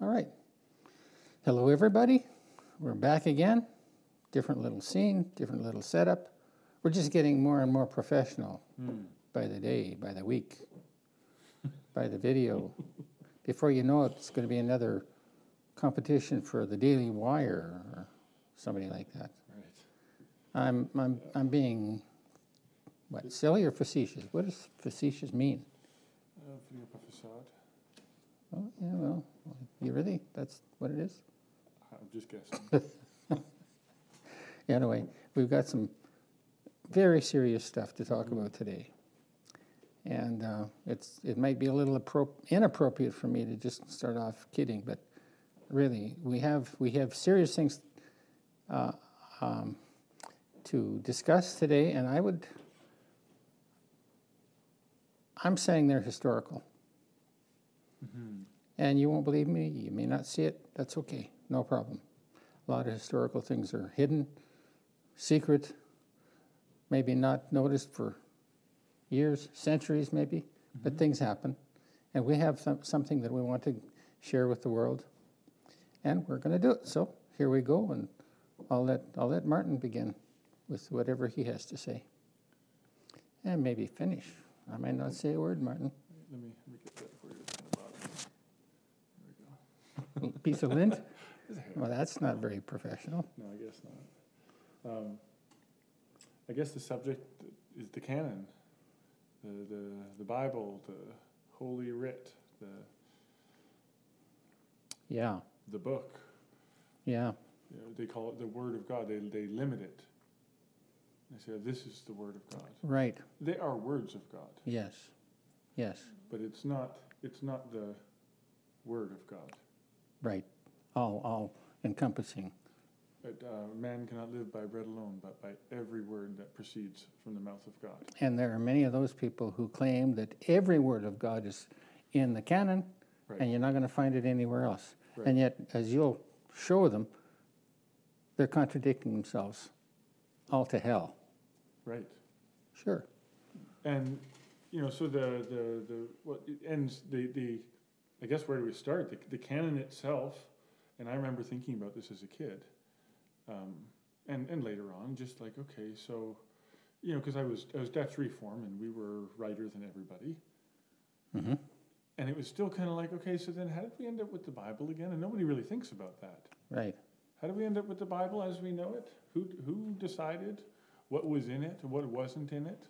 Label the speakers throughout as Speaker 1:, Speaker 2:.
Speaker 1: All right. Hello, everybody. We're back again. Different little scene, different little setup. We're just getting more and more professional by the day, by the week, by the video. Before you know it, it's going to be another competition for the Daily Wire or somebody like that. I'm, I'm, I'm being, what, silly or facetious? What does facetious mean?
Speaker 2: Uh, Video per facade.
Speaker 1: Oh, yeah, well, you really? That's what it is?
Speaker 2: I'm just guessing.
Speaker 1: Anyway, we've got some very serious stuff to talk about today. And uh, it's, it might be a little appro- inappropriate for me to just start off kidding, but really, we have, we have serious things uh, um, to discuss today, and I would, I'm saying they're historical. And you won't believe me, you may not see it, that's okay, no problem. A lot of historical things are hidden, secret, maybe not noticed for years, centuries maybe, but things happen. And we have some, something that we want to share with the world, and we're going to do it. So here we go, and I'll let, I'll let Martin begin with whatever he has to say. And maybe finish. I might not say a word, Martin.
Speaker 2: Let me, let me get that for you. It's on the bottom. There we go.
Speaker 1: Piece of lint?
Speaker 2: Is it here?
Speaker 1: Well, that's not very professional.
Speaker 2: No, I guess not. Um, I guess the subject is the canon, the, the, the Bible, the Holy Writ, the,
Speaker 1: Yeah,
Speaker 2: the book.
Speaker 1: yeah.
Speaker 2: You know, they call it the Word of God. They, they limit it. They say, this is the Word of God.
Speaker 1: Right.
Speaker 2: They are words of God,
Speaker 1: Yes. Yes.
Speaker 2: but it's not, it's not the Word of God.
Speaker 1: Right. All all encompassing.
Speaker 2: But uh, man cannot live by bread alone, but by every word that proceeds from the mouth of God.
Speaker 1: And there are many of those people who claim that every word of God is in the canon
Speaker 2: Right.
Speaker 1: and you're not going to find it anywhere else.
Speaker 2: Right.
Speaker 1: And yet as you'll show them they're contradicting themselves all to hell.
Speaker 2: Right.
Speaker 1: Sure.
Speaker 2: And you know, so the the the what it ends the the, I guess where do we start? The, the canon itself, and I remember thinking about this as a kid, um, and and later on, just like okay, so, you know, because I was I was Dutch Reform, and we were writer than everybody.
Speaker 1: Mhm.
Speaker 2: And it was still kind of like, okay, so then how did we end up with the Bible again? And nobody really thinks about that.
Speaker 1: Right.
Speaker 2: How did we end up with the Bible as we know it? Who, who decided what was in it, what wasn't in it?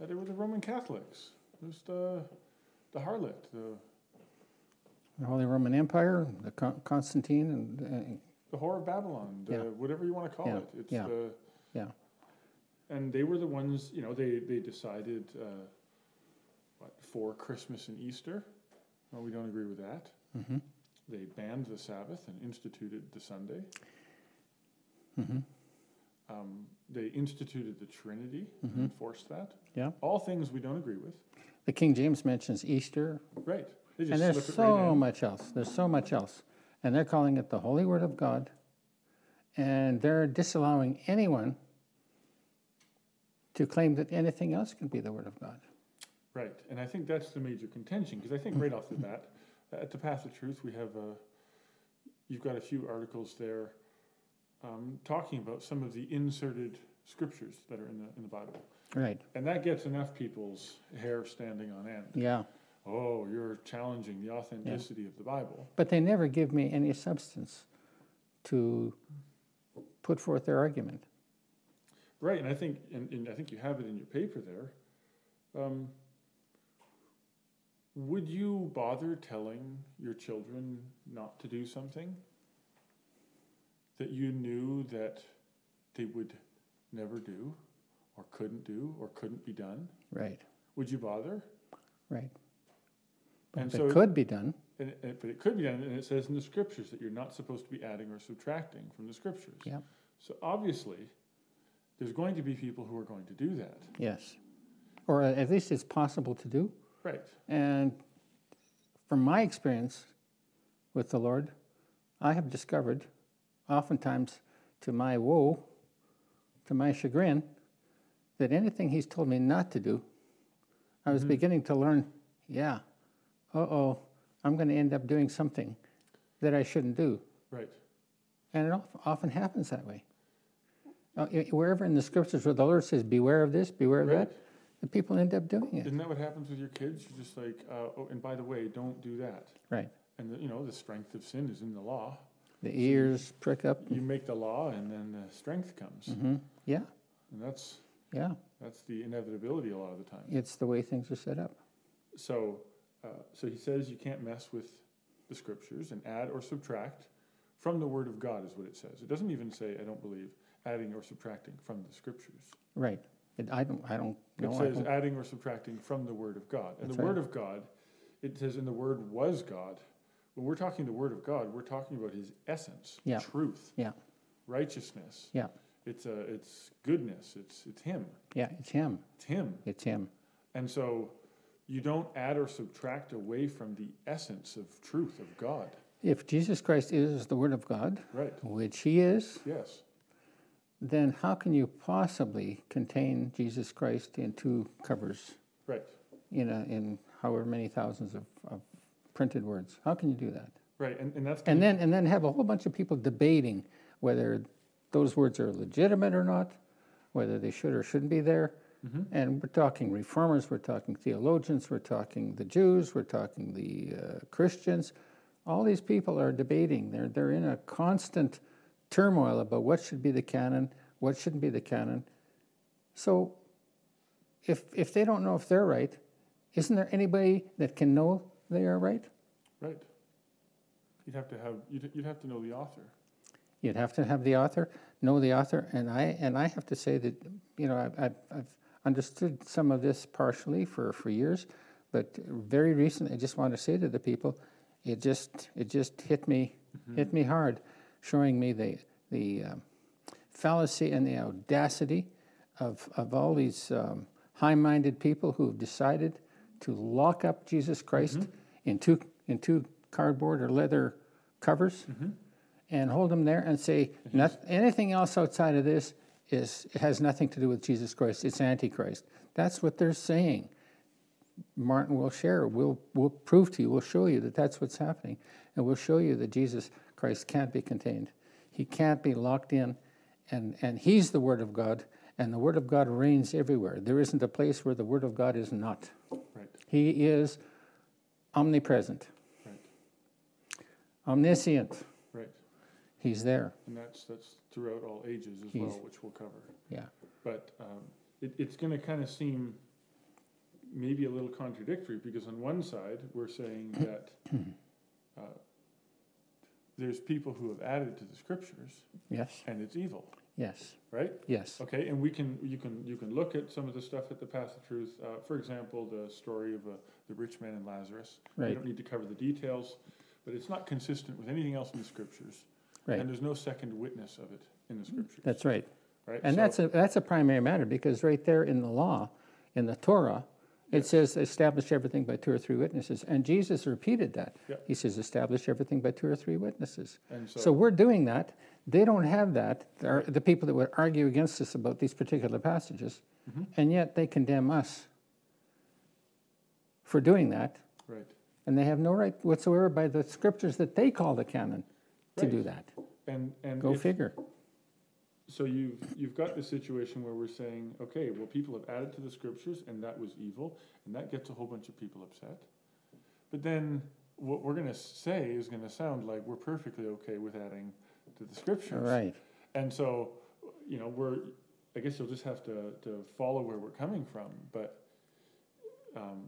Speaker 2: That it was the Roman Catholics. It was the, the harlot. The,
Speaker 1: The Holy Roman Empire, the Con- Constantine and uh,
Speaker 2: the whore of Babylon, the,
Speaker 1: Yeah.
Speaker 2: whatever you want to call
Speaker 1: Yeah,
Speaker 2: it. It's
Speaker 1: yeah,
Speaker 2: the
Speaker 1: yeah.
Speaker 2: And they were the ones, you know, they they decided uh, what for Christmas and Easter. Well, we don't agree with that.
Speaker 1: mhm.
Speaker 2: They banned the Sabbath and instituted the Sunday.
Speaker 1: Mhm.
Speaker 2: Um, they instituted the Trinity
Speaker 1: Mhm.
Speaker 2: and enforced that.
Speaker 1: Yeah.
Speaker 2: All things we don't agree with.
Speaker 1: The King James mentions Easter,
Speaker 2: Right. They just
Speaker 1: And there's
Speaker 2: slip it
Speaker 1: so
Speaker 2: right in.
Speaker 1: much else. There's so much else. And they're calling it the holy word of God. And they're disallowing anyone to claim that anything else can be the word of God.
Speaker 2: Right. And I think that's the major contention because I think right off the
Speaker 1: Mm-hmm.
Speaker 2: bat, at the Path of Truth, we have a, you've got a few articles there um, talking about some of the inserted scriptures that are in the, in the Bible.
Speaker 1: Right.
Speaker 2: And that gets enough people's hair standing on end.
Speaker 1: Yeah.
Speaker 2: Oh, you're challenging the authenticity of the Bible.
Speaker 1: But they never give me any substance to put forth their argument.
Speaker 2: Right, and I think, and, and I think you have it in your paper there. Um, would you bother telling your children not to do something that you knew that they would never do, or couldn't do, or couldn't be done?
Speaker 1: Right.
Speaker 2: Would you bother?
Speaker 1: Right.
Speaker 2: And
Speaker 1: But
Speaker 2: so,
Speaker 1: it could be done.
Speaker 2: and, and- but it could be done, and it says in the scriptures that you're not supposed to be adding or subtracting from the scriptures.
Speaker 1: Yeah.
Speaker 2: So obviously, there's going to be people who are going to do that.
Speaker 1: Yes. Or at least it's possible to do.
Speaker 2: Right.
Speaker 1: And from my experience with the Lord, I have discovered, oftentimes to my woe, to my chagrin, that anything He's told me not to do, I was beginning to learn, yeah, uh oh, I'm going to end up doing something that I shouldn't do.
Speaker 2: right.
Speaker 1: And it of- often happens that way. Uh, i- Wherever in the scriptures where the Lord says, beware of this, beware of
Speaker 2: Right.
Speaker 1: that, the people end up doing it.
Speaker 2: Isn't that what happens with your kids? You're just like, uh, oh, and by the way, don't do that.
Speaker 1: Right.
Speaker 2: And the, you know, the strength of sin is in the law.
Speaker 1: The ears prick up.
Speaker 2: You make the law, and then the strength comes,
Speaker 1: hmm Yeah,
Speaker 2: and that's
Speaker 1: yeah.
Speaker 2: that's the inevitability a lot of the time.
Speaker 1: It's the way things are set up.
Speaker 2: So, uh, so he says you can't mess with the scriptures and add or subtract from the word of God is what it says. It doesn't even say I don't believe adding or subtracting from the scriptures.
Speaker 1: Right. It, I don't, I don't
Speaker 2: It
Speaker 1: know. I
Speaker 2: says
Speaker 1: don't-
Speaker 2: adding or subtracting from the word of God. And
Speaker 1: That's
Speaker 2: the word
Speaker 1: right.
Speaker 2: of God, it says and the word was God. When we're talking the word of God, we're talking about his essence,
Speaker 1: Yeah.
Speaker 2: truth,
Speaker 1: Yeah.
Speaker 2: righteousness.
Speaker 1: Yeah.
Speaker 2: It's uh, it's goodness. It's it's him.
Speaker 1: Yeah, it's him.
Speaker 2: It's him.
Speaker 1: It's him.
Speaker 2: And so you don't add or subtract away from the essence of truth of God.
Speaker 1: If Jesus Christ is the Word of God,
Speaker 2: Right.
Speaker 1: which he is,
Speaker 2: Yes.
Speaker 1: then how can you possibly contain Jesus Christ in two covers
Speaker 2: Right.
Speaker 1: in, a, in however many thousands of, of printed words? How can you do that?
Speaker 2: Right. And, and that's
Speaker 1: And then, and then have a whole bunch of people debating whether those words are legitimate or not, whether they should or shouldn't be there. And we're talking reformers, we're talking theologians, we're talking the Jews, we're talking the uh, Christians. All these people are debating. They're, they're in a constant turmoil about what should be the canon, what shouldn't be the canon. So if, if they don't know if they're right, isn't there anybody that can know they are right?
Speaker 2: right. You'd have to have you'd, you'd have to know the author.
Speaker 1: You'd have to have the author, know the author, and I and I have to say that you know I, I've, I've understood some of this partially for for years, but very recently I just want to say to the people, it just it just hit me hit me hard, showing me the the um, fallacy and the audacity of of all these um, high-minded people who have decided to lock up Jesus Christ in two in two cardboard or leather covers and hold them there and say
Speaker 2: Mm-hmm.
Speaker 1: "Noth- anything else outside of this is has nothing to do with Jesus Christ. It's antichrist. That's what they're saying. Martin will share. We'll we'll prove to you. We'll show you that that's what's happening, and we'll show you that Jesus Christ can't be contained. He can't be locked in, and and he's the Word of God, and the Word of God reigns everywhere. There isn't a place where the Word of God is not.
Speaker 2: Right.
Speaker 1: He is omnipresent,
Speaker 2: Right.
Speaker 1: omniscient.
Speaker 2: Right.
Speaker 1: He's there.
Speaker 2: And that's that's throughout all ages as
Speaker 1: He's-
Speaker 2: well, which we'll cover.
Speaker 1: Yeah.
Speaker 2: But um, it, it's going to kind of seem maybe a little contradictory because on one side we're saying that uh, there's people who have added to the scriptures
Speaker 1: Yes.
Speaker 2: and it's evil,
Speaker 1: Yes.
Speaker 2: right?
Speaker 1: Yes.
Speaker 2: Okay, and we can you can you can look at some of the stuff at the Path of Truth. Uh, for example, the story of uh, the rich man and Lazarus. We
Speaker 1: Right.
Speaker 2: don't need to cover the details, but it's not consistent with anything else in the scriptures,
Speaker 1: Right.
Speaker 2: and there's no second witness of it in the scriptures.
Speaker 1: That's right.
Speaker 2: right,
Speaker 1: And
Speaker 2: So-
Speaker 1: that's a that's a primary matter because right there in the law, in the Torah, it says establish everything by two or three witnesses. And Jesus repeated that.
Speaker 2: Yeah.
Speaker 1: He says establish everything by two or three witnesses.
Speaker 2: and so,
Speaker 1: So, we're doing that. They don't have that. They're, the people that would argue against us about these particular passages,
Speaker 2: Mm-hmm.
Speaker 1: and yet they condemn us for doing that,
Speaker 2: right,
Speaker 1: and they have no right whatsoever by the scriptures that they call the canon to do that.
Speaker 2: and and
Speaker 1: Go
Speaker 2: if-
Speaker 1: figure.
Speaker 2: so you've you've got the situation where we're saying, okay, well, people have added to the scriptures, and that was evil, and that gets a whole bunch of people upset. But then what we're going to say is going to sound like we're perfectly okay with adding to the
Speaker 1: All
Speaker 2: scriptures,
Speaker 1: right.
Speaker 2: And so, you know, we're, I guess you'll just have to, to follow where we're coming from, but um,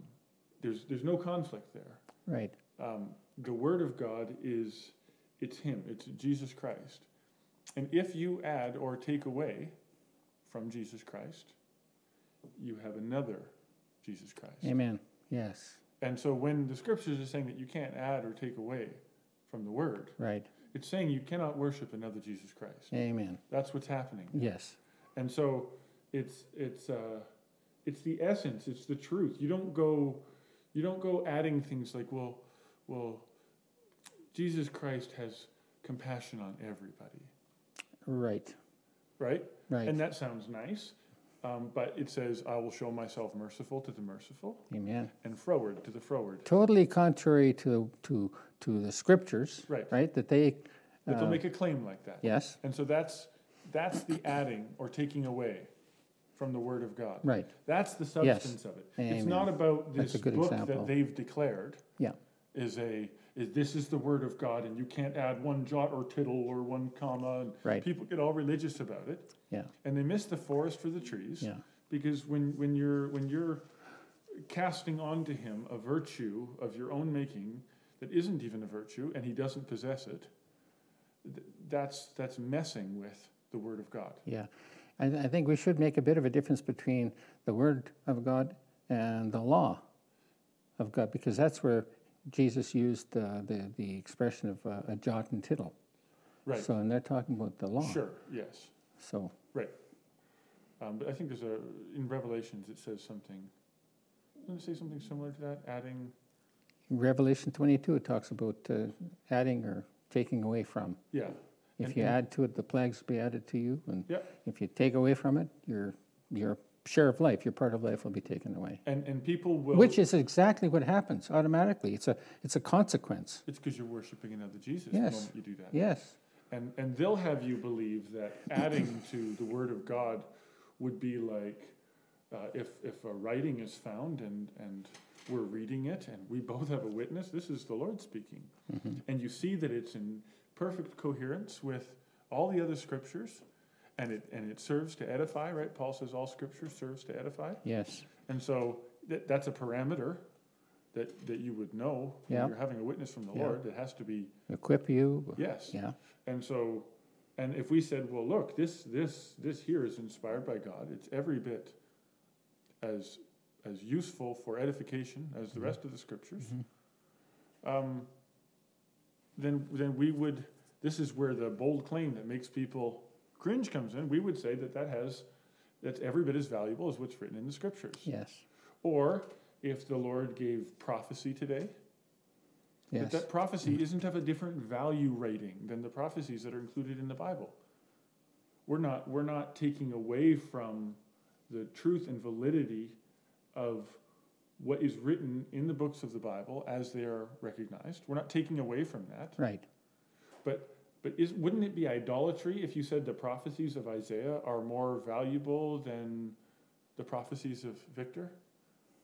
Speaker 2: there's, there's no conflict there.
Speaker 1: Right.
Speaker 2: Um, the Word of God is, it's Him, it's Jesus Christ. And if you add or take away from Jesus Christ, you have another Jesus Christ.
Speaker 1: Amen. Yes.
Speaker 2: And so when the scriptures are saying that you can't add or take away from the Word,
Speaker 1: Right.
Speaker 2: it's saying you cannot worship another Jesus Christ.
Speaker 1: Amen.
Speaker 2: That's what's happening.
Speaker 1: Yes.
Speaker 2: And so it's it's uh, it's the essence, it's the truth. You don't go you don't go adding things like, well, well, Jesus Christ has compassion on everybody,
Speaker 1: Right.
Speaker 2: right?
Speaker 1: Right.
Speaker 2: And that sounds nice. Um, but it says, I will show myself merciful to the merciful
Speaker 1: Amen.
Speaker 2: and froward to the froward.
Speaker 1: Totally contrary to to to the scriptures,
Speaker 2: Right.
Speaker 1: Right, Uh. that they,
Speaker 2: That they'll make a claim like that.
Speaker 1: yes,
Speaker 2: And so that's that's the adding or taking away from the word of God.
Speaker 1: right,
Speaker 2: That's the substance of it. It's
Speaker 1: Amen.
Speaker 2: not about
Speaker 1: That's
Speaker 2: this
Speaker 1: a good
Speaker 2: book
Speaker 1: example.
Speaker 2: that they've declared
Speaker 1: yeah,
Speaker 2: is a is this is the word of God and you can't add one jot or tittle or one comma and
Speaker 1: Right.
Speaker 2: people get all religious about it
Speaker 1: yeah,
Speaker 2: and they miss the forest for the trees
Speaker 1: Yeah.
Speaker 2: because when when you're when you're casting onto him a virtue of your own making that isn't even a virtue and he doesn't possess it th- that's that's messing with the word of God
Speaker 1: yeah. I, I think we should make a bit of a difference between the word of God and the law of God, because that's where Jesus used uh, the the expression of uh, a jot and tittle.
Speaker 2: right
Speaker 1: So, and they're talking about the law.
Speaker 2: sure yes
Speaker 1: So,
Speaker 2: Right. Um, but I think there's a in Revelations it says something. Doesn't it say something similar to that? Adding.
Speaker 1: Revelation 22 it talks about uh, adding or taking away from.
Speaker 2: Yeah.
Speaker 1: If
Speaker 2: And-
Speaker 1: you
Speaker 2: and-
Speaker 1: add to it, the plagues be added to you, and
Speaker 2: Yeah.
Speaker 1: if you take away from it, your your share of life, your part of life will be taken away.
Speaker 2: And and people will.
Speaker 1: Which is exactly what happens automatically. It's a it's a consequence.
Speaker 2: It's because you're worshiping another Jesus
Speaker 1: Yes.
Speaker 2: the moment you do that.
Speaker 1: Yes.
Speaker 2: And and they'll have you believe that adding to the Word of God would be like uh, if if a writing is found and and we're reading it and we both have a witness. This is the Lord speaking,
Speaker 1: Mm-hmm.
Speaker 2: and you see that it's in perfect coherence with all the other scriptures, and it and it serves to edify. Right? Paul says all Scripture serves to edify,
Speaker 1: Yes.
Speaker 2: and so that that's a parameter. That, that you would know when
Speaker 1: Yeah.
Speaker 2: you're having a witness from the
Speaker 1: Yeah.
Speaker 2: Lord, it has to be
Speaker 1: Equip you.
Speaker 2: yes.
Speaker 1: Yeah.
Speaker 2: And so, and if we said, well, look, this this this here is inspired by God. It's every bit as as useful for edification as
Speaker 1: Mm-hmm.
Speaker 2: the rest of the scriptures. Um, then then we would. This is where the bold claim that makes people cringe comes in. We would say that that has that's every bit as valuable as what's written in the scriptures.
Speaker 1: Yes.
Speaker 2: Or if the Lord gave prophecy today,
Speaker 1: Yes.
Speaker 2: that that prophecy isn't of a different value rating than the prophecies that are included in the Bible. We're not we're not taking away from the truth and validity of what is written in the books of the Bible as they are recognized. We're not taking away from that.
Speaker 1: Right.
Speaker 2: But but is, wouldn't it be idolatry if you said the prophecies of Isaiah are more valuable than the prophecies of Victor?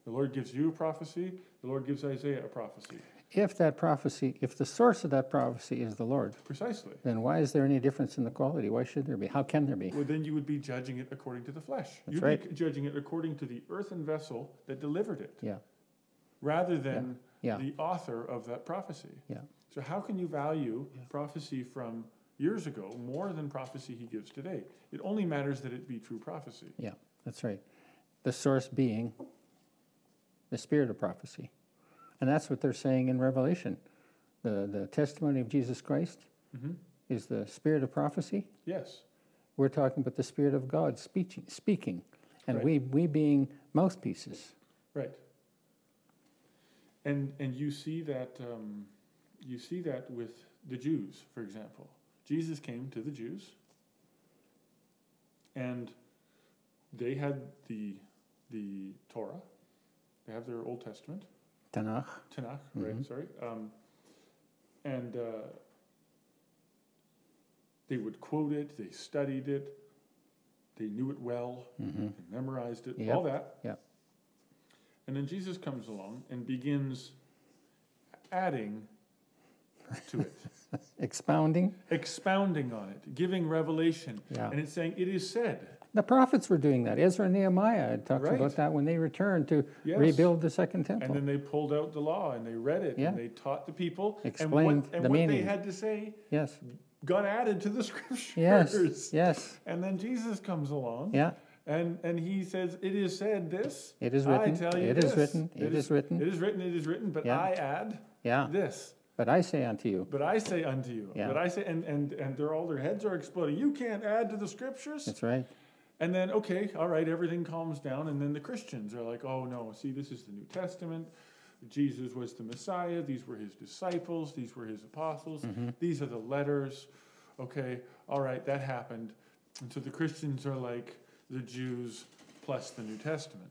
Speaker 2: The Lord gives you a prophecy. The Lord gives Isaiah a prophecy.
Speaker 1: If that prophecy, if the source of that prophecy is the Lord,
Speaker 2: Precisely.
Speaker 1: then why is there any difference in the quality? Why should there be? How can there be?
Speaker 2: Well, then you would be judging it according to the flesh.
Speaker 1: That's
Speaker 2: You'd
Speaker 1: right.
Speaker 2: be judging it according to the earthen vessel that delivered it,
Speaker 1: Yeah.
Speaker 2: rather than
Speaker 1: Yeah.
Speaker 2: the author of that prophecy.
Speaker 1: Yeah.
Speaker 2: So how can you value prophecy from years ago more than prophecy he gives today? It only matters that it be true prophecy.
Speaker 1: Yeah, that's right. The source being the spirit of prophecy. And that's what they're saying in Revelation. The, the testimony of Jesus Christ
Speaker 2: Mhm.
Speaker 1: is the spirit of prophecy.
Speaker 2: Yes.
Speaker 1: We're talking about the spirit of God speaking, speaking and
Speaker 2: Right.
Speaker 1: we, we being mouthpieces.
Speaker 2: Right. And and you see that um, you see that with the Jews, for example. Jesus came to the Jews, and they had the the Torah. They have their Old Testament,
Speaker 1: Tanakh.
Speaker 2: Tanakh, right? Sorry, um, and uh, they would quote it. They studied it. They knew it well.
Speaker 1: hmm
Speaker 2: They memorized it.
Speaker 1: Yep.
Speaker 2: All that.
Speaker 1: Yep.
Speaker 2: And then Jesus comes along and begins adding to it,
Speaker 1: Expounding.
Speaker 2: expounding on it, giving revelation.
Speaker 1: Yeah.
Speaker 2: And it's saying, It is said.
Speaker 1: The prophets were doing that. Ezra and Nehemiah had talked
Speaker 2: Right.
Speaker 1: about that when they returned to
Speaker 2: Yes.
Speaker 1: rebuild the second temple.
Speaker 2: And then they pulled out the law and they read it
Speaker 1: Yeah.
Speaker 2: and they taught the people. and
Speaker 1: Explained
Speaker 2: what, and
Speaker 1: the
Speaker 2: what they
Speaker 1: meaning.
Speaker 2: had to say
Speaker 1: yes.
Speaker 2: got added to the scriptures.
Speaker 1: Yes. Yes.
Speaker 2: And then Jesus comes along
Speaker 1: Yeah.
Speaker 2: and, and he says, It is said this.
Speaker 1: It is
Speaker 2: I
Speaker 1: written,
Speaker 2: tell you
Speaker 1: it is
Speaker 2: this.
Speaker 1: written, it is written."
Speaker 2: It is written. It is written. But
Speaker 1: Yeah.
Speaker 2: I add
Speaker 1: Yeah.
Speaker 2: this.
Speaker 1: But I say unto you,
Speaker 2: But I say unto you,
Speaker 1: Yeah.
Speaker 2: but I say, and and and they're all their heads are exploding. You can't add to the scriptures.
Speaker 1: that's right.
Speaker 2: and then okay, all right, everything calms down, and then the Christians are like, oh no, see, this is the New Testament. Jesus was the Messiah. These were his disciples. These were his apostles.
Speaker 1: Mm-hmm.
Speaker 2: These are the letters. Okay, all right, that happened. And so the Christians are like the Jews. plus the New Testament.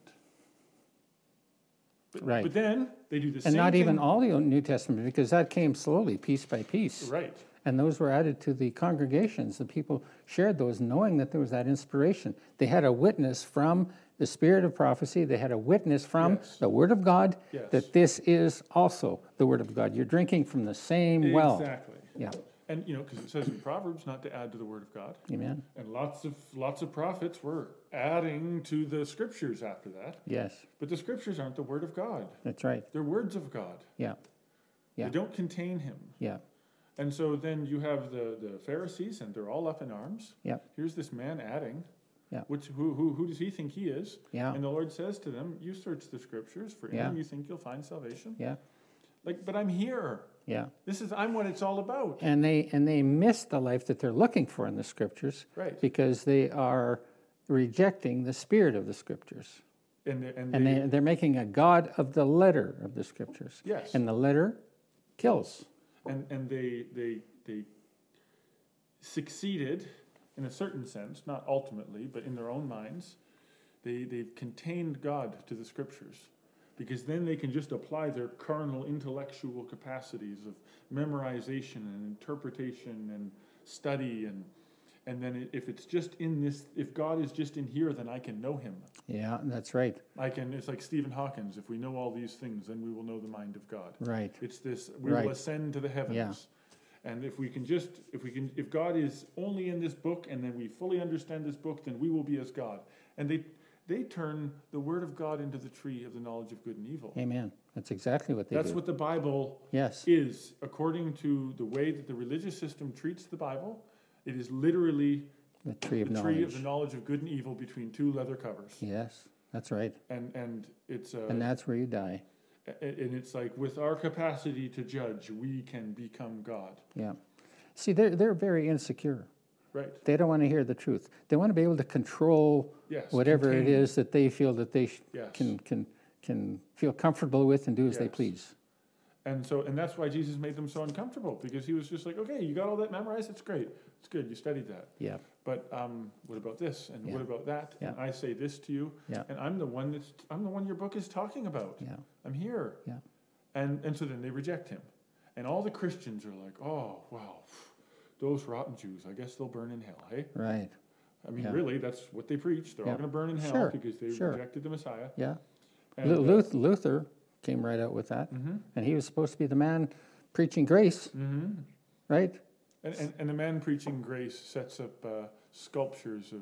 Speaker 2: But-
Speaker 1: Right.
Speaker 2: But then they do the same
Speaker 1: And
Speaker 2: thing.
Speaker 1: not even all the New Testament, because that came slowly, piece by piece.
Speaker 2: Right,
Speaker 1: And those were added to the congregations. The people shared those knowing that there was that inspiration. They had a witness from the spirit of prophecy, they had a witness from
Speaker 2: Yes.
Speaker 1: the Word of God
Speaker 2: Yes.
Speaker 1: that this is also the Word of God. You're drinking from the same well.
Speaker 2: exactly.
Speaker 1: Yeah.
Speaker 2: And, you know, because it says in Proverbs not to add to the word of God.
Speaker 1: Amen.
Speaker 2: And lots of, lots of prophets were adding to the scriptures after that.
Speaker 1: Yes,
Speaker 2: But the scriptures aren't the word of God.
Speaker 1: that's right.
Speaker 2: They're words of God.
Speaker 1: Yeah, Yeah.
Speaker 2: They don't contain him.
Speaker 1: yeah,
Speaker 2: And so then you have the, the Pharisees, and they're all up in arms.
Speaker 1: Yep.
Speaker 2: Here's this man adding.
Speaker 1: Yeah.
Speaker 2: Which who, who who does he think he is?
Speaker 1: yeah,
Speaker 2: And the Lord says to them, "You search the scriptures for in
Speaker 1: Yeah.
Speaker 2: them you think you'll find salvation."
Speaker 1: yeah,
Speaker 2: Like, but I'm here.
Speaker 1: yeah.
Speaker 2: This is I'm what it's all about.
Speaker 1: And they and they miss the life that they're looking for in the scriptures
Speaker 2: Right.
Speaker 1: because they are rejecting the spirit of the scriptures.
Speaker 2: And the, and,
Speaker 1: And
Speaker 2: the,
Speaker 1: they, they're making a God of the letter of the scriptures.
Speaker 2: Yes.
Speaker 1: And the letter kills.
Speaker 2: and and they they they succeeded in a certain sense, not ultimately, but in their own minds. They they've contained God to the scriptures. Because then they can just apply their carnal intellectual capacities of memorization and interpretation and study and and then i- if it's just in this if God is just in here, then I can know him.
Speaker 1: Yeah, that's right.
Speaker 2: I can it's like Stephen Hawkins, if we know all these things, then we will know the mind of God.
Speaker 1: Right.
Speaker 2: It's this we
Speaker 1: Right.
Speaker 2: will ascend to the heavens. And if we can just if we can if God is only in this book and then we fully understand this book, then we will be as God. And they they turn the word of God into the tree of the knowledge of good and evil.
Speaker 1: Amen. That's exactly what they
Speaker 2: That's
Speaker 1: do.
Speaker 2: what the Bible
Speaker 1: yes.
Speaker 2: is according to the way that the religious system treats the Bible. It is literally
Speaker 1: The tree
Speaker 2: the
Speaker 1: of knowledge.
Speaker 2: tree of the knowledge of good and evil between two leather covers.
Speaker 1: yes, that's right.
Speaker 2: And and it's uh,
Speaker 1: And that's where you die.
Speaker 2: a- and it's like with our capacity to judge, we can become God.
Speaker 1: Yeah. See, they're, they're very insecure.
Speaker 2: Right.
Speaker 1: They don't want to hear the truth. They want to be able to control
Speaker 2: Yes,
Speaker 1: whatever it
Speaker 2: contain.
Speaker 1: is that they feel that they sh-
Speaker 2: Yes.
Speaker 1: can, can, can feel comfortable with and do as they
Speaker 2: Yes.
Speaker 1: please.
Speaker 2: And so, and that's why Jesus made them so uncomfortable because he was just like, okay, you got all that memorized. It's great. It's good. You studied that.
Speaker 1: Yeah,
Speaker 2: But um, what about this? And
Speaker 1: Yeah.
Speaker 2: what about that? And
Speaker 1: Yeah.
Speaker 2: I say this to you.
Speaker 1: Yeah.
Speaker 2: And I'm the one that's I'm the one your book is talking about.
Speaker 1: yeah,
Speaker 2: I'm here.
Speaker 1: Yeah.
Speaker 2: And and so then they reject him, and all the Christians are like, oh wow, those rotten Jews. I guess they'll burn in hell. Hey,
Speaker 1: right.
Speaker 2: I mean,
Speaker 1: Yeah.
Speaker 2: really, that's what they preach. They're
Speaker 1: Yeah.
Speaker 2: all going to burn in hell
Speaker 1: Sure,
Speaker 2: because they
Speaker 1: sure.
Speaker 2: rejected the Messiah.
Speaker 1: Yeah.
Speaker 2: And, uh, Mm-hmm.
Speaker 1: Lu- Luth- Luther came right out with that. And he was supposed to be the man preaching grace,
Speaker 2: hmm
Speaker 1: right?
Speaker 2: And, and, and the man preaching grace sets up uh, sculptures of,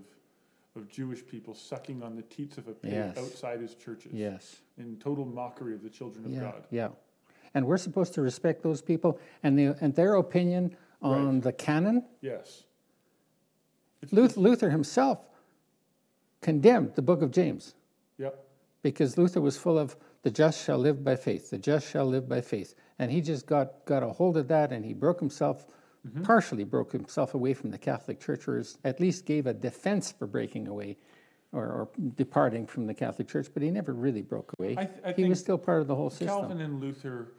Speaker 2: of Jewish people sucking on the teats of a pig
Speaker 1: Yes.
Speaker 2: outside his churches
Speaker 1: Yes.
Speaker 2: in total mockery of the children of
Speaker 1: Yeah.
Speaker 2: God.
Speaker 1: Yeah. And we're supposed to respect those people and, the, and their opinion on the canon.
Speaker 2: Yes. It's-
Speaker 1: Luth- Luther himself condemned the book of James
Speaker 2: Yep.
Speaker 1: because Luther was full of the just shall live by faith, the just shall live by faith. And he just got, got a hold of that and he broke himself,
Speaker 2: Mm-hmm.
Speaker 1: partially broke himself away from the Catholic Church, or is- at least gave a defense for breaking away or, or departing from the Catholic Church, but he never really broke away.
Speaker 2: I th- I
Speaker 1: he was
Speaker 2: think
Speaker 1: still part of the whole system.
Speaker 2: Calvin and Luther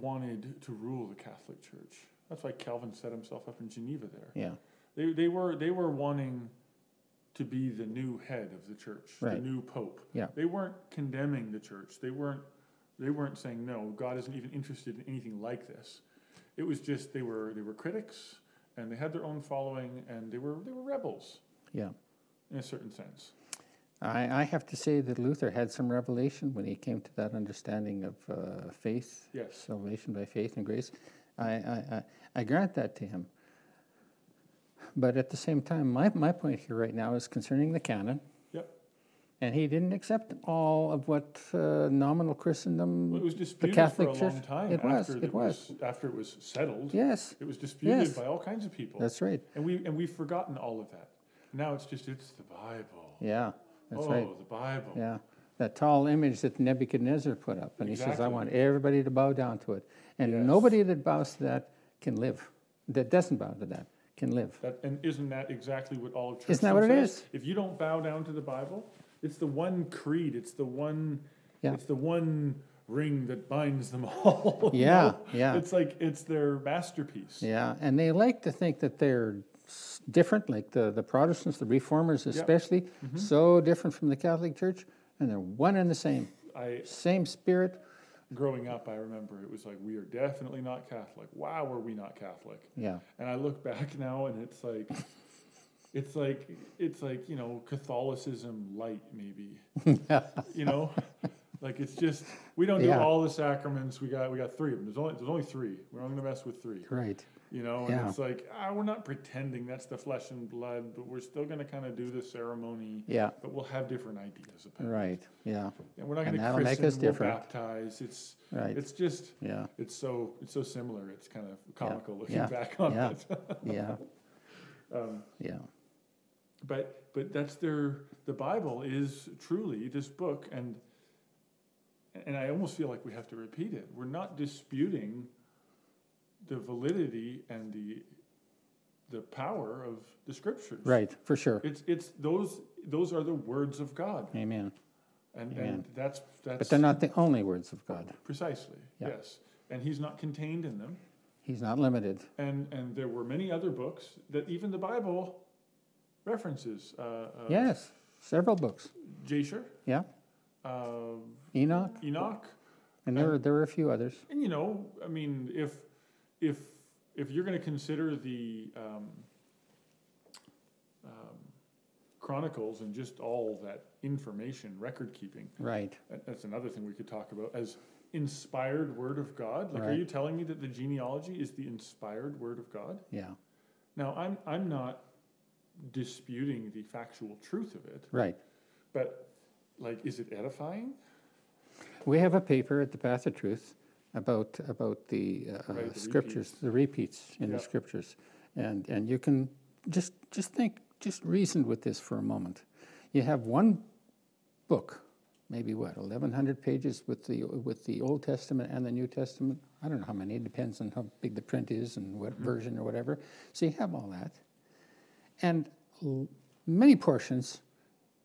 Speaker 2: wanted to rule the Catholic Church. That's why Calvin set himself up in Geneva there.
Speaker 1: Yeah,
Speaker 2: They, they, were, they were wanting to be the new head of the church,
Speaker 1: Right.
Speaker 2: the new pope.
Speaker 1: Yeah.
Speaker 2: They weren't condemning the church. They weren't they weren't saying no, God isn't even interested in anything like this. It was just they were they were critics and they had their own following and they were they were rebels
Speaker 1: yeah.
Speaker 2: in a certain sense.
Speaker 1: I, I have to say that Luther had some revelation when he came to that understanding of uh, faith,
Speaker 2: Yes.
Speaker 1: salvation by faith and grace. I, I, I, I grant that to him. But at the same time, my, my point here right now is concerning the canon.
Speaker 2: Yep.
Speaker 1: And he didn't accept all of what uh, nominal Christendom.
Speaker 2: Well, it was disputed
Speaker 1: Catholic
Speaker 2: for a long
Speaker 1: Church-
Speaker 2: time
Speaker 1: it was,
Speaker 2: after
Speaker 1: it was.
Speaker 2: after it was settled.
Speaker 1: yes,
Speaker 2: It was disputed
Speaker 1: Yes.
Speaker 2: by all kinds of people.
Speaker 1: that's right.
Speaker 2: and we and we've forgotten all of that. Now it's just it's the Bible.
Speaker 1: Yeah, that's
Speaker 2: oh,
Speaker 1: right.
Speaker 2: the Bible.
Speaker 1: Yeah, that tall image that Nebuchadnezzar put up. And he says, I
Speaker 2: Exactly.
Speaker 1: want everybody to bow down to it. And
Speaker 2: Yes.
Speaker 1: nobody that bows to that can live, that doesn't bow to that can live.
Speaker 2: That, and isn't that exactly what all of church?
Speaker 1: Isn't that what it
Speaker 2: says?
Speaker 1: is?
Speaker 2: If you don't bow down to the Bible, it's the one creed. It's the one.
Speaker 1: Yeah.
Speaker 2: It's the one ring that binds them all. you
Speaker 1: Yeah,
Speaker 2: know?
Speaker 1: yeah.
Speaker 2: It's like it's their masterpiece.
Speaker 1: Yeah, and they like to think that they're s- different, like the, the Protestants, the Reformers especially,
Speaker 2: Mm-hmm.
Speaker 1: so different from the Catholic Church, and they're one and the same.
Speaker 2: I
Speaker 1: Same spirit.
Speaker 2: growing up, I remember it was like we are definitely not Catholic. Wow, were we not Catholic?
Speaker 1: Yeah.
Speaker 2: And I look back now, and it's like, it's like, it's like you know, Catholicism light, maybe. you know, like it's just we don't
Speaker 1: Yeah.
Speaker 2: do all the sacraments. We got we got three of them. There's only there's only three. We're only gonna mess with three.
Speaker 1: Right.
Speaker 2: You know, and
Speaker 1: Yeah.
Speaker 2: it's like ah, we're not pretending that's the flesh and blood, but we're still gonna kind of do the ceremony.
Speaker 1: Yeah.
Speaker 2: But we'll have different ideas about it.
Speaker 1: Right. Yeah.
Speaker 2: And we're not
Speaker 1: And
Speaker 2: going to
Speaker 1: that'll
Speaker 2: christen,
Speaker 1: make us
Speaker 2: we'll
Speaker 1: different.
Speaker 2: baptize. It's
Speaker 1: Right.
Speaker 2: it's just
Speaker 1: Yeah.
Speaker 2: it's so it's so similar. It's kind of comical looking
Speaker 1: yeah,
Speaker 2: back on
Speaker 1: yeah.
Speaker 2: it.
Speaker 1: Yeah.
Speaker 2: Um,
Speaker 1: Yeah.
Speaker 2: but but that's their the Bible is truly this book, and and I almost feel like we have to repeat it. We're not disputing the validity and the the power of the scriptures.
Speaker 1: Right. For sure.
Speaker 2: It's it's those those are the words of God,
Speaker 1: Amen.
Speaker 2: and and
Speaker 1: Amen.
Speaker 2: that's that's
Speaker 1: But they're not the only words of God.
Speaker 2: precisely
Speaker 1: Yeah.
Speaker 2: yes, and He's not contained in them.
Speaker 1: He's not limited.
Speaker 2: and and there were many other books that even the Bible references. Uh, uh,
Speaker 1: Yes. Several books.
Speaker 2: Jasher,
Speaker 1: Yeah.
Speaker 2: uh,
Speaker 1: Enoch.
Speaker 2: Enoch,
Speaker 1: And there were, there were a few others.
Speaker 2: and you know, I mean, if if if you're going to consider the um, um, Chronicles and just all that information, record keeping,
Speaker 1: Right.
Speaker 2: that- that's another thing we could talk about as inspired word of God. Like, are
Speaker 1: Right.
Speaker 2: you telling me that the genealogy is the inspired word of God?
Speaker 1: Yeah.
Speaker 2: Now, I'm, I'm not disputing the factual truth of it,
Speaker 1: Right.
Speaker 2: but like, is it edifying?
Speaker 1: We have a paper at the Path of Truth about about the, uh,
Speaker 2: Right, the
Speaker 1: scriptures, the repeats in
Speaker 2: Yeah.
Speaker 1: the scriptures, and and you can just just think, just reason with this for a moment. You have one book, maybe what eleven hundred pages with the with the Old Testament and the New Testament. I don't know how many. It depends on how big the print is and what
Speaker 2: Mm-hmm.
Speaker 1: version or whatever. So you have all that, and l- many portions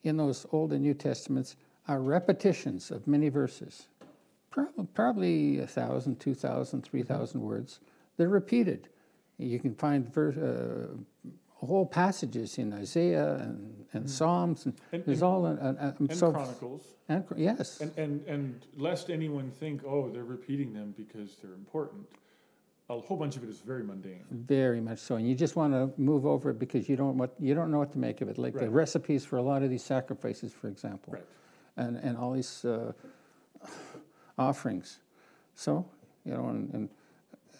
Speaker 1: in those Old and New Testaments are repetitions of many verses, probably, probably 1,000, 2,000, 3,000
Speaker 2: Mm-hmm.
Speaker 1: words. They're repeated. You can find ver- uh, whole passages in Isaiah and, and Psalms, and,
Speaker 2: Mm-hmm. And-
Speaker 1: there's all an, an, an-
Speaker 2: And
Speaker 1: so-
Speaker 2: Chronicles.
Speaker 1: and Chron- yes,
Speaker 2: And, and, and lest anyone think, oh, they're repeating them because they're important, a whole bunch of it is very mundane.
Speaker 1: very much so. And you just want to move over it because you don't what you don't know what to make of it. Like the
Speaker 2: Right.
Speaker 1: recipes for a lot of these sacrifices, for example.
Speaker 2: Right.
Speaker 1: and, and all these uh, offerings. So, you know, and, and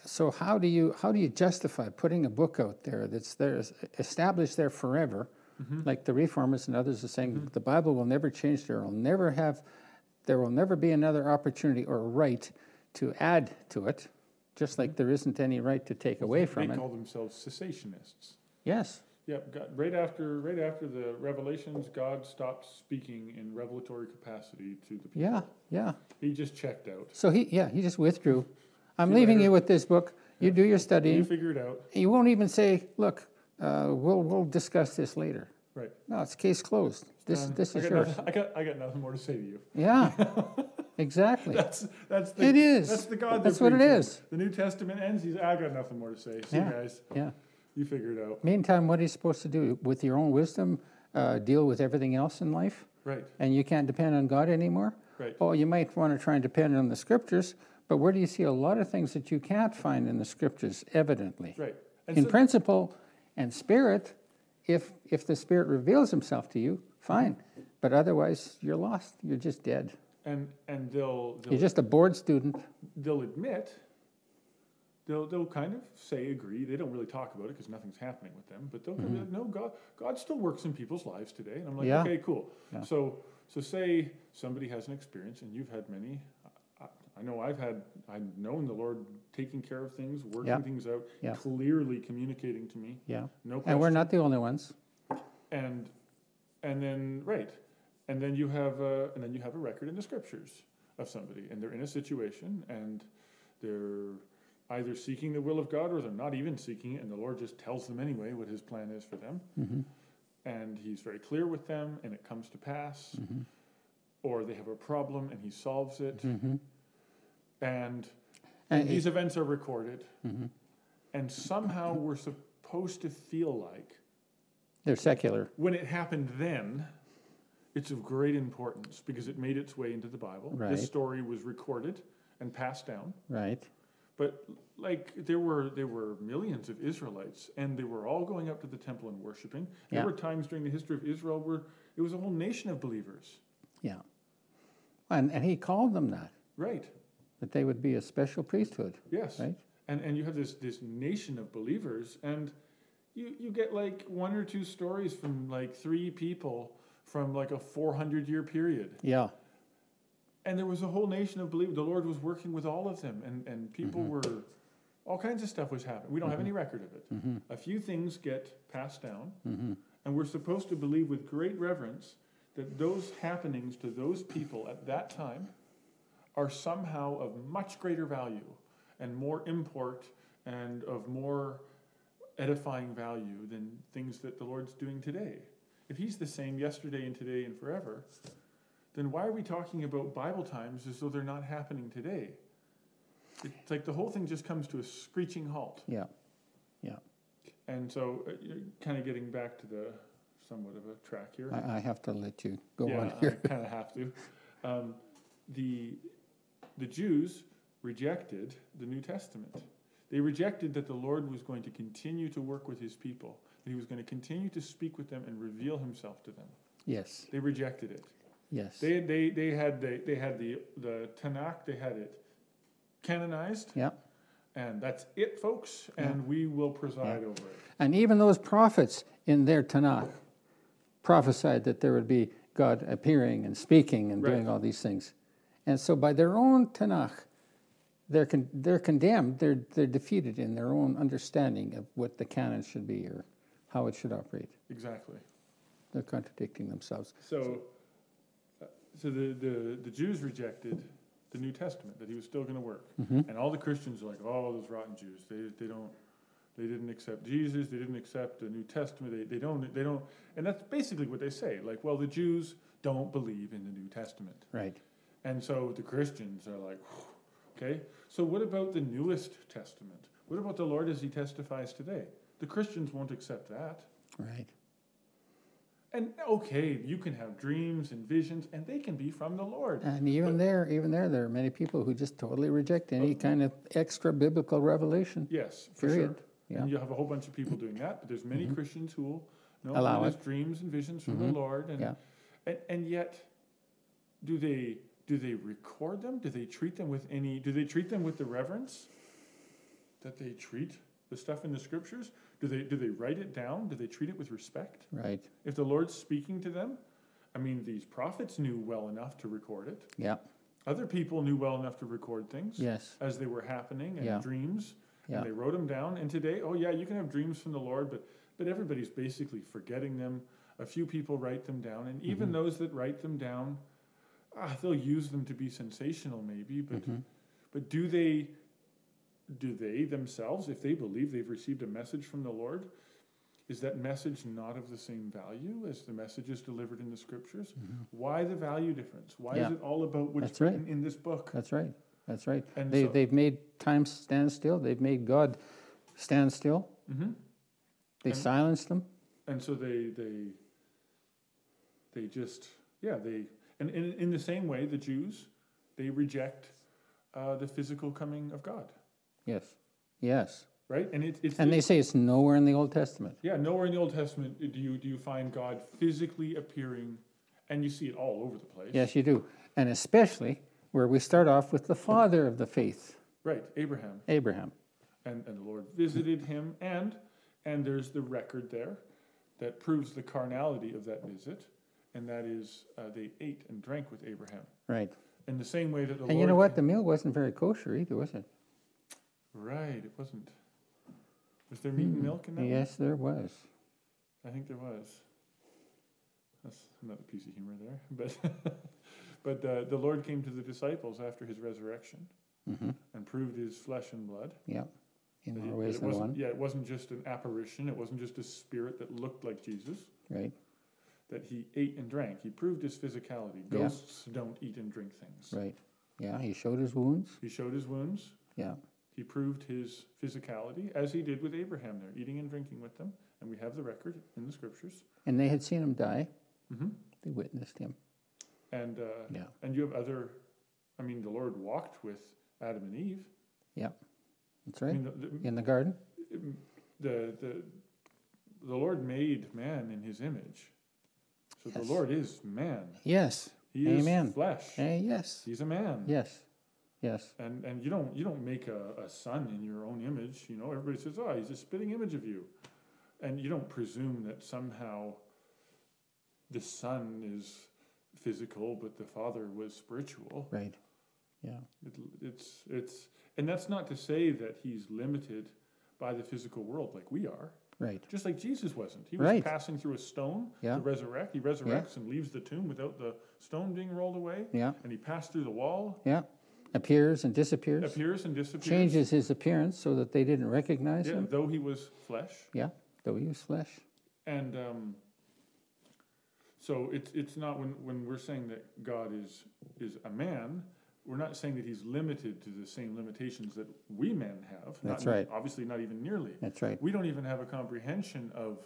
Speaker 1: so how do you how do you justify putting a book out there that's there is established there forever, like the reformers and others are saying the Bible will never change. There will never have there will never be another opportunity or right to add to it, just like there isn't any right to take away from
Speaker 2: they
Speaker 1: it.
Speaker 2: call themselves cessationists.
Speaker 1: Yes,
Speaker 2: Yep, God, right after right after the revelations, God stopped speaking in revelatory capacity to the people.
Speaker 1: yeah, yeah.
Speaker 2: He just checked out.
Speaker 1: So he yeah he just withdrew. I'm
Speaker 2: See you
Speaker 1: leaving
Speaker 2: later.
Speaker 1: you with this book. You do your studying.
Speaker 2: You figured out.
Speaker 1: You won't even say, look, uh, we'll, we'll discuss this later.
Speaker 2: Right.
Speaker 1: No, it's case closed. This,
Speaker 2: done.
Speaker 1: this
Speaker 2: I
Speaker 1: is
Speaker 2: got
Speaker 1: yours.
Speaker 2: nothing- I got I got nothing more to say to you.
Speaker 1: Yeah, exactly.
Speaker 2: That's that's the,
Speaker 1: It is.
Speaker 2: That's the God.
Speaker 1: That's
Speaker 2: they're
Speaker 1: what it
Speaker 2: preaching.
Speaker 1: is.
Speaker 2: The New Testament ends. He's I got nothing more to say. See
Speaker 1: Yeah.
Speaker 2: you guys.
Speaker 1: Yeah.
Speaker 2: You figure it out.
Speaker 1: Meantime, what are you supposed to do? With your own wisdom, uh, deal with everything else in life?
Speaker 2: Right.
Speaker 1: And you can't depend on God anymore?
Speaker 2: Right.
Speaker 1: Oh, you might want to try and depend on the scriptures, but where do you see a lot of things that you can't find in the scriptures, evidently?
Speaker 2: Right. And
Speaker 1: in
Speaker 2: so,
Speaker 1: principle and spirit if if the spirit reveals himself to you fine but otherwise you're lost you're just dead
Speaker 2: and and they'll they'll,
Speaker 1: you're just a bored student
Speaker 2: they'll admit. They'll, they'll kind of say agree. They don't really talk about it because nothing's happening with them. But they'll kind of be like, no, God God still works in people's lives today. And I'm like,
Speaker 1: Mm-hmm. Yeah.
Speaker 2: okay, cool.
Speaker 1: Yeah.
Speaker 2: So so say somebody has an experience, and you've had many. I, I know I've had. I've known the Lord taking care of things, working
Speaker 1: Yeah.
Speaker 2: things out,
Speaker 1: Yeah.
Speaker 2: clearly communicating to me.
Speaker 1: yeah
Speaker 2: No question.
Speaker 1: and we're not the only ones
Speaker 2: and and then right and then you have a, and then you have a record in the scriptures of somebody and they're in a situation and they're either seeking the will of god or they're not even seeking it and the lord just tells them anyway what his plan is for them
Speaker 1: Mm-hmm.
Speaker 2: and he's very clear with them and it comes to pass or they have a problem and he solves it
Speaker 1: Mm-hmm.
Speaker 2: and
Speaker 1: and mm-hmm.
Speaker 2: these events are recorded and somehow we're supposed to feel like
Speaker 1: They're secular,
Speaker 2: when it happened then, it's of great importance because it made its way into the Bible.
Speaker 1: Right.
Speaker 2: This story was recorded and passed down.
Speaker 1: right?
Speaker 2: But like there were there were millions of Israelites and they were all going up to the temple and worshiping. There
Speaker 1: Yeah.
Speaker 2: were times during the history of Israel where it was a whole nation of believers.
Speaker 1: Yeah. And, and he called them that,
Speaker 2: Right.
Speaker 1: that they would be a special priesthood,
Speaker 2: Yes.
Speaker 1: right?
Speaker 2: And and you have this this nation of believers and you you get like one or two stories from like three people from like a 400 year period.
Speaker 1: Yeah,
Speaker 2: and there was a whole nation of believers. The Lord was working with all of them, and, and people were, all kinds of stuff was happening. We don't have any record of it. A few things get passed down, and we're supposed to believe with great reverence that those happenings to those people at that time are somehow of much greater value and more import and of more edifying value than things that the Lord's doing today. If He's the same yesterday and today and forever, then why are we talking about Bible times as though they're not happening today? It's like the whole thing just comes to a screeching halt.
Speaker 1: yeah.
Speaker 2: And so, uh, you're kind of getting back to the somewhat of a track here.
Speaker 1: I, I have to let you go
Speaker 2: yeah,
Speaker 1: on here.
Speaker 2: I kind of have to. Um, the the Jews rejected the New Testament. They rejected that the Lord was going to continue to work with His people. That He was going to continue to speak with them and reveal Himself to them.
Speaker 1: Yes,
Speaker 2: They rejected it.
Speaker 1: yes.
Speaker 2: They they they had the they had the the Tanakh. They had it canonized,
Speaker 1: Yeah.
Speaker 2: and that's it, folks. And we will preside over it.
Speaker 1: And even those prophets in their Tanakh prophesied that there would be God appearing and speaking and doing
Speaker 2: Right.
Speaker 1: all these things. And so by their own Tanakh, they're, con- they're condemned, they're, they're defeated in their own understanding of what the canon should be or how it should operate.
Speaker 2: Exactly.
Speaker 1: They're contradicting themselves.
Speaker 2: So, uh, so the, the the Jews rejected the New Testament that he was still going to work, and all the Christians are like, oh, those rotten Jews. They they don't. They didn't accept Jesus. They didn't accept the New Testament. They, they don't. They don't. And that's basically what they say. Like, well, the Jews don't believe in the New Testament.
Speaker 1: Right.
Speaker 2: And so the Christians are like, "Whew, okay, so what about the newest testament? What about the Lord as he testifies today? The Christians won't accept that.
Speaker 1: Right.
Speaker 2: And okay, you can have dreams and visions, and they can be from the Lord.
Speaker 1: And even there, even there, there are many people who just totally reject any kind of extra biblical revelation.
Speaker 2: Yes, for
Speaker 1: Period.
Speaker 2: sure.
Speaker 1: Yeah. Mm-hmm.
Speaker 2: And you'll have a whole bunch of people doing that, but there's many Christians who will no,
Speaker 1: Allow Mm-hmm.
Speaker 2: there's dreams and visions from the Lord. And,
Speaker 1: Yeah.
Speaker 2: and and yet do they do they record them? Do they treat them with any do they treat them with the reverence that they treat the stuff in the scriptures? Do they do they write it down? Do they treat it with respect?
Speaker 1: Right.
Speaker 2: If the Lord's speaking to them, I mean these prophets knew well enough to record it.
Speaker 1: Yeah.
Speaker 2: Other people knew well enough to record things
Speaker 1: Yes.
Speaker 2: as they were happening and
Speaker 1: Yeah.
Speaker 2: dreams.
Speaker 1: Yeah.
Speaker 2: And they wrote them down. And today, oh yeah, you can have dreams from the Lord, but but everybody's basically forgetting them. A few people write them down, and even
Speaker 1: Mm-hmm.
Speaker 2: those that write them down, ah, they'll use them to be sensational, maybe. But
Speaker 1: Mm-hmm.
Speaker 2: but do they do they themselves, if they believe they've received a message from the Lord, is that message not of the same value as the messages delivered in the Scriptures? Why the value difference? Why
Speaker 1: Mm-hmm. Yeah.
Speaker 2: is it all about what's
Speaker 1: That's right.
Speaker 2: written in this book?
Speaker 1: That's right. That's right.
Speaker 2: And
Speaker 1: they,
Speaker 2: so-
Speaker 1: they've made time stand still. They've made God stand still.
Speaker 2: Mhm.
Speaker 1: They silenced them.
Speaker 2: and so they they they just yeah they and in, in the same way the jews they reject uh, the physical coming of god
Speaker 1: Yes. Yes.
Speaker 2: right and it's it's
Speaker 1: And they say it's nowhere in the Old Testament.
Speaker 2: yeah nowhere in the old testament do you do you find god physically appearing and you see it all over the place
Speaker 1: Yes, you do. And especially where we start off with the father of the faith,
Speaker 2: right abraham
Speaker 1: Abraham.
Speaker 2: and, and the lord visited him and and there's the record there that proves the carnality of that visit and that is uh, they ate and drank with abraham
Speaker 1: Right.
Speaker 2: in the same way that the
Speaker 1: And
Speaker 2: lord
Speaker 1: you know what? The meal wasn't very kosher either, was it?
Speaker 2: Right, it wasn't. Was there meat and milk in that? one?
Speaker 1: Hmm, Yes, there was.
Speaker 2: I think there was. That's another piece of humor there. But, but uh, the Lord came to the disciples after his resurrection
Speaker 1: hmm
Speaker 2: and proved his flesh and blood.
Speaker 1: Yeah. In
Speaker 2: That he-
Speaker 1: more
Speaker 2: that
Speaker 1: ways
Speaker 2: it
Speaker 1: than
Speaker 2: wasn't,
Speaker 1: one.
Speaker 2: Yeah, it wasn't just an apparition. It wasn't just a spirit that looked like Jesus.
Speaker 1: Right.
Speaker 2: That he ate and drank. He proved his physicality.
Speaker 1: Yeah.
Speaker 2: Ghosts don't eat and drink things.
Speaker 1: Right. Yeah. He showed his wounds.
Speaker 2: He showed his wounds.
Speaker 1: Yeah.
Speaker 2: He He proved his physicality, as he did with Abraham there, eating and drinking with them. And we have the record in the scriptures.
Speaker 1: And they had seen him die.
Speaker 2: Mhm.
Speaker 1: They witnessed him.
Speaker 2: And, uh,
Speaker 1: Mm-hmm. Yeah.
Speaker 2: and you have other, I mean, the Lord walked with Adam and Eve.
Speaker 1: Yeah. That's
Speaker 2: I
Speaker 1: right.
Speaker 2: mean, the, the,
Speaker 1: In the garden.
Speaker 2: the the the Lord made man in His image. So
Speaker 1: Yes.
Speaker 2: the Lord is man.
Speaker 1: Yes.
Speaker 2: He
Speaker 1: Amen.
Speaker 2: is flesh.
Speaker 1: Eh, yes.
Speaker 2: He's a man.
Speaker 1: Yes. Yes.
Speaker 2: And and you don't you don't make a, a son in your own image. You know, everybody says, "Oh, he's a spitting image of you," and you don't presume that somehow the son is physical, but the father was spiritual.
Speaker 1: Right. Yeah.
Speaker 2: It, it's it's and that's not to say that he's limited by the physical world like we are.
Speaker 1: Right.
Speaker 2: Just like Jesus wasn't. He was
Speaker 1: Right.
Speaker 2: passing through a stone
Speaker 1: Yeah.
Speaker 2: to resurrect. He resurrects and leaves the tomb without the stone being rolled away.
Speaker 1: Yeah.
Speaker 2: And he passed through the wall,
Speaker 1: Yeah. Appears and disappears.
Speaker 2: appears and disappears.
Speaker 1: Changes his appearance so that they didn't recognize
Speaker 2: Yeah,
Speaker 1: him.
Speaker 2: though he was flesh.
Speaker 1: Yeah. Though he was flesh.
Speaker 2: And um, so it's it's not when, when we're saying that God is is a man, we're not saying that he's limited to the same limitations that we men have.
Speaker 1: That's
Speaker 2: Not-
Speaker 1: right.
Speaker 2: Obviously not even nearly.
Speaker 1: That's right.
Speaker 2: We don't even have a comprehension of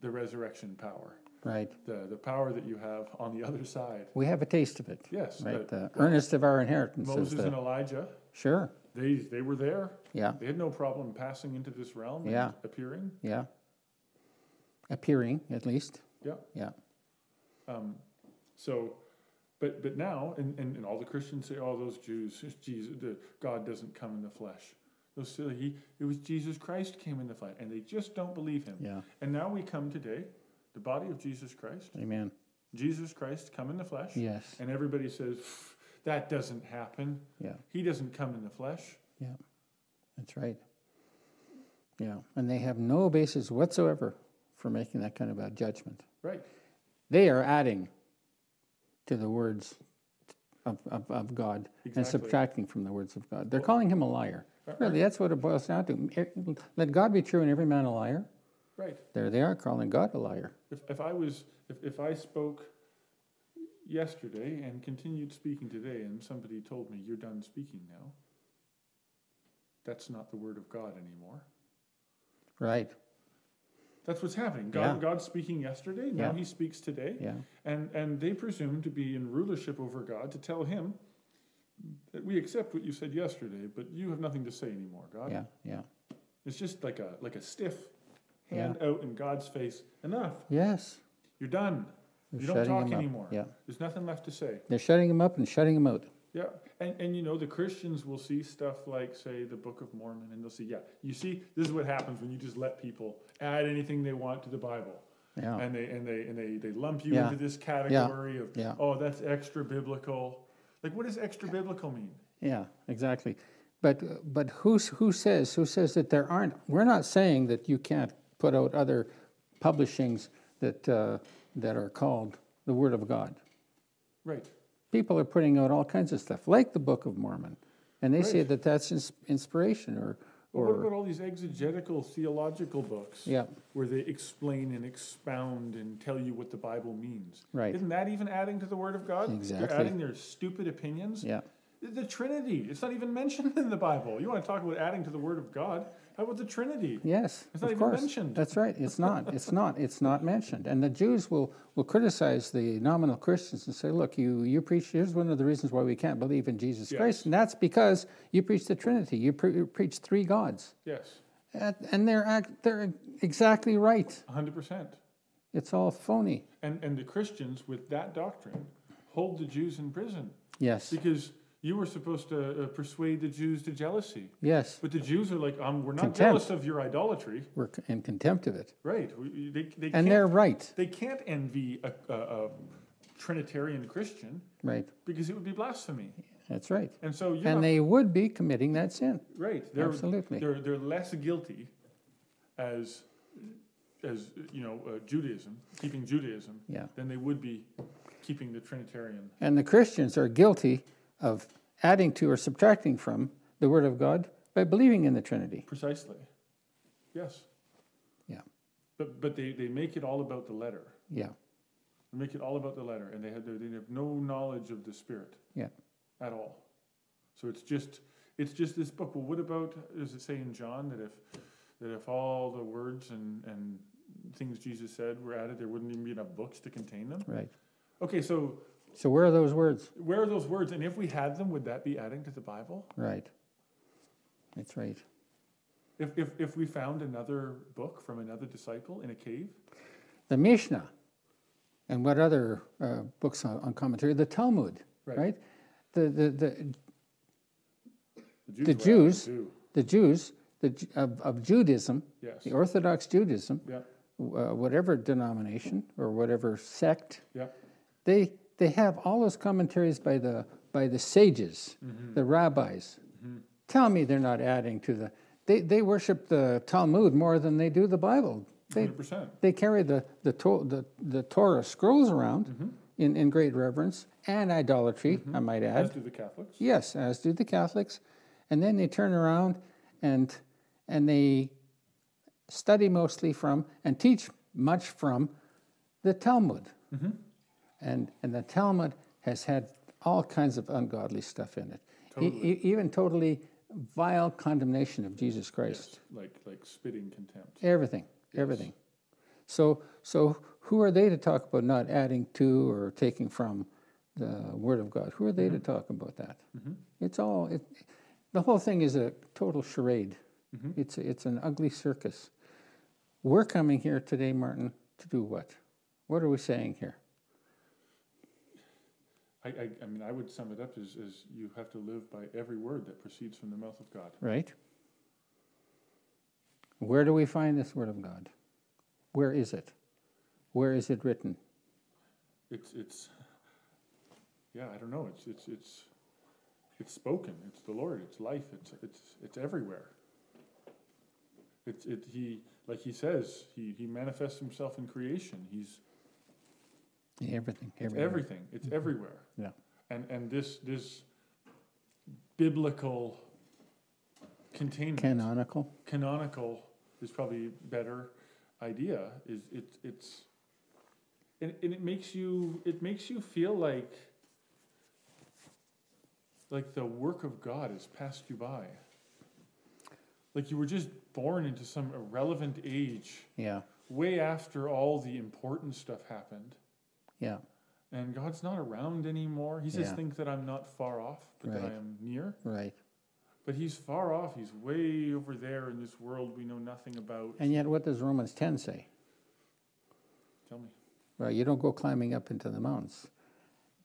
Speaker 2: the resurrection power.
Speaker 1: Right.
Speaker 2: the, the power that you have on the other side.
Speaker 1: We have a taste of it.
Speaker 2: Yes,
Speaker 1: Right.
Speaker 2: that
Speaker 1: The earnest of our inheritance is
Speaker 2: Moses and
Speaker 1: the.
Speaker 2: Elijah,
Speaker 1: Sure.
Speaker 2: they, they were there.
Speaker 1: Yeah.
Speaker 2: They had no problem passing into this realm and
Speaker 1: Yeah.
Speaker 2: appearing.
Speaker 1: Yeah. Appearing, at least.
Speaker 2: Yeah.
Speaker 1: Yeah.
Speaker 2: Um, so, but but now, and, and, and all the Christians say, oh, those Jews, Jesus, the, God doesn't come in the flesh. Those silly, he, it was Jesus Christ came in the flesh, and they just don't believe him.
Speaker 1: Yeah.
Speaker 2: And now we come today, the body of Jesus Christ,
Speaker 1: Amen.
Speaker 2: Jesus Christ come in the flesh,
Speaker 1: Yes.
Speaker 2: and everybody says, "Pff, that doesn't happen.
Speaker 1: Yeah.
Speaker 2: He doesn't come in the flesh.
Speaker 1: Yeah. That's right. Yeah. And they have no basis whatsoever for making that kind of a judgment.
Speaker 2: Right.
Speaker 1: They are adding to the words of, of, of God and
Speaker 2: Exactly.
Speaker 1: subtracting from the words of God. They're calling him a liar.
Speaker 2: Right,
Speaker 1: Really, that's what it boils down to. Let God be true and every man a liar.
Speaker 2: Right.
Speaker 1: There they are calling God a liar.
Speaker 2: If, if I was if, if I spoke yesterday and continued speaking today and somebody told me you're done speaking now, that's not the word of God anymore.
Speaker 1: Right.
Speaker 2: That's what's happening. God
Speaker 1: Yeah.
Speaker 2: God's speaking yesterday, now
Speaker 1: Yeah.
Speaker 2: he speaks today.
Speaker 1: Yeah.
Speaker 2: And and they presume to be in rulership over God to tell him that we accept what you said yesterday, but you have nothing to say anymore, God.
Speaker 1: Yeah. Yeah.
Speaker 2: It's just like a like a stiff
Speaker 1: Yeah.
Speaker 2: hand out in God's face. Enough.
Speaker 1: Yes.
Speaker 2: You're done.
Speaker 1: They're
Speaker 2: you don't
Speaker 1: shutting
Speaker 2: talk
Speaker 1: him up.
Speaker 2: anymore.
Speaker 1: Yeah.
Speaker 2: There's nothing left to say.
Speaker 1: They're shutting him up and shutting him out.
Speaker 2: Yeah. And, and you know, the Christians will see stuff like, say, the Book of Mormon, and they'll see, yeah, you see, this is what happens when you just let people add anything they want to the Bible.
Speaker 1: Yeah.
Speaker 2: And they and they and they, they lump you
Speaker 1: Yeah.
Speaker 2: into this category of
Speaker 1: Yeah.
Speaker 2: oh that's extra biblical. Like what does extra biblical mean?
Speaker 1: Yeah, exactly. But but who's who says who says that there aren't? We're not saying that you can't put out other publishings that uh, that are called the Word of God.
Speaker 2: Right.
Speaker 1: People are putting out all kinds of stuff, like the Book of Mormon, and they say
Speaker 2: Right.
Speaker 1: that that's ins- inspiration or
Speaker 2: But what
Speaker 1: or
Speaker 2: about all these exegetical theological books
Speaker 1: yeah,
Speaker 2: where they explain and expound and tell you what the Bible means?
Speaker 1: Right.
Speaker 2: Isn't that even adding to the Word of God?
Speaker 1: Exactly.
Speaker 2: They're adding their stupid opinions.
Speaker 1: yeah,
Speaker 2: The- The Trinity. It's not even mentioned in the Bible. You want to talk about adding to the Word of God? How about the Trinity?
Speaker 1: yes,
Speaker 2: It's
Speaker 1: of
Speaker 2: not even
Speaker 1: course.
Speaker 2: mentioned.
Speaker 1: That's right. It's not. It's not. It's not mentioned. And the Jews will will criticize the nominal Christians and say, "Look, you you preach. Here's one of the reasons why we can't believe in Jesus
Speaker 2: Yes.
Speaker 1: Christ, and that's because you preach the Trinity. You, pre- you preach three gods,
Speaker 2: Yes,
Speaker 1: and, and they're ac- they're exactly right.
Speaker 2: 100%.
Speaker 1: It's all phony.
Speaker 2: And, and the Christians, with that doctrine, hold the Jews in prison
Speaker 1: Yes.
Speaker 2: because you were supposed to uh, persuade the Jews to jealousy.
Speaker 1: Yes.
Speaker 2: But the Jews are like, um, we're not
Speaker 1: Contempt.
Speaker 2: jealous of your idolatry.
Speaker 1: We're c- in contempt of it,
Speaker 2: Right. We- we- They, they
Speaker 1: and
Speaker 2: can't-
Speaker 1: they're right.
Speaker 2: They can't envy a, a, a Trinitarian Christian
Speaker 1: Right.
Speaker 2: because it would be blasphemy.
Speaker 1: That's right.
Speaker 2: And so you're
Speaker 1: And
Speaker 2: not,
Speaker 1: they would be committing that sin.
Speaker 2: right. They're,
Speaker 1: Absolutely.
Speaker 2: They're they're less guilty as as you know uh, Judaism, keeping Judaism,
Speaker 1: Yeah.
Speaker 2: than they would be keeping the Trinitarian.
Speaker 1: And the Christians are guilty of adding to or subtracting from the Word of God by believing in the Trinity.
Speaker 2: Precisely. Yes.
Speaker 1: Yeah,
Speaker 2: But but they, they make it all about the letter.
Speaker 1: yeah,
Speaker 2: They make it all about the letter, and they have they have no knowledge of the spirit
Speaker 1: yeah,
Speaker 2: at all. So it's just it's just this book. Well, what about, does it say in John that if, that if all the words and, and things Jesus said were added, there wouldn't even be enough books to contain them?
Speaker 1: Right.
Speaker 2: Okay, so
Speaker 1: So where are those words?
Speaker 2: where are those words? And if we had them, would that be adding to the Bible?
Speaker 1: Right. That's right.
Speaker 2: If, if, if we found another book from another disciple in a cave?
Speaker 1: The Mishnah, and what other uh, books on, on commentary? The Talmud,
Speaker 2: Right.
Speaker 1: right? The, the, the,
Speaker 2: Jews
Speaker 1: The
Speaker 2: were adding
Speaker 1: Jews-
Speaker 2: too.
Speaker 1: the Jews the, Ju- of, of Judaism,
Speaker 2: Yes.
Speaker 1: the Orthodox Judaism,
Speaker 2: Yeah.
Speaker 1: w- uh, whatever denomination or whatever sect,
Speaker 2: Yeah.
Speaker 1: they, they have all those commentaries by the, by the sages, the rabbis. Tell me they're not adding to the. They, they worship the Talmud more than they do the Bible. They,
Speaker 2: 100%.
Speaker 1: they carry the, the, to, the, the Torah scrolls around in, in great reverence and idolatry, I might add.
Speaker 2: As do the Catholics.
Speaker 1: Yes, as do the Catholics. And then they turn around and and they study mostly from and teach much from the Talmud. And and the Talmud has had all kinds of ungodly stuff in it, E- e- even totally vile condemnation of Jesus Christ.
Speaker 2: Like, like spitting contempt.
Speaker 1: Everything, everything. So, so who are they to talk about not adding to or taking from the Word of God? Who are they to talk about that? It's all. It, the whole thing is a total charade. It's it's an ugly circus. We're coming here today, Martin, to do what? What are we saying here?
Speaker 2: I, I, I mean, I would sum it up as, as you have to live by every word that proceeds from the mouth of God.
Speaker 1: Right? Where do we find this Word of God? Where is it? Where is it written?
Speaker 2: It's, it's, yeah, I don't know. It's, it's, it's, it's spoken. It's the Lord. It's life. It's, it's, it's everywhere. It's, it, he, like he says, he, he manifests himself in creation. He's
Speaker 1: Everything.
Speaker 2: it's
Speaker 1: Everything.
Speaker 2: everything. It's everywhere.
Speaker 1: Yeah.
Speaker 2: And, and this, this biblical containment.
Speaker 1: Canonical.
Speaker 2: canonical is probably a better idea is it, it's and, and it makes you it makes you feel like like the work of god has passed you by like you were just born into some irrelevant age
Speaker 1: Yeah.
Speaker 2: way after all the important stuff happened
Speaker 1: Yeah.
Speaker 2: and god's not around anymore he says
Speaker 1: Yeah.
Speaker 2: think that i'm not far off but that
Speaker 1: Right.
Speaker 2: i am near
Speaker 1: Right.
Speaker 2: but he's far off he's way over there in this world we know nothing about
Speaker 1: And yet, what does Romans 10 say?
Speaker 2: tell me
Speaker 1: Well, you don't go climbing up into the mountains.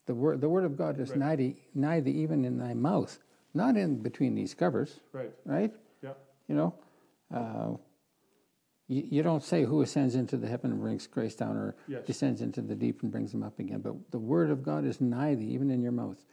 Speaker 1: The word, the word of God is
Speaker 2: Right.
Speaker 1: neither, neither even in thy mouth, not in between these covers,
Speaker 2: Right.
Speaker 1: right?
Speaker 2: Yeah.
Speaker 1: You know, uh, you, you don't say who ascends into the heaven and brings grace down or
Speaker 2: Yes.
Speaker 1: descends into the deep and brings them up again. But the word of God is neither even in your mouth.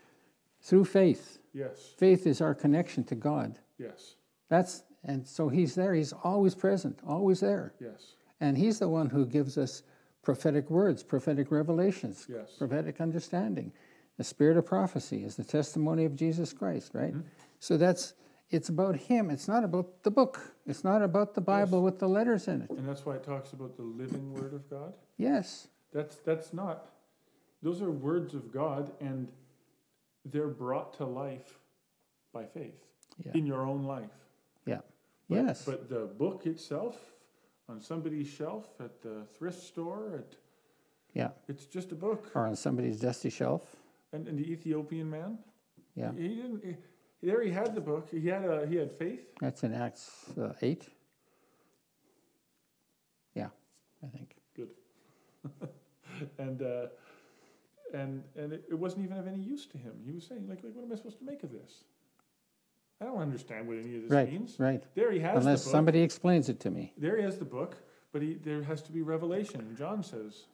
Speaker 1: Through faith,
Speaker 2: Yes.
Speaker 1: faith is our connection to God.
Speaker 2: Yes.
Speaker 1: That's, and so he's there, he's always present, always there.
Speaker 2: Yes.
Speaker 1: And he's the one who gives us prophetic words, prophetic revelations,
Speaker 2: Yes.
Speaker 1: prophetic understanding. The spirit of prophecy is the testimony of Jesus Christ, right?
Speaker 2: Mm-hmm.
Speaker 1: So that's it's about him. It's not about the book. It's not about the Bible with the letters in it.
Speaker 2: And that's why it talks about the living word of God.
Speaker 1: Yes.
Speaker 2: That's that's not those are words of God and they're brought to life by faith
Speaker 1: Yeah.
Speaker 2: in your own life.
Speaker 1: Yeah.
Speaker 2: But-
Speaker 1: yes.
Speaker 2: But the book itself on somebody's shelf at the thrift store at
Speaker 1: yeah.
Speaker 2: it's just a book.
Speaker 1: Or on somebody's dusty shelf.
Speaker 2: And, and the Ethiopian man,
Speaker 1: Yeah.
Speaker 2: he didn't he, there he had the book. He had a he had faith.
Speaker 1: That's in Acts uh, eight. Yeah, I think.
Speaker 2: Good. and uh, and and it, it wasn't even of any use to him. He was saying, like, like, what am I supposed to make of this? I don't understand what any of this
Speaker 1: Right.
Speaker 2: means.
Speaker 1: Right.
Speaker 2: There he has
Speaker 1: Unless
Speaker 2: the book.
Speaker 1: somebody explains it to me.
Speaker 2: There he has the book, but he, there has to be revelation. And John says,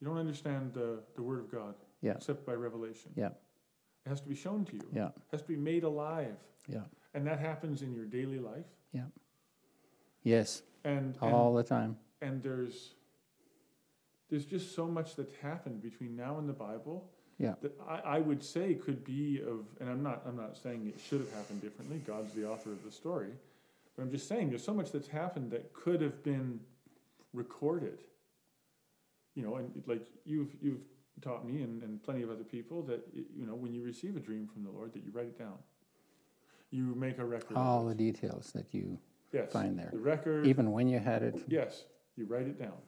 Speaker 2: you don't understand the, the word of God
Speaker 1: Yeah.
Speaker 2: except by revelation.
Speaker 1: Yeah.
Speaker 2: It has to be shown to you.
Speaker 1: Yeah.
Speaker 2: It has to be made alive.
Speaker 1: Yeah.
Speaker 2: And that happens in your daily life.
Speaker 1: Yeah. Yes.
Speaker 2: And, and
Speaker 1: all the time.
Speaker 2: and there's there's just so much that's happened between now and the Bible
Speaker 1: Yeah.
Speaker 2: that I, I would say could be of and I'm not I'm not saying it should have happened differently. God's the author of the story. But I'm just saying there's so much that's happened that could have been recorded. You know, and like you've you've taught me and, and plenty of other people that you know when you receive a dream from the Lord that you write it down. you make a record. of
Speaker 1: all
Speaker 2: it.
Speaker 1: the details that you
Speaker 2: Yes,
Speaker 1: find there.
Speaker 2: The record,
Speaker 1: even when you had it
Speaker 2: yes, you write it down.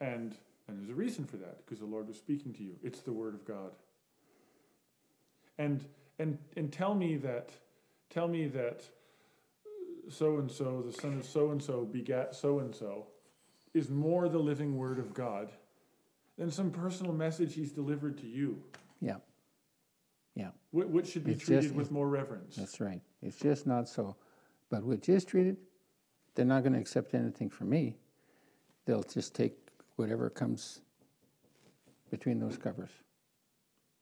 Speaker 2: And, and there's a reason for that, because the Lord was speaking to you. It's the word of God. And, and, and tell me that, tell me that so and so, the son of so and so begat so and so, is more the living word of God than some personal message he's delivered to you,
Speaker 1: yeah yeah
Speaker 2: wh- which should be
Speaker 1: It's
Speaker 2: treated
Speaker 1: just-
Speaker 2: with more reverence.
Speaker 1: that's right it's just not so but which is treated they're not going to accept anything from me they'll just take whatever comes between those covers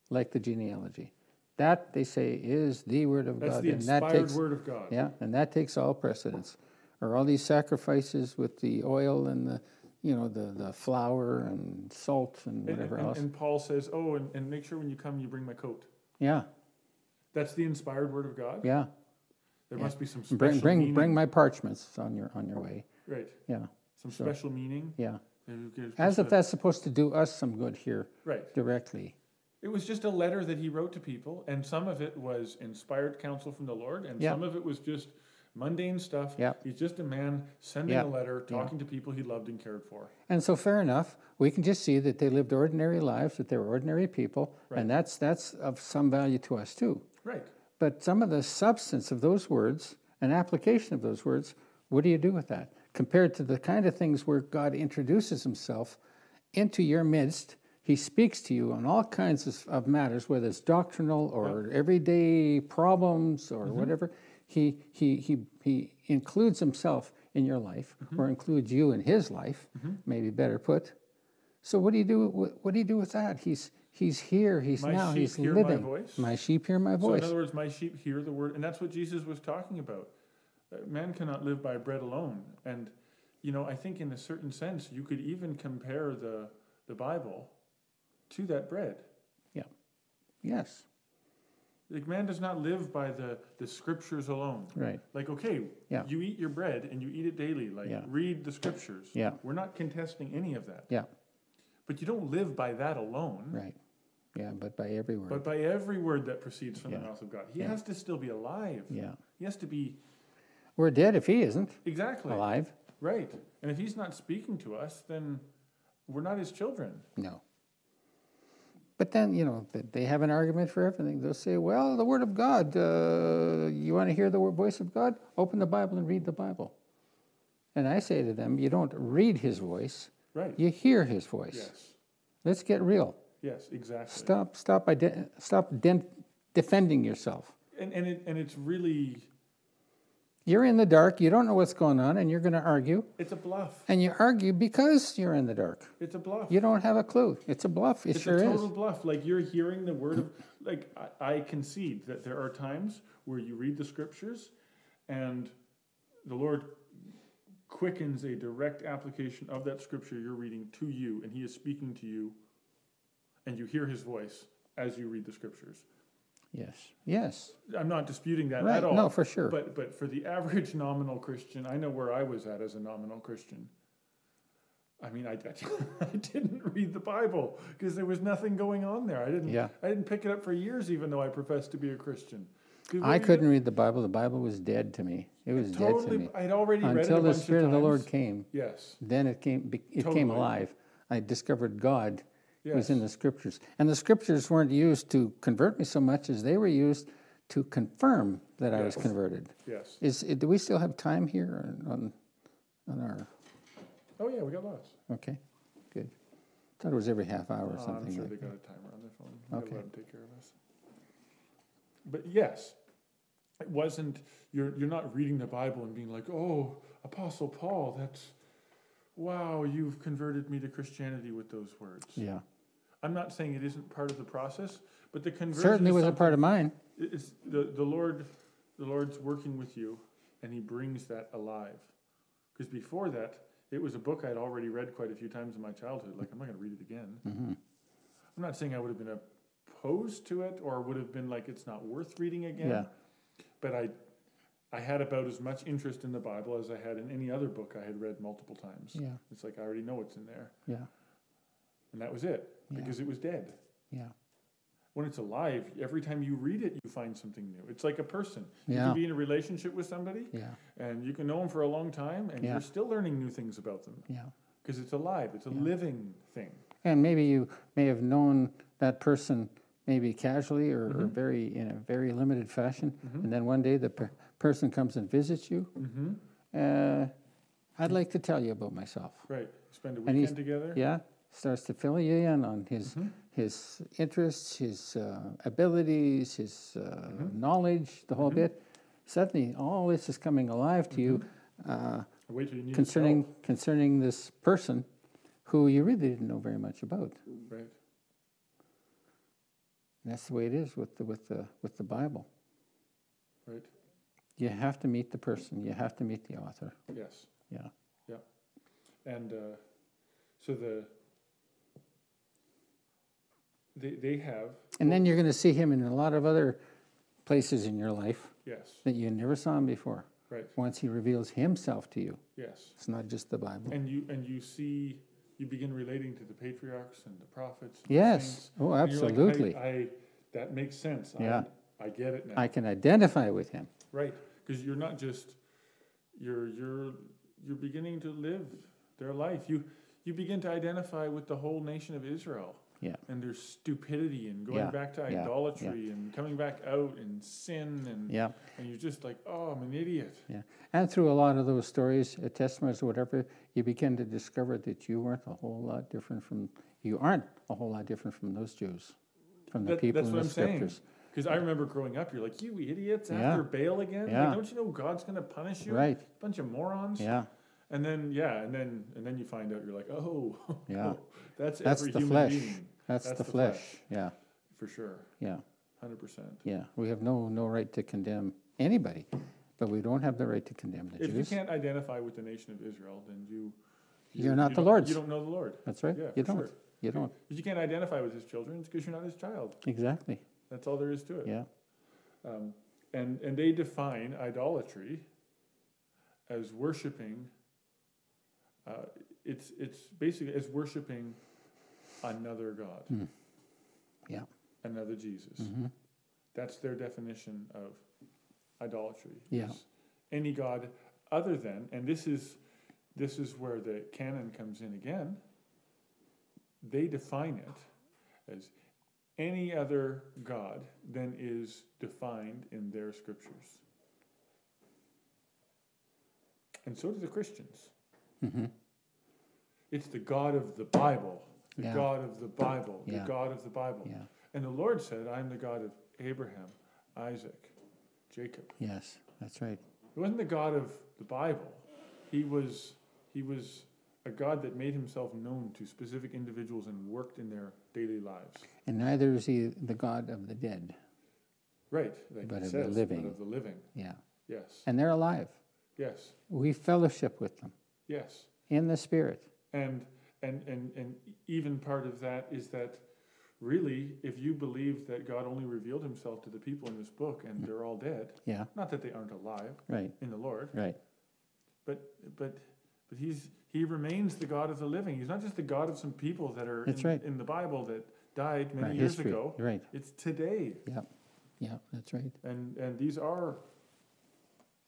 Speaker 1: like the genealogy that they say is the word of
Speaker 2: That's
Speaker 1: god
Speaker 2: the
Speaker 1: and that
Speaker 2: inspired
Speaker 1: takes
Speaker 2: word of God.
Speaker 1: yeah and that takes all precedence or all these sacrifices with the oil and the you know the, the flour and salt and
Speaker 2: And-
Speaker 1: whatever
Speaker 2: and,
Speaker 1: else
Speaker 2: and Paul says, "Oh, and, and make sure when you come, you bring my coat."
Speaker 1: yeah
Speaker 2: That's the inspired word of God.
Speaker 1: yeah
Speaker 2: There
Speaker 1: yeah.
Speaker 2: must be some special
Speaker 1: bring bring,
Speaker 2: meaning,
Speaker 1: bring my parchments on your on your way
Speaker 2: right?
Speaker 1: yeah
Speaker 2: Some
Speaker 1: So-
Speaker 2: special meaning.
Speaker 1: yeah
Speaker 2: And it gives
Speaker 1: as
Speaker 2: us
Speaker 1: if
Speaker 2: a-
Speaker 1: that's supposed to do us some good here
Speaker 2: right.
Speaker 1: directly
Speaker 2: It was just a letter that he wrote to people, and some of it was inspired counsel from the Lord, and
Speaker 1: Yeah.
Speaker 2: some of it was just mundane stuff.
Speaker 1: Yeah.
Speaker 2: He's just a man sending
Speaker 1: Yeah.
Speaker 2: a letter, talking to people he loved and cared for.
Speaker 1: and so fair enough we can just see that they lived ordinary lives that they were ordinary people
Speaker 2: Right.
Speaker 1: and that's that's of some value to us too
Speaker 2: Right.
Speaker 1: but some of the substance of those words and application of those words what do you do with that compared to the kind of things where god introduces himself into your midst he speaks to you on all kinds of, of matters whether it's doctrinal or everyday problems or
Speaker 2: Mm-hmm.
Speaker 1: whatever he, he, he, he includes himself in your life
Speaker 2: Mm-hmm.
Speaker 1: or includes you in his life maybe better put so what do you do what, what do you do with that he's he's here he's
Speaker 2: My
Speaker 1: now
Speaker 2: sheep
Speaker 1: he's
Speaker 2: hear my
Speaker 1: living
Speaker 2: voice.
Speaker 1: my sheep hear my
Speaker 2: So
Speaker 1: voice
Speaker 2: in other words, my sheep hear the word, and that's what Jesus was talking about. Uh, Man cannot live by bread alone, and you know I think in a certain sense you could even compare the the Bible to that bread.
Speaker 1: Yeah. Yes.
Speaker 2: Like man does not live by the the scriptures alone.
Speaker 1: Right.
Speaker 2: Like okay,
Speaker 1: Yeah.
Speaker 2: you eat your bread and you eat it daily. Like
Speaker 1: Yeah.
Speaker 2: read the scriptures.
Speaker 1: Yeah.
Speaker 2: We're not contesting any of that,
Speaker 1: Yeah.
Speaker 2: but you don't live by that alone.
Speaker 1: Right. Yeah. But by every word.
Speaker 2: But by every word that proceeds from the
Speaker 1: Yeah.
Speaker 2: mouth of God, he has to still be alive.
Speaker 1: yeah.
Speaker 2: He has to be
Speaker 1: We're dead if he isn't
Speaker 2: exactly
Speaker 1: alive.
Speaker 2: Right. And if he's not speaking to us, then we're not his children.
Speaker 1: No. But then you know th- they have an argument for everything. They'll say, "Well, the Word of God. Uh, you want to hear the wo- voice of God? Open the Bible and read the Bible." And I say to them, "You don't read His voice.
Speaker 2: Right.
Speaker 1: You hear His voice.
Speaker 2: Yes.
Speaker 1: Let's get real.
Speaker 2: Yes, exactly.
Speaker 1: Stop. Stop. Ide- stop den- defending yourself.
Speaker 2: And and it and it's really
Speaker 1: You're in the dark. You don't know what's going on, and you're going to argue.
Speaker 2: it's a bluff.
Speaker 1: And you argue because you're in the dark.
Speaker 2: It's a bluff.
Speaker 1: You don't have a clue. It's a bluff. It
Speaker 2: it's
Speaker 1: sure
Speaker 2: a
Speaker 1: is.
Speaker 2: total bluff. Like you're hearing the word of like I, I concede that there are times where you read the scriptures and the Lord quickens a direct application of that scripture you're reading to you and he is speaking to you and you hear his voice as you read the scriptures.
Speaker 1: Yes. Yes.
Speaker 2: I'm not disputing that
Speaker 1: Right.
Speaker 2: at all.
Speaker 1: No, for sure.
Speaker 2: But but for the average nominal Christian, I know where I was at as a nominal Christian. I mean, I, I, didn't read the Bible because there was nothing going on there. I didn't.
Speaker 1: Yeah.
Speaker 2: I didn't pick it up for years, even though I professed to be a Christian. 'Cause what
Speaker 1: I
Speaker 2: do you
Speaker 1: couldn't read the Bible. The Bible was dead to me. It was
Speaker 2: do?
Speaker 1: dead to
Speaker 2: totally.
Speaker 1: me
Speaker 2: I'd already read it a
Speaker 1: until the
Speaker 2: bunch
Speaker 1: Spirit of, the
Speaker 2: times.
Speaker 1: Lord came.
Speaker 2: Yes.
Speaker 1: Then it came. be- It
Speaker 2: Totally.
Speaker 1: came alive. I discovered God was
Speaker 2: Yes.
Speaker 1: in the Scriptures, and the Scriptures weren't used to convert me so much as they were used to confirm that I was
Speaker 2: Yes.
Speaker 1: converted.
Speaker 2: Yes.
Speaker 1: Is do we still have time here on on our?
Speaker 2: Oh yeah, we got lots.
Speaker 1: Okay, good. Thought it was every half hour or
Speaker 2: Oh,
Speaker 1: something.
Speaker 2: I'm sure
Speaker 1: like
Speaker 2: they got a timer on their phone. We gotta
Speaker 1: Okay.
Speaker 2: let them take care of us. But yes, it wasn't. You're you're not reading the Bible and being like, oh, Apostle Paul, that's wow, you've converted me to Christianity with those words.
Speaker 1: Yeah,
Speaker 2: I'm not saying it isn't part of the process, but the conversion
Speaker 1: certainly
Speaker 2: is
Speaker 1: was a
Speaker 2: something-
Speaker 1: part of mine.
Speaker 2: it- It's the the Lord, the Lord's working with you, and He brings that alive. Because before that, it was a book I'd already read quite a few times in my childhood. Like I'm not going to read it again.
Speaker 1: Mhm.
Speaker 2: I'm not saying I would have been opposed to it or would have been like it's not worth reading again.
Speaker 1: Yeah.
Speaker 2: But I I had about as much interest in the Bible as I had in any other book I had read multiple times.
Speaker 1: Yeah,
Speaker 2: It's like I already know what's in there.
Speaker 1: yeah,
Speaker 2: And that was it.
Speaker 1: Yeah.
Speaker 2: Because it was dead.
Speaker 1: yeah.
Speaker 2: when it's alive, every time you read it, you find something new. It's like a person. You
Speaker 1: Yeah.
Speaker 2: can be in a relationship with somebody,
Speaker 1: Yeah,
Speaker 2: and you can know them for a long time, and
Speaker 1: Yeah.
Speaker 2: you're still learning new things about them
Speaker 1: yeah.
Speaker 2: because it's alive. It's a living thing.
Speaker 1: And maybe you may have known that person maybe casually or,
Speaker 2: Mm-hmm.
Speaker 1: or very in a very limited fashion, and then one day the per- person comes and visits you.
Speaker 2: Mm-hmm.
Speaker 1: Uh, I'd like to tell you about myself.
Speaker 2: Right. Spend a
Speaker 1: And he's-
Speaker 2: weekend together.
Speaker 1: Yeah, starts to fill you in on his his interests, his uh, abilities, his uh, knowledge, the whole bit. Suddenly, all this is coming alive to you uh,
Speaker 2: Wait till you need
Speaker 1: concerning
Speaker 2: help.
Speaker 1: concerning this person, who you really didn't know very much about.
Speaker 2: Right.
Speaker 1: And that's the way it is with the with the with the Bible.
Speaker 2: Right.
Speaker 1: You have to meet the person. You have to meet the author.
Speaker 2: Yes.
Speaker 1: Yeah.
Speaker 2: Yeah. And uh, so the they they have
Speaker 1: And then you're going to see him in a lot of other places in your life
Speaker 2: yes
Speaker 1: that you never saw him before.
Speaker 2: right
Speaker 1: Once he reveals himself to you,
Speaker 2: yes
Speaker 1: it's not just the Bible.
Speaker 2: and you and you see you begin relating to the patriarchs and the prophets and the
Speaker 1: Yes.
Speaker 2: saints,
Speaker 1: Oh,
Speaker 2: and you're like, uh, I-
Speaker 1: absolutely.
Speaker 2: I, that makes sense
Speaker 1: Yeah.
Speaker 2: I, I get it now
Speaker 1: I can identify with him.
Speaker 2: right because you're not just you're you're you're beginning to live their life you you begin to identify with the whole nation of Israel
Speaker 1: Yeah.
Speaker 2: and their stupidity and going
Speaker 1: Yeah,
Speaker 2: back to
Speaker 1: yeah, yeah.
Speaker 2: idolatry and coming back out and sin and
Speaker 1: Yeah.
Speaker 2: and you're just like oh I'm an idiot
Speaker 1: Yeah. And through a lot of those stories, uh, testimonies, or whatever, you begin to discover that you weren't a whole lot different from, you aren't a whole lot different from those Jews, from the
Speaker 2: That-
Speaker 1: people
Speaker 2: that's
Speaker 1: in
Speaker 2: what
Speaker 1: the
Speaker 2: I'm saying.
Speaker 1: scriptures.
Speaker 2: Because I remember growing up, you're like, you idiots,
Speaker 1: Yeah.
Speaker 2: after bail again?
Speaker 1: Yeah.
Speaker 2: Like, don't you know God's going to punish you?
Speaker 1: Right.
Speaker 2: Bunch of morons.
Speaker 1: Yeah.
Speaker 2: And then, yeah, and then, and then you find out, you're like, oh,
Speaker 1: Yeah.
Speaker 2: that's,
Speaker 1: That's
Speaker 2: every
Speaker 1: the
Speaker 2: human
Speaker 1: flesh.
Speaker 2: being.
Speaker 1: That's, the, flesh. Yeah.
Speaker 2: For sure.
Speaker 1: Yeah.
Speaker 2: 100%.
Speaker 1: Yeah. We have no, no right to condemn anybody, but we don't have the right to condemn the
Speaker 2: If you
Speaker 1: Jews.
Speaker 2: can't identify with the nation of Israel, then you. you-
Speaker 1: You're not
Speaker 2: you
Speaker 1: the
Speaker 2: don't-
Speaker 1: Lord's.
Speaker 2: You don't know the Lord.
Speaker 1: That's right.
Speaker 2: Yeah,
Speaker 1: you
Speaker 2: for
Speaker 1: don't.
Speaker 2: sure.
Speaker 1: You don't.
Speaker 2: If you can't identify with his children, it's because you're not his child.
Speaker 1: Exactly.
Speaker 2: That's all there is to it.
Speaker 1: Yeah.
Speaker 2: Um, and, and they define idolatry as worshiping, uh, it's, it's basically as worshiping another God,
Speaker 1: Yeah. Mm-hmm.
Speaker 2: another Jesus. That's their definition of idolatry.
Speaker 1: Yeah.
Speaker 2: is Any God other than, and this is, this is where the canon comes in again. They define it as any other God than is defined in their scriptures. And so do the Christians.
Speaker 1: hmm
Speaker 2: It's the God of the Bible, the
Speaker 1: Yeah.
Speaker 2: God of the Bible,
Speaker 1: Yeah.
Speaker 2: the God of the Bible.
Speaker 1: Yeah.
Speaker 2: And the Lord said, I am the God of Abraham, Isaac, Jacob.
Speaker 1: Yes. That's right.
Speaker 2: He wasn't the God of the Bible. He was he was a God that made himself known to specific individuals and worked in their daily lives.
Speaker 1: And neither is he the God of the dead.
Speaker 2: Right. Like
Speaker 1: But
Speaker 2: it
Speaker 1: of the
Speaker 2: says,
Speaker 1: living.
Speaker 2: But of the living.
Speaker 1: Yeah.
Speaker 2: Yes.
Speaker 1: And they're alive.
Speaker 2: Yes.
Speaker 1: We fellowship with them
Speaker 2: Yes.
Speaker 1: in the Spirit.
Speaker 2: And and and and even part of that is that really if you believe that God only revealed himself to the people in this book and they're all dead,
Speaker 1: Yeah.
Speaker 2: not that they aren't alive
Speaker 1: Right.
Speaker 2: in the Lord,
Speaker 1: Right.
Speaker 2: but but but he's he remains the God of the living. He's not just the God of some people that are
Speaker 1: That's
Speaker 2: in,
Speaker 1: right.
Speaker 2: in the Bible that died many
Speaker 1: Right,
Speaker 2: years
Speaker 1: history,
Speaker 2: ago.
Speaker 1: right.
Speaker 2: It's today.
Speaker 1: Yeah. Yeah. That's right.
Speaker 2: And and these are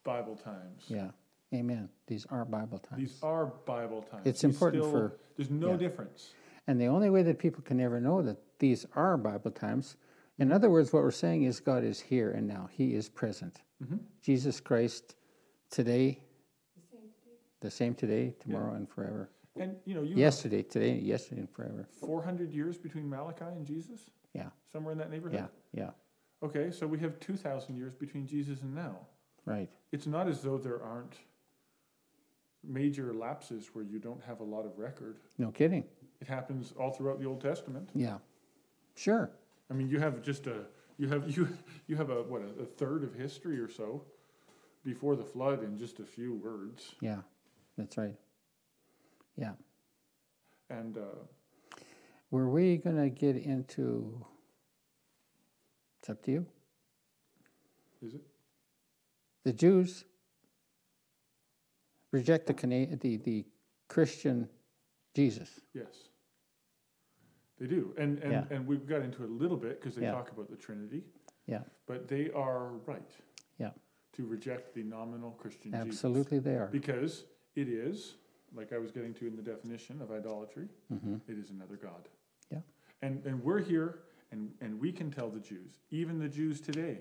Speaker 2: Bible times.
Speaker 1: Yeah. Amen. These are Bible times.
Speaker 2: These are Bible times.
Speaker 1: It's
Speaker 2: We
Speaker 1: important
Speaker 2: still-
Speaker 1: for-
Speaker 2: there's no
Speaker 1: yeah.
Speaker 2: difference.
Speaker 1: And the only way that people can ever know that these are Bible times, in other words, what we're saying is God is here and now. He is present.
Speaker 2: Mm-hmm.
Speaker 1: Jesus Christ today, the same today, tomorrow, and forever.
Speaker 2: And you know, you
Speaker 1: Yesterday, today, and yesterday, and forever.
Speaker 2: have 400 years between Malachi and Jesus,
Speaker 1: Yeah,
Speaker 2: somewhere in that neighborhood.
Speaker 1: yeah, yeah.
Speaker 2: Okay, so we have 2,000 years between Jesus and now.
Speaker 1: Right,
Speaker 2: It's not as though there aren't major lapses where you don't have a lot of record.
Speaker 1: no kidding.
Speaker 2: It happens all throughout the Old Testament.
Speaker 1: Yeah, sure.
Speaker 2: I mean, you have just a you have you you have a what a, a third of history or so before the flood in just a few words.
Speaker 1: Yeah, that's right. Yeah.
Speaker 2: And uh,
Speaker 1: Were we going to get into. It's up to you.
Speaker 2: is it?
Speaker 1: the Jews reject the, Cana- the, the Christian Jesus.
Speaker 2: Yes. They do, and and,
Speaker 1: Yeah.
Speaker 2: and we've got into it a little bit because they
Speaker 1: Yeah.
Speaker 2: talk about the Trinity.
Speaker 1: Yeah.
Speaker 2: But they are right.
Speaker 1: Yeah.
Speaker 2: To reject the nominal Christian Jesus.
Speaker 1: Absolutely, they are.
Speaker 2: Because it is, like I was getting to in the definition of idolatry,
Speaker 1: Mhm.
Speaker 2: it is another god.
Speaker 1: Yeah.
Speaker 2: And and we're here, and and we can tell the Jews, even the Jews today,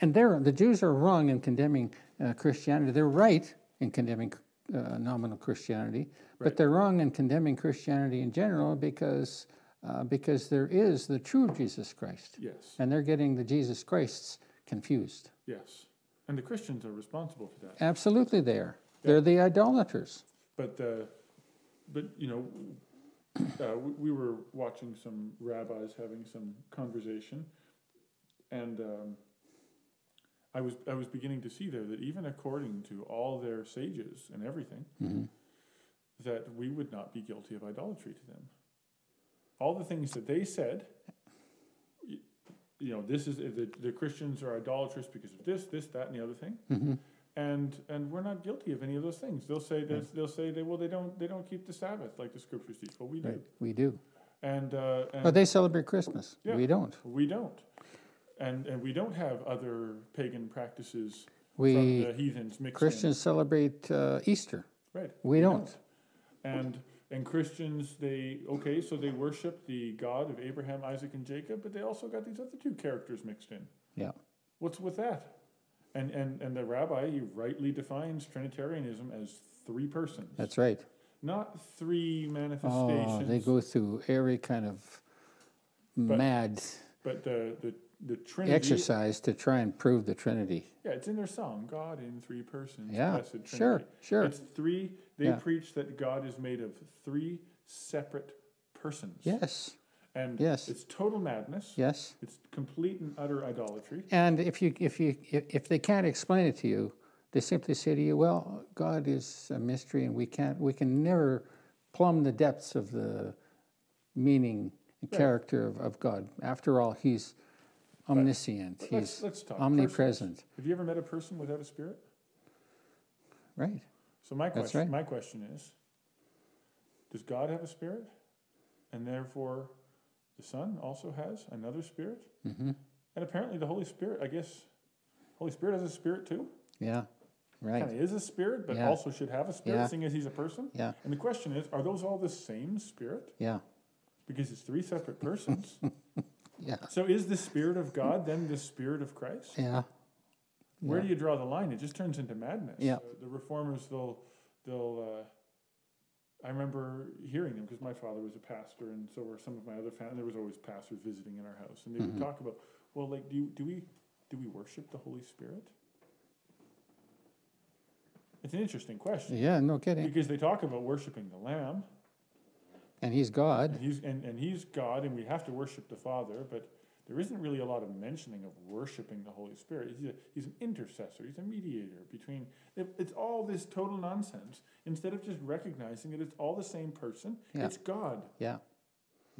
Speaker 1: And they're, the Jews are wrong in condemning uh, Christianity. They're right in condemning uh, nominal Christianity, but
Speaker 2: Right.
Speaker 1: they're wrong in condemning Christianity in general because, uh, because there is the true Jesus Christ.
Speaker 2: yes,
Speaker 1: And they're getting the Jesus Christs confused.
Speaker 2: yes, and the Christians are responsible for that.
Speaker 1: Absolutely, they are. They're the idolaters.
Speaker 2: But uh, but you know, uh, we, we were watching some rabbis having some conversation, and um, I was I was beginning to see there that even according to all their sages and everything, that we would not be guilty of idolatry to them. All the things that they said. y- You know, this is the, the Christians are idolatrous because of this, this, that, and the other thing
Speaker 1: hmm
Speaker 2: and and we're not guilty of any of those things. They'll say this, they'll say they well they don't they don't keep the Sabbath like the scriptures teach. Well, we do,
Speaker 1: Right. We do.
Speaker 2: and, uh, and
Speaker 1: But they celebrate Christmas.
Speaker 2: Yeah.
Speaker 1: We don't.
Speaker 2: we don't, and and we don't have other pagan practices from
Speaker 1: We
Speaker 2: the heathens mixed
Speaker 1: Christians celebrate uh, Easter.
Speaker 2: in. Right,
Speaker 1: We don't.
Speaker 2: and and Christians they okay so they worship the God of Abraham, Isaac, and Jacob, but they also got these other two characters mixed in.
Speaker 1: Yeah.
Speaker 2: What's with that? And and and the rabbi he rightly defines Trinitarianism as three persons.
Speaker 1: That's right.
Speaker 2: not three
Speaker 1: Oh,
Speaker 2: manifestations,
Speaker 1: they go through every kind of mad
Speaker 2: but the the the Trinity.
Speaker 1: exercise to try and prove the Trinity.
Speaker 2: Yeah, it's in their song, God in three persons.
Speaker 1: Yeah,
Speaker 2: blessed Trinity.
Speaker 1: sure, sure.
Speaker 2: It's three. They
Speaker 1: Yeah.
Speaker 2: preach that God is made of three separate persons.
Speaker 1: Yes,
Speaker 2: and
Speaker 1: yes.
Speaker 2: it's total madness.
Speaker 1: yes.
Speaker 2: it's complete and utter idolatry.
Speaker 1: And if you if you if, if they can't explain it to you, they simply say to you, "Well, God is a mystery, and we can't we can never plumb the depths of the meaning and character of, of God. After all, He's omniscient.
Speaker 2: But
Speaker 1: He's
Speaker 2: let's let's talk.
Speaker 1: omnipresent,
Speaker 2: persons. Have you ever met a person without a spirit?
Speaker 1: right?
Speaker 2: So my
Speaker 1: That's
Speaker 2: question,
Speaker 1: right.
Speaker 2: my question is, does God have a spirit, and therefore the Son also has another spirit?
Speaker 1: hmm
Speaker 2: And apparently, the Holy Spirit, I guess, Holy Spirit has a spirit too.
Speaker 1: Yeah, right.
Speaker 2: Kind of is a spirit, but
Speaker 1: Yeah.
Speaker 2: also should have a spirit,
Speaker 1: Yeah.
Speaker 2: seeing as he's a person.
Speaker 1: Yeah,
Speaker 2: And the question is, are those all the same spirit?
Speaker 1: yeah,
Speaker 2: Because it's three separate persons.
Speaker 1: yeah,
Speaker 2: so is the spirit of God then the spirit of Christ?
Speaker 1: yeah.
Speaker 2: Where do you draw the line? It just turns into madness.
Speaker 1: Yeah.
Speaker 2: Uh, the reformers, they'll, they'll. Uh, I remember hearing them because my father was a pastor, and so were some of my other family. There was always pastors visiting in our house, and they
Speaker 1: Mm-hmm.
Speaker 2: would talk about, well, like, do you, do we do we worship the Holy Spirit? It's an interesting question
Speaker 1: Yeah, no kidding.
Speaker 2: because they talk about worshiping the Lamb,
Speaker 1: And he's God.
Speaker 2: and he's and, and he's God, and we have to worship the Father, but. There isn't really a lot of mentioning of worshiping the Holy Spirit. He's, a, he's an intercessor. He's a mediator between. it- It's all this total nonsense. Instead of just recognizing that it's all the same person,
Speaker 1: Yeah.
Speaker 2: it's God.
Speaker 1: Yeah,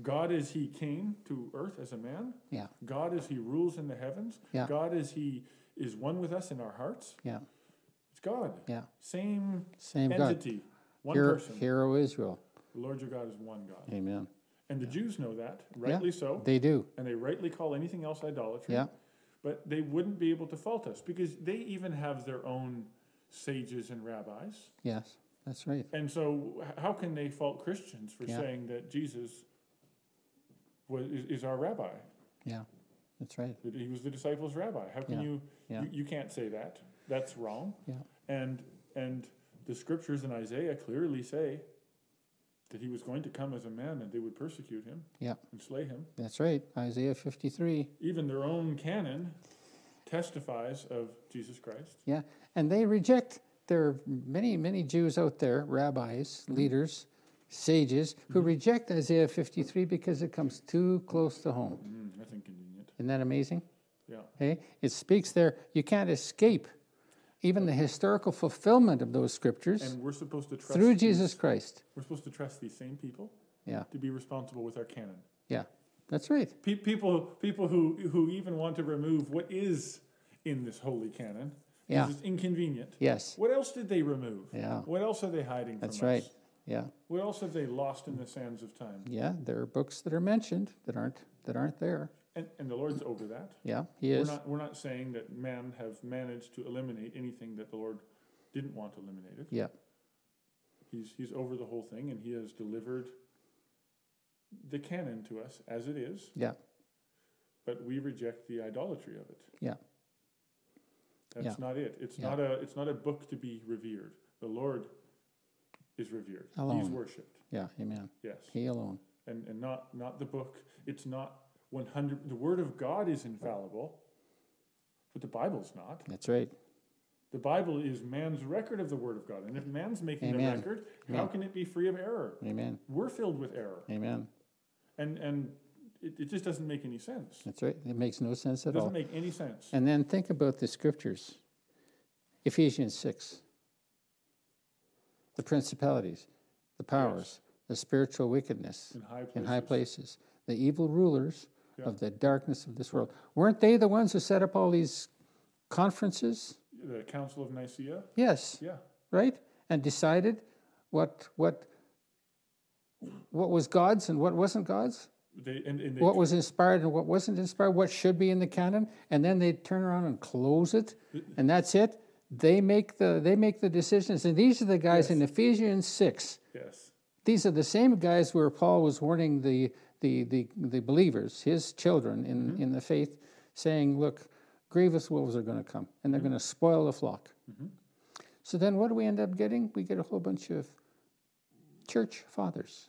Speaker 2: God is He came to earth as a man.
Speaker 1: yeah,
Speaker 2: God is He rules in the heavens.
Speaker 1: Yeah.
Speaker 2: God is He is one with us in our hearts.
Speaker 1: yeah,
Speaker 2: It's God.
Speaker 1: yeah.
Speaker 2: Same
Speaker 1: Same God.
Speaker 2: entity, one
Speaker 1: Hero,
Speaker 2: person.
Speaker 1: hero Israel.
Speaker 2: The Lord your God is one God.
Speaker 1: Amen.
Speaker 2: And the Jews know that, rightly so.
Speaker 1: They do.
Speaker 2: and they rightly call anything else idolatry.
Speaker 1: Yeah.
Speaker 2: But they wouldn't be able to fault us because they even have their own sages and rabbis.
Speaker 1: Yes, that's right.
Speaker 2: And so, h- how can they fault Christians for
Speaker 1: Yeah.
Speaker 2: saying that Jesus was, is, is our rabbi?
Speaker 1: Yeah, that's right.
Speaker 2: That he was the disciples' rabbi. How can
Speaker 1: Yeah.
Speaker 2: you,
Speaker 1: Yeah.
Speaker 2: you you can't say that? That's wrong.
Speaker 1: Yeah.
Speaker 2: And and the scriptures in Isaiah clearly say that he was going to come as a man and they would persecute him
Speaker 1: Yeah,
Speaker 2: and slay him.
Speaker 1: that's right. Isaiah 53.
Speaker 2: even their own canon testifies of Jesus Christ.
Speaker 1: Yeah, and they reject. There are many, many Jews out there, rabbis,
Speaker 2: Mm-hmm.
Speaker 1: leaders, sages, who reject Isaiah 53 because it comes too close to home.
Speaker 2: Mm, that's inconvenient.
Speaker 1: Isn't that amazing?
Speaker 2: Yeah.
Speaker 1: Okay? It speaks there. You can't escape even the historical fulfillment of those scriptures
Speaker 2: And we're supposed to trust
Speaker 1: through
Speaker 2: these-
Speaker 1: Jesus Christ.
Speaker 2: We're supposed to trust these same people
Speaker 1: Yeah,
Speaker 2: to be responsible with our canon.
Speaker 1: yeah, that's right.
Speaker 2: Pe- people, people who who even want to remove what is in this holy canon. 'cause
Speaker 1: Yeah.
Speaker 2: It's inconvenient.
Speaker 1: Yes,
Speaker 2: What else did they remove?
Speaker 1: Yeah.
Speaker 2: What else are they hiding?
Speaker 1: that's
Speaker 2: from
Speaker 1: right.
Speaker 2: Us?
Speaker 1: Yeah,
Speaker 2: What else have they lost in the sands of time?
Speaker 1: yeah, there are books that are mentioned that aren't, that aren't there.
Speaker 2: And, and the Lord's over that.
Speaker 1: Yeah, he
Speaker 2: We're
Speaker 1: is.
Speaker 2: not, we're not saying that men have managed to eliminate anything that the Lord didn't want eliminated.
Speaker 1: Yeah,
Speaker 2: He's, he's over the whole thing and he has delivered the canon to us as it is,
Speaker 1: yeah,
Speaker 2: but we reject the idolatry of it.
Speaker 1: yeah,
Speaker 2: That's
Speaker 1: Yeah.
Speaker 2: not it. It's
Speaker 1: Yeah.
Speaker 2: not a it's not a book to be revered. The Lord is revered. He's
Speaker 1: Alone.
Speaker 2: worshipped.
Speaker 1: yeah, amen.
Speaker 2: Yes.
Speaker 1: He alone.
Speaker 2: and and not not the book. It's not 100 the word of God is infallible, but the Bible's not.
Speaker 1: That's right.
Speaker 2: The Bible is man's record of the word of God. And if man's making
Speaker 1: Amen.
Speaker 2: the record, how
Speaker 1: Amen.
Speaker 2: can it be free of error?
Speaker 1: Amen.
Speaker 2: We're filled with error.
Speaker 1: Amen.
Speaker 2: And and it, it just doesn't make any sense.
Speaker 1: That's right. It makes no sense
Speaker 2: It
Speaker 1: at all.
Speaker 2: doesn't make any sense.
Speaker 1: And then think about the scriptures Ephesians 6. The principalities, the powers, the spiritual wickedness
Speaker 2: In high places.
Speaker 1: in high places, the evil rulers of the darkness of this world. Weren't they the ones who set up all these conferences?
Speaker 2: The Council of Nicaea.
Speaker 1: Yes,
Speaker 2: Yeah.
Speaker 1: right? And decided what, what, what was God's and what wasn't God's?
Speaker 2: They and, and they
Speaker 1: what was inspired and what wasn't inspired, what should be in the canon, and then they turn around and close it, and that's it. They make the they make the decisions, and these are the guys in Ephesians six.
Speaker 2: yes.
Speaker 1: These are the same guys where Paul was warning the the the, the believers, his children in in the faith, saying, "Look, grievous wolves are going to come, and they're going to spoil the flock." So then, what do we end up getting? We get a whole bunch of church fathers.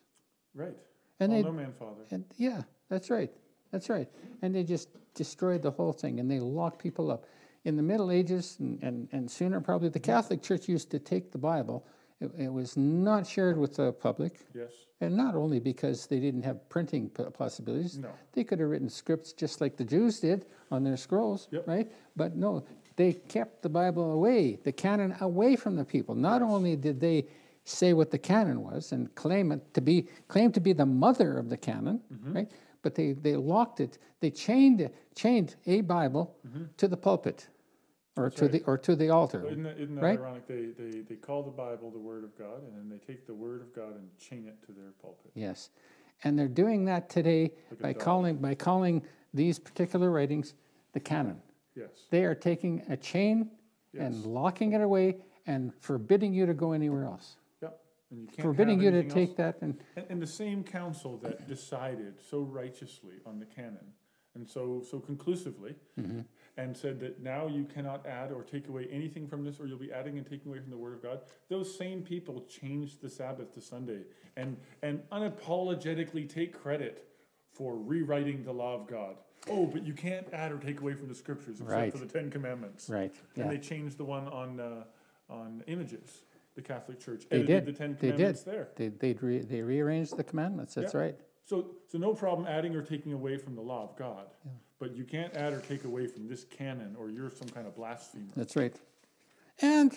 Speaker 2: Right.
Speaker 1: And
Speaker 2: All
Speaker 1: they-
Speaker 2: no man father.
Speaker 1: And yeah, that's right. That's right. And they just destroyed the whole thing and they locked people up. In the Middle Ages and, and, and sooner, probably, the Catholic Church used to take the Bible. It, it was not shared with the public.
Speaker 2: Yes.
Speaker 1: And not only because they didn't have printing p- possibilities,
Speaker 2: No.
Speaker 1: they could have written scripts just like the Jews did on their scrolls,
Speaker 2: Yep.
Speaker 1: right? But no, they kept the Bible away, the canon away from the people. Not only did they say what the canon was and claim it to be claim to be the mother of the canon,
Speaker 2: Mm-hmm.
Speaker 1: right? But they, they locked it, they chained it- chained a Bible
Speaker 2: Mm-hmm.
Speaker 1: to the pulpit or to the or to the altar.
Speaker 2: Isn't that, isn't that
Speaker 1: Right?
Speaker 2: ironic? They, they, they call the Bible the Word of God, and then they take the Word of God and chain it to their pulpit.
Speaker 1: Yes. And they're doing that today
Speaker 2: at
Speaker 1: by
Speaker 2: Dali.
Speaker 1: calling, by calling these particular writings the canon.
Speaker 2: Yes.
Speaker 1: They are taking a chain and
Speaker 2: Yes.
Speaker 1: locking it away and forbidding you to go anywhere else,
Speaker 2: Yep. And you can't
Speaker 1: forbidding
Speaker 2: have
Speaker 1: you to
Speaker 2: anything
Speaker 1: take
Speaker 2: else.
Speaker 1: that. And
Speaker 2: And, and the same council that decided so righteously on the canon and so, so conclusively
Speaker 1: Mm-hmm.
Speaker 2: and said that now you cannot add or take away anything from this or you'll be adding and taking away from the Word of God, those same people changed the Sabbath to Sunday and, and unapologetically take credit for rewriting the law of God. Oh, but you can't add or take away from the scriptures except
Speaker 1: Right.
Speaker 2: for the Ten Commandments.
Speaker 1: right,
Speaker 2: And
Speaker 1: yeah,
Speaker 2: they changed the one on uh, on images. The Catholic Church
Speaker 1: They
Speaker 2: edited
Speaker 1: did.
Speaker 2: the Ten
Speaker 1: They did.
Speaker 2: Commandments there.
Speaker 1: they they re, they rearranged the commandments. That's
Speaker 2: Yeah.
Speaker 1: right.
Speaker 2: So, so no problem adding or taking away from the law of God, but you can't add or take away from this canon, or you're some kind of blasphemer.
Speaker 1: That's right. And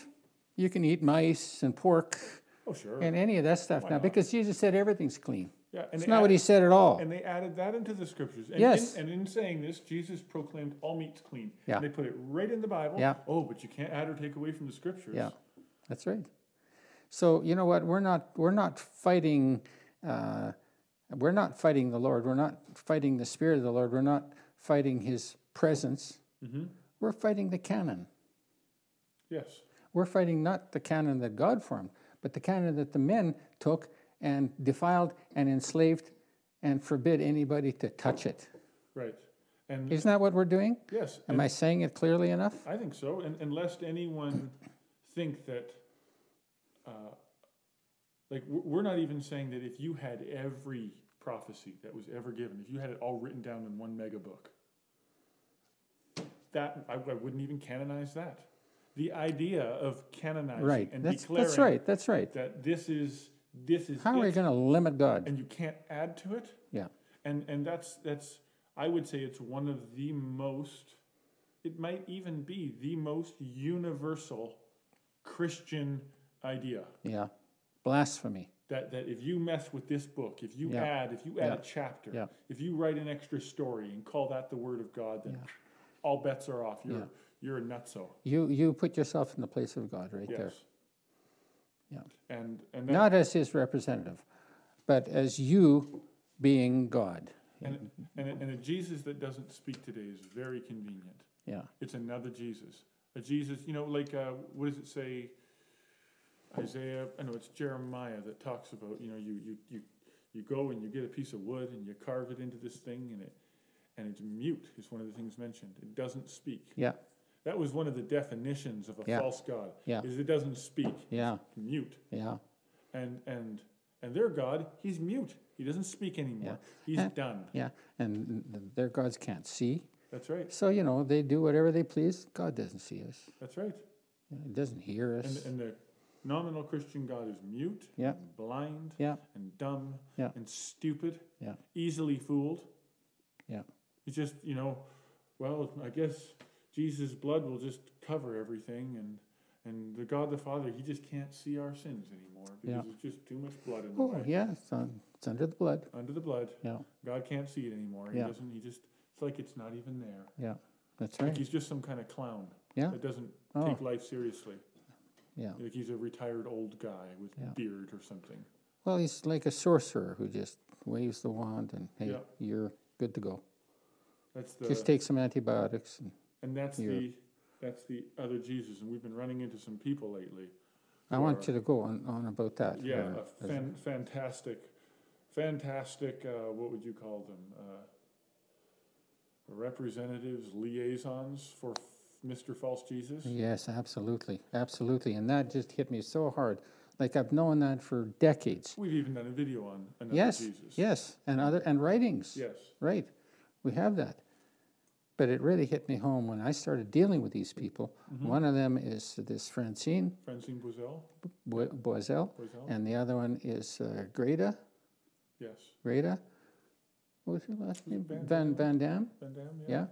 Speaker 1: you can eat mice and pork
Speaker 2: Oh, sure.
Speaker 1: and any of that stuff now
Speaker 2: not?
Speaker 1: because Jesus said everything's clean.
Speaker 2: yeah, and
Speaker 1: It's
Speaker 2: they
Speaker 1: not what
Speaker 2: added-
Speaker 1: he said at all.
Speaker 2: And they added that into the scriptures. And
Speaker 1: Yes.
Speaker 2: In, and in saying this, Jesus proclaimed all meats clean.
Speaker 1: Yeah.
Speaker 2: And they put it right in the Bible.
Speaker 1: Yeah.
Speaker 2: Oh, but you can't add or take away from the scriptures.
Speaker 1: Yeah, that's right. So you know what? We're not we're not fighting. Uh, we're not fighting the Lord. We're not fighting the Spirit of the Lord. We're not fighting His presence.
Speaker 2: Mm-hmm.
Speaker 1: We're fighting the canon.
Speaker 2: Yes.
Speaker 1: We're fighting not the canon that God formed, but the canon that the men took and defiled and enslaved and forbid anybody to touch it.
Speaker 2: Right. And
Speaker 1: Isn't that what we're doing?
Speaker 2: yes.
Speaker 1: Am I saying it clearly enough?
Speaker 2: I think so, and, and lest anyone think that, uh, like, we're we're not even saying that if you had every prophecy that was ever given, if you had it all written down in one mega book, that I, I wouldn't even canonize that. The idea of canonizing
Speaker 1: Right.
Speaker 2: and
Speaker 1: That's
Speaker 2: declaring
Speaker 1: that's right. That's right.
Speaker 2: that this is this is
Speaker 1: How are we
Speaker 2: it,
Speaker 1: going to limit God?
Speaker 2: and you can't add to it
Speaker 1: Yeah.
Speaker 2: and and that's that's I would say it's one of the most it might even be the most universal Christian idea
Speaker 1: Yeah. Blasphemy.
Speaker 2: that that if you mess with this book if you
Speaker 1: Yeah.
Speaker 2: add if you add
Speaker 1: Yeah.
Speaker 2: a chapter
Speaker 1: Yeah.
Speaker 2: if you write an extra story and call that the word of God then all bets are off you're you're a nutso
Speaker 1: You you put yourself in the place of God right
Speaker 2: yes
Speaker 1: there. Yeah. Yeah.
Speaker 2: And, and that,
Speaker 1: Not as his representative, but as you being God.
Speaker 2: and, and, a- and a Jesus that doesn't speak today is very convenient.
Speaker 1: Yeah.
Speaker 2: It's another Jesus. A Jesus, you know, like uh, what does it say? Isaiah, I know it's Jeremiah that talks about, you know, you you you you go and you get a piece of wood and you carve it into this thing and it and it's mute is one of the things mentioned. It doesn't speak.
Speaker 1: Yeah.
Speaker 2: That was one of the definitions of a
Speaker 1: Yeah.
Speaker 2: false god.
Speaker 1: Yeah.
Speaker 2: Is it doesn't speak.
Speaker 1: Yeah.
Speaker 2: Mute.
Speaker 1: Yeah.
Speaker 2: And and and their god, he's mute. He doesn't speak anymore. He's done.
Speaker 1: Yeah. And th- their gods can't see.
Speaker 2: That's right.
Speaker 1: So, you know, they do whatever they please. God doesn't see us,
Speaker 2: That's right.
Speaker 1: you know, He doesn't hear
Speaker 2: And,
Speaker 1: us.
Speaker 2: and the nominal Christian God is mute,
Speaker 1: Yeah.
Speaker 2: and blind,
Speaker 1: Yeah.
Speaker 2: and dumb,
Speaker 1: Yeah.
Speaker 2: and stupid,
Speaker 1: Yeah.
Speaker 2: easily fooled.
Speaker 1: Yeah.
Speaker 2: It's just, you know, well, I guess Jesus' blood will just cover everything, and and the God the Father, he just can't see our sins anymore because
Speaker 1: Yeah.
Speaker 2: there's just too much blood in the
Speaker 1: Oh,
Speaker 2: way.
Speaker 1: yeah. It's, on, it's under the blood.
Speaker 2: Under the blood,
Speaker 1: Yeah.
Speaker 2: God can't see it anymore. He
Speaker 1: Yeah.
Speaker 2: doesn't. He just. It's like it's not even there.
Speaker 1: Yeah. That's
Speaker 2: Like
Speaker 1: right.
Speaker 2: he's just some kind of clown
Speaker 1: Yeah.
Speaker 2: that doesn't
Speaker 1: Oh.
Speaker 2: take life seriously.
Speaker 1: Yeah.
Speaker 2: Like he's a retired old guy with
Speaker 1: Yeah.
Speaker 2: beard or something.
Speaker 1: Well, he's like a sorcerer who just waves the wand and, hey,
Speaker 2: Yeah.
Speaker 1: you're good to go.
Speaker 2: That's the
Speaker 1: Just take some antibiotics. And
Speaker 2: and that's
Speaker 1: Yeah.
Speaker 2: the that's the other Jesus, and we've been running into some people lately.
Speaker 1: I want you to go on, on about that.
Speaker 2: Yeah,
Speaker 1: uh,
Speaker 2: a fan, fantastic, fantastic. Uh, what would you call them? Uh, representatives, liaisons for f- Mr. False Jesus.
Speaker 1: Yes, absolutely. Absolutely. And that just hit me so hard. Like I've known that for decades.
Speaker 2: We've even done a video on another
Speaker 1: yes.
Speaker 2: Jesus.
Speaker 1: Yes. And other and writings.
Speaker 2: Yes.
Speaker 1: Right. We have that. But it really hit me home when I started dealing with these people.
Speaker 2: Mm-hmm.
Speaker 1: One of them is this Francine
Speaker 2: Francine Boisel.
Speaker 1: Bo- Boisel,
Speaker 2: Boisel.
Speaker 1: and the other one is uh, Greta.
Speaker 2: yes.
Speaker 1: Greta. What was her last name?
Speaker 2: Van
Speaker 1: Van Van Dam.
Speaker 2: Van Damme.
Speaker 1: Yeah.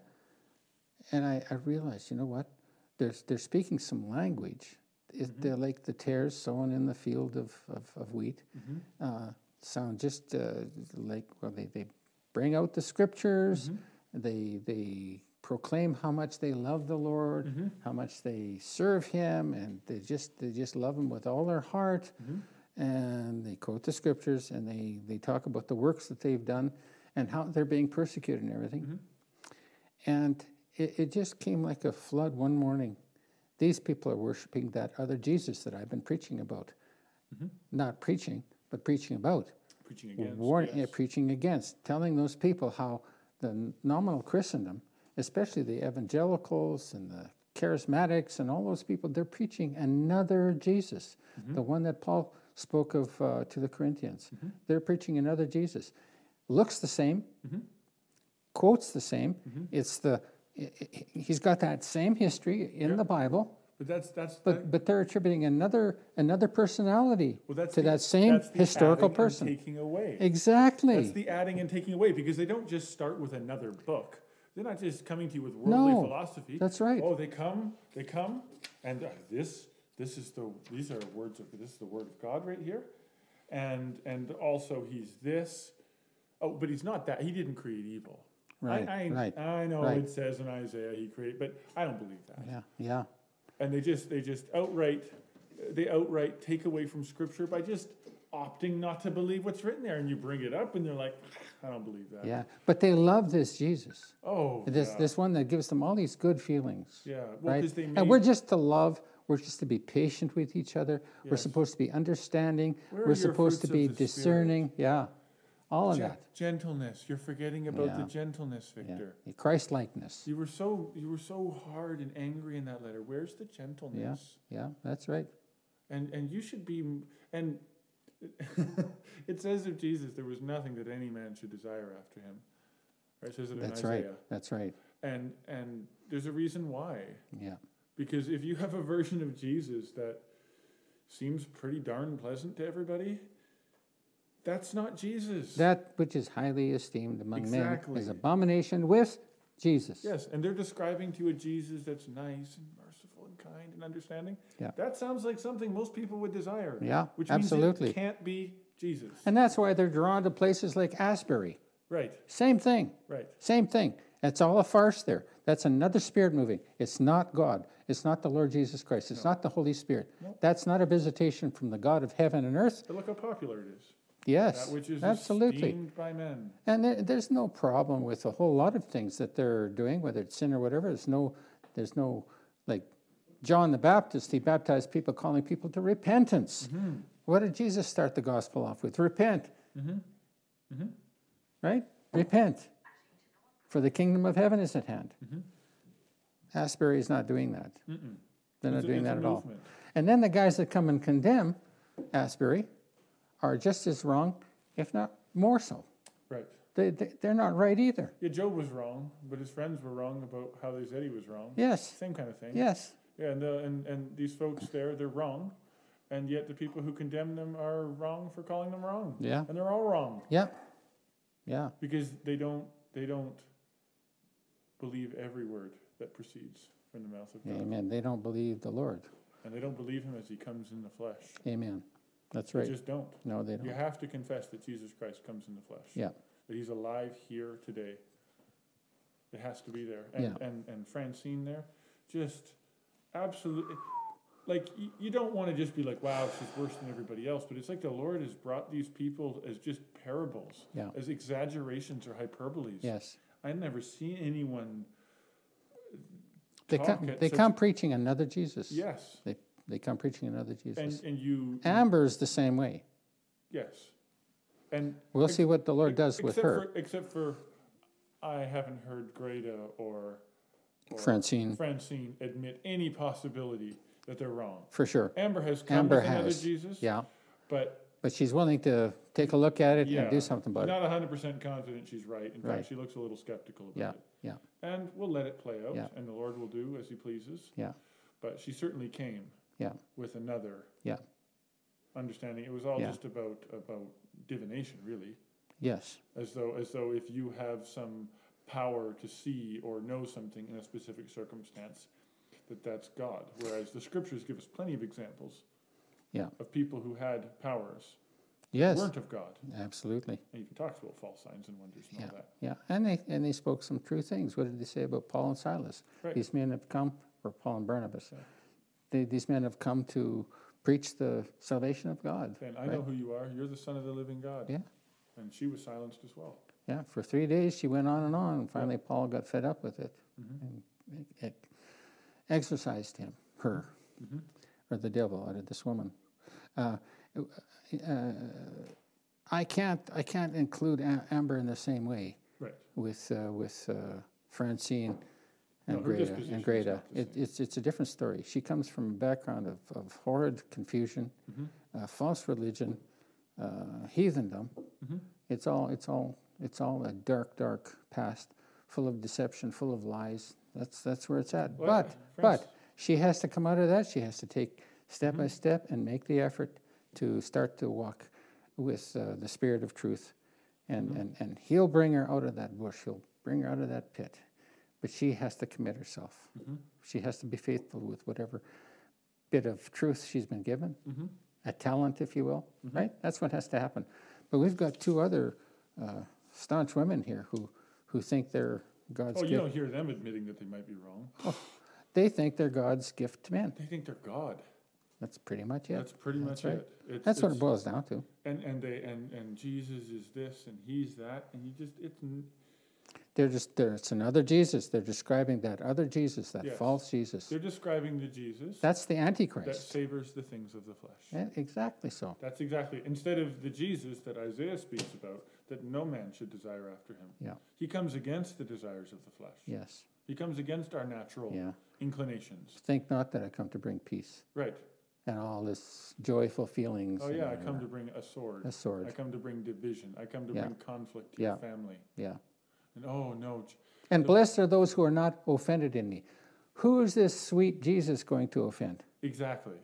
Speaker 1: And I, I realized, you know what? They're, they're speaking some language. It, They're like the tares sown in the field of, of, of wheat.
Speaker 2: Mm-hmm.
Speaker 1: Uh, sound just uh, like, well, they, they bring out the
Speaker 2: Mm-hmm.
Speaker 1: scriptures, they, they proclaim how much they love the Lord, how much they serve Him, and they just, they just love Him with all their heart. And they quote the scriptures and they, they talk about the works that they've done and how they're being persecuted and everything. And it, it just came like a flood one morning. These people are worshiping that other Jesus that I've been preaching about. Not preaching, but preaching about.
Speaker 2: Preaching against.
Speaker 1: Warn,
Speaker 2: yes.
Speaker 1: uh, preaching against, telling those people how the n- nominal Christendom, especially the evangelicals and the charismatics and all those people, they're preaching another Jesus,
Speaker 2: Mm-hmm.
Speaker 1: the one that Paul spoke of uh, to the Corinthians. They're preaching another Jesus. Looks the same,
Speaker 2: Mm-hmm.
Speaker 1: quotes the same. It's the i- i- he's got that same history in the Bible,
Speaker 2: But that's that's
Speaker 1: but but they're attributing another another personality
Speaker 2: well, that's
Speaker 1: to
Speaker 2: the-
Speaker 1: that same
Speaker 2: that's the
Speaker 1: historical
Speaker 2: adding and
Speaker 1: person.
Speaker 2: taking away.
Speaker 1: Exactly.
Speaker 2: That's the adding and taking away because they don't just start with another book. They're not just coming to you with worldly
Speaker 1: No,
Speaker 2: philosophy.
Speaker 1: that's right.
Speaker 2: Oh, they come, they come, and uh, this, this is the, these are words of, this is the word of God right here, and and also he's this. Oh, but he's not that. He didn't create evil.
Speaker 1: Right,
Speaker 2: I, I,
Speaker 1: right,
Speaker 2: I know
Speaker 1: right.
Speaker 2: it says in Isaiah he created, but I don't believe that
Speaker 1: Yeah, yeah,
Speaker 2: and they just they just outright they outright take away from scripture by just opting not to believe what's written there and you bring it up and they're like i don't believe that
Speaker 1: yeah. But they love this Jesus,
Speaker 2: oh
Speaker 1: this
Speaker 2: yeah.
Speaker 1: this one that gives them all these good feelings,
Speaker 2: yeah well
Speaker 1: right?
Speaker 2: because they made,
Speaker 1: And we're just to love. We're just to be patient with each other. We're
Speaker 2: Yes.
Speaker 1: supposed to be understanding.
Speaker 2: Where are
Speaker 1: we're
Speaker 2: your
Speaker 1: supposed to
Speaker 2: fruits of
Speaker 1: be
Speaker 2: the Spirit?
Speaker 1: discerning. Yeah, all of
Speaker 2: gen-
Speaker 1: that.
Speaker 2: gentleness you're forgetting about the
Speaker 1: Yeah.
Speaker 2: gentleness
Speaker 1: Yeah,
Speaker 2: victor
Speaker 1: Christ likeness.
Speaker 2: you were so you were so hard and angry in that letter where's the gentleness
Speaker 1: Yeah, that's right.
Speaker 2: and and you should be and it says of jesus there was nothing that any man should desire after him right it says it in
Speaker 1: That's
Speaker 2: isaiah
Speaker 1: right. That's right.
Speaker 2: and and there's a reason why
Speaker 1: Yeah,
Speaker 2: Because if you have a version of Jesus that seems pretty darn pleasant to everybody, that's not Jesus.
Speaker 1: that which is highly esteemed among men is
Speaker 2: Exactly.
Speaker 1: abomination with Jesus.
Speaker 2: yes, and they're describing to you a Jesus that's nice and merciful and kind and understanding.
Speaker 1: Yeah.
Speaker 2: That sounds like something most people would desire.
Speaker 1: Yeah,
Speaker 2: which
Speaker 1: absolutely.
Speaker 2: means it can't be Jesus.
Speaker 1: And that's why they're drawn to places like Asbury.
Speaker 2: right,
Speaker 1: Same thing.
Speaker 2: right.
Speaker 1: Same thing. It's all a farce there. That's another spirit moving. It's not God. It's not the Lord Jesus Christ. It's not the Holy Spirit. That's not a visitation from the God of heaven and earth.
Speaker 2: But look how popular it is.
Speaker 1: Yes,
Speaker 2: That which is
Speaker 1: absolutely.
Speaker 2: esteemed by men.
Speaker 1: And there, there's no problem with a whole lot of things that they're doing, whether it's sin or whatever. There's no, there's no, like John the Baptist, he baptized people, calling people to repentance.
Speaker 2: Mm-hmm.
Speaker 1: What did Jesus start the gospel off with? Repent.
Speaker 2: Mm-hmm.
Speaker 1: Right? Repent. For the kingdom of heaven is at hand.
Speaker 2: Mm-hmm.
Speaker 1: Asbury is not doing that. They're not
Speaker 2: It's a-
Speaker 1: doing
Speaker 2: it's a
Speaker 1: that at all.
Speaker 2: movement.
Speaker 1: And then the guys that come and condemn Asbury are just as wrong, if not more so
Speaker 2: Right.
Speaker 1: they, they, they're not right either.
Speaker 2: Yeah, Job was wrong, but his friends were wrong about how they said he was wrong.
Speaker 1: Yes,
Speaker 2: Same kind of thing.
Speaker 1: yes,
Speaker 2: Yeah, and, the, and and these folks there, they're wrong, and yet the people who condemn them are wrong for calling them wrong.
Speaker 1: Yeah.
Speaker 2: And they're all wrong
Speaker 1: yeah, yeah,
Speaker 2: because they don't they don't believe every word that proceeds from the mouth of God,
Speaker 1: amen. They don't believe the Lord.
Speaker 2: and they don't believe him as he comes in the flesh.
Speaker 1: Amen. That's
Speaker 2: They
Speaker 1: right.
Speaker 2: just don't.
Speaker 1: No, they
Speaker 2: You
Speaker 1: don't.
Speaker 2: have to confess that Jesus Christ comes in the flesh.
Speaker 1: Yeah,
Speaker 2: That he's alive here today. It has to be there. And and, and Francine there, just absolutely like you, you don't want to just be like, wow, she's worse than everybody else, but it's like the Lord has brought these people as just parables,
Speaker 1: Yeah.
Speaker 2: as exaggerations or hyperboles.
Speaker 1: yes.
Speaker 2: I've never seen anyone
Speaker 1: They
Speaker 2: talk
Speaker 1: come,
Speaker 2: at
Speaker 1: they
Speaker 2: such a-
Speaker 1: come preaching another Jesus.
Speaker 2: Yes.
Speaker 1: They, they come preaching another
Speaker 2: And
Speaker 1: Jesus.
Speaker 2: and you
Speaker 1: Amber's the same way.
Speaker 2: yes. And
Speaker 1: We'll
Speaker 2: ex-
Speaker 1: see what the Lord
Speaker 2: ex-
Speaker 1: does with
Speaker 2: except
Speaker 1: her,
Speaker 2: For, except for I haven't heard Greta or for-
Speaker 1: Francine,
Speaker 2: Francine admit any possibility that they're wrong.
Speaker 1: for sure.
Speaker 2: Amber has come
Speaker 1: Amber
Speaker 2: with another
Speaker 1: has.
Speaker 2: Jesus,
Speaker 1: Yeah,
Speaker 2: but
Speaker 1: but she's willing to take a look at it
Speaker 2: yeah,
Speaker 1: and do something about it.
Speaker 2: not 100% confident she's right. In fact,
Speaker 1: Right.
Speaker 2: she looks a little skeptical about
Speaker 1: Yeah,
Speaker 2: it.
Speaker 1: yeah,
Speaker 2: And we'll let it play out,
Speaker 1: Yeah.
Speaker 2: and the Lord will do as He pleases.
Speaker 1: yeah,
Speaker 2: But she certainly came
Speaker 1: yeah,
Speaker 2: with another
Speaker 1: yeah.
Speaker 2: understanding. It was all
Speaker 1: Yeah.
Speaker 2: just about about divination, really,
Speaker 1: Yes,
Speaker 2: as though as though if you have some power to see or know something in a specific circumstance, that that's God. Whereas the Scriptures give us plenty of examples
Speaker 1: yeah,
Speaker 2: of people who had powers
Speaker 1: yes,
Speaker 2: weren't of God.
Speaker 1: absolutely.
Speaker 2: And even talks about false signs and wonders and
Speaker 1: Yeah,
Speaker 2: all that.
Speaker 1: yeah, and they and they spoke some true things. What did they say about Paul and Silas?
Speaker 2: Right.
Speaker 1: These men have come, or Paul and Barnabas. They, these men have come to preach the salvation of God.
Speaker 2: And I know who you are. You're the Son of the living God.
Speaker 1: Yeah,
Speaker 2: And she was silenced as well.
Speaker 1: yeah. For three days, she went on and on. And finally, Paul got fed up with it and it, it exorcised him, her, or the devil out of this woman. Uh, uh, I can't I can't include A- Amber in the same way.
Speaker 2: Right.
Speaker 1: with uh, with uh, Francine and
Speaker 2: No, her
Speaker 1: Greta.
Speaker 2: disposition
Speaker 1: And
Speaker 2: is
Speaker 1: Greta,
Speaker 2: not the
Speaker 1: it, it's it's a different story. She comes from a background of, of horrid confusion,
Speaker 2: Mm-hmm.
Speaker 1: uh, false religion, uh, heathendom.
Speaker 2: Mm-hmm.
Speaker 1: It's all it's all it's all a dark dark past, full of deception, full of lies. That's that's where it's at.
Speaker 2: Well,
Speaker 1: but
Speaker 2: Franc-
Speaker 1: but she has to come out of that. She has to take step
Speaker 2: Mm-hmm.
Speaker 1: by step and make the effort to start to walk with uh, the spirit of truth. And,
Speaker 2: Mm-hmm.
Speaker 1: and, and he'll bring her out of that bush, he'll bring her out of that pit. But she has to commit herself.
Speaker 2: Mm-hmm.
Speaker 1: She has to be faithful with whatever bit of truth she's been given,
Speaker 2: Mm-hmm.
Speaker 1: a talent, if you will, right? That's what has to happen. But we've got two other uh, staunch women here who, who think they're God's
Speaker 2: Oh,
Speaker 1: gift.
Speaker 2: you don't hear them admitting that they might be wrong.
Speaker 1: They think they're God's gift to man.
Speaker 2: They think they're God.
Speaker 1: That's pretty much it.
Speaker 2: That's pretty much
Speaker 1: right.
Speaker 2: it. It's,
Speaker 1: That's what it
Speaker 2: it's-
Speaker 1: boils down to.
Speaker 2: and, and they and, and Jesus is this and he's that and you just it's n-
Speaker 1: They're just there's another Jesus. They're describing that other Jesus, that
Speaker 2: Yes.
Speaker 1: false Jesus.
Speaker 2: they're describing the Jesus
Speaker 1: That's the
Speaker 2: that
Speaker 1: Antichrist.
Speaker 2: savors the things of the flesh.
Speaker 1: Yeah, exactly so.
Speaker 2: That's exactly instead of the Jesus that Isaiah speaks about that no man should desire after him.
Speaker 1: Yeah.
Speaker 2: He comes against the desires of the flesh.
Speaker 1: Yes.
Speaker 2: He comes against our natural
Speaker 1: Yeah.
Speaker 2: inclinations.
Speaker 1: Think not that I come to bring peace
Speaker 2: Right.
Speaker 1: and all this joyful feelings.
Speaker 2: Oh
Speaker 1: and,
Speaker 2: yeah, I
Speaker 1: uh,
Speaker 2: come to bring a sword.
Speaker 1: a sword.
Speaker 2: I come to bring division. I come to
Speaker 1: Yeah.
Speaker 2: bring conflict to your
Speaker 1: Yeah.
Speaker 2: family.
Speaker 1: yeah.
Speaker 2: And oh no, J-
Speaker 1: And blessed are those who are not offended in me. Who is this sweet Jesus going to offend?
Speaker 2: exactly.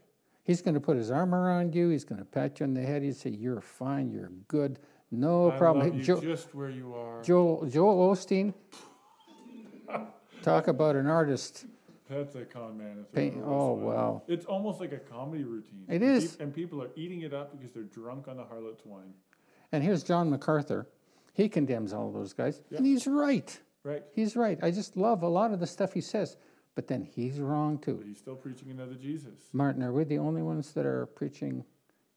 Speaker 1: He's going to put his arm around you. He's going to pat you on the head. He'd say, "You're fine. You're good. No
Speaker 2: I
Speaker 1: problem."
Speaker 2: love
Speaker 1: Hey,
Speaker 2: you
Speaker 1: Jo-
Speaker 2: just where you are.
Speaker 1: Joel, Joel Osteen. Talk about an artist.
Speaker 2: That's a con man. if there
Speaker 1: Paint.
Speaker 2: ever was
Speaker 1: Oh,
Speaker 2: one.
Speaker 1: wow.
Speaker 2: It's almost like a comedy routine.
Speaker 1: It
Speaker 2: And peop-
Speaker 1: is.
Speaker 2: and people are eating it up because they're drunk on the harlot's wine.
Speaker 1: And here's John MacArthur. He condemns all those guys, and he's right.
Speaker 2: Right.
Speaker 1: He's right. I just love a lot of the stuff he says, but then he's wrong
Speaker 2: But
Speaker 1: too.
Speaker 2: he's still preaching another Jesus.
Speaker 1: Martin, are we the only ones that are preaching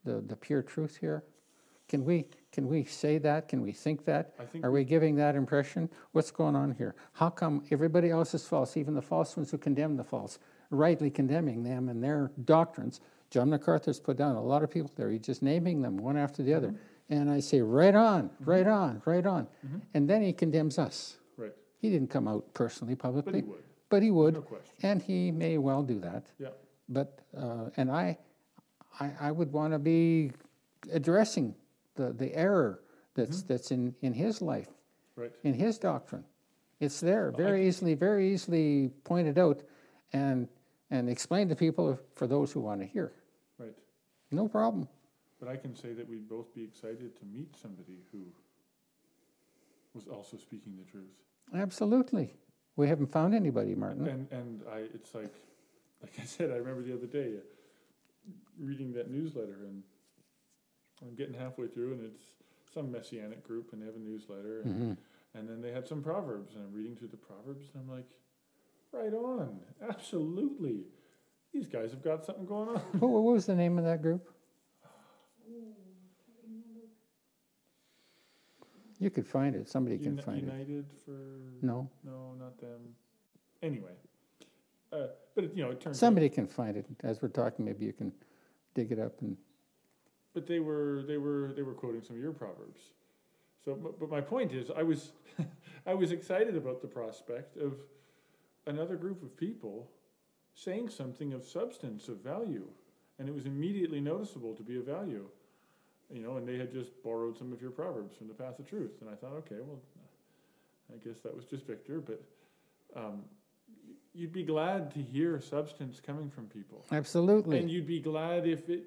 Speaker 1: the, the pure truth here? Can we can we say that? Can we think that?
Speaker 2: I think
Speaker 1: Are we giving that impression? What's going on here? How come everybody else is false, even the false ones who condemn the false, rightly condemning them and their doctrines? John MacArthur's put down a lot of people there. He's just naming them one after the other.
Speaker 2: Mm-hmm.
Speaker 1: And I say, right on, right on, right on. And then he condemns us.
Speaker 2: Right.
Speaker 1: He didn't come out personally publicly,
Speaker 2: But he would.
Speaker 1: but he would,
Speaker 2: No question.
Speaker 1: and he may well do that.
Speaker 2: Yeah.
Speaker 1: But uh, and I, I, I would want to be addressing the, the error that's
Speaker 2: Mm-hmm.
Speaker 1: that's in, in his life,
Speaker 2: Right.
Speaker 1: in his doctrine. It's there, very easily, very easily pointed out, and and explained to people for those who want to hear.
Speaker 2: Right.
Speaker 1: No problem.
Speaker 2: But I can say that we'd both be excited to meet somebody who was also speaking the truth.
Speaker 1: Absolutely. We haven't found anybody, Martin.
Speaker 2: And and I, it's like, like I said, I remember the other day uh, reading that newsletter, and I'm getting halfway through, and it's some messianic group, and they have a newsletter, and,
Speaker 1: Mhm.
Speaker 2: and then they had some proverbs, and I'm reading through the proverbs, and I'm like, right on, absolutely, these guys have got something going on.
Speaker 1: What, what was the name of that group? You could find it. Somebody can
Speaker 2: Uni-
Speaker 1: find it.
Speaker 2: United for
Speaker 1: No,
Speaker 2: No, not them. Anyway, uh, but it, you know, it turns out-
Speaker 1: somebody can find it. As we're talking, maybe you can dig it up and
Speaker 2: but they were they were they were quoting some of your proverbs. So, but, but my point is, I was I was excited about the prospect of another group of people saying something of substance, of value, and it was immediately noticeable to be of value. You know, and they had just borrowed some of your proverbs from the path of truth, and I thought, okay, well, I guess that was just Victor, but. Um, y- You'd be glad to hear substance coming from people. And
Speaker 1: absolutely.
Speaker 2: you'd be glad if it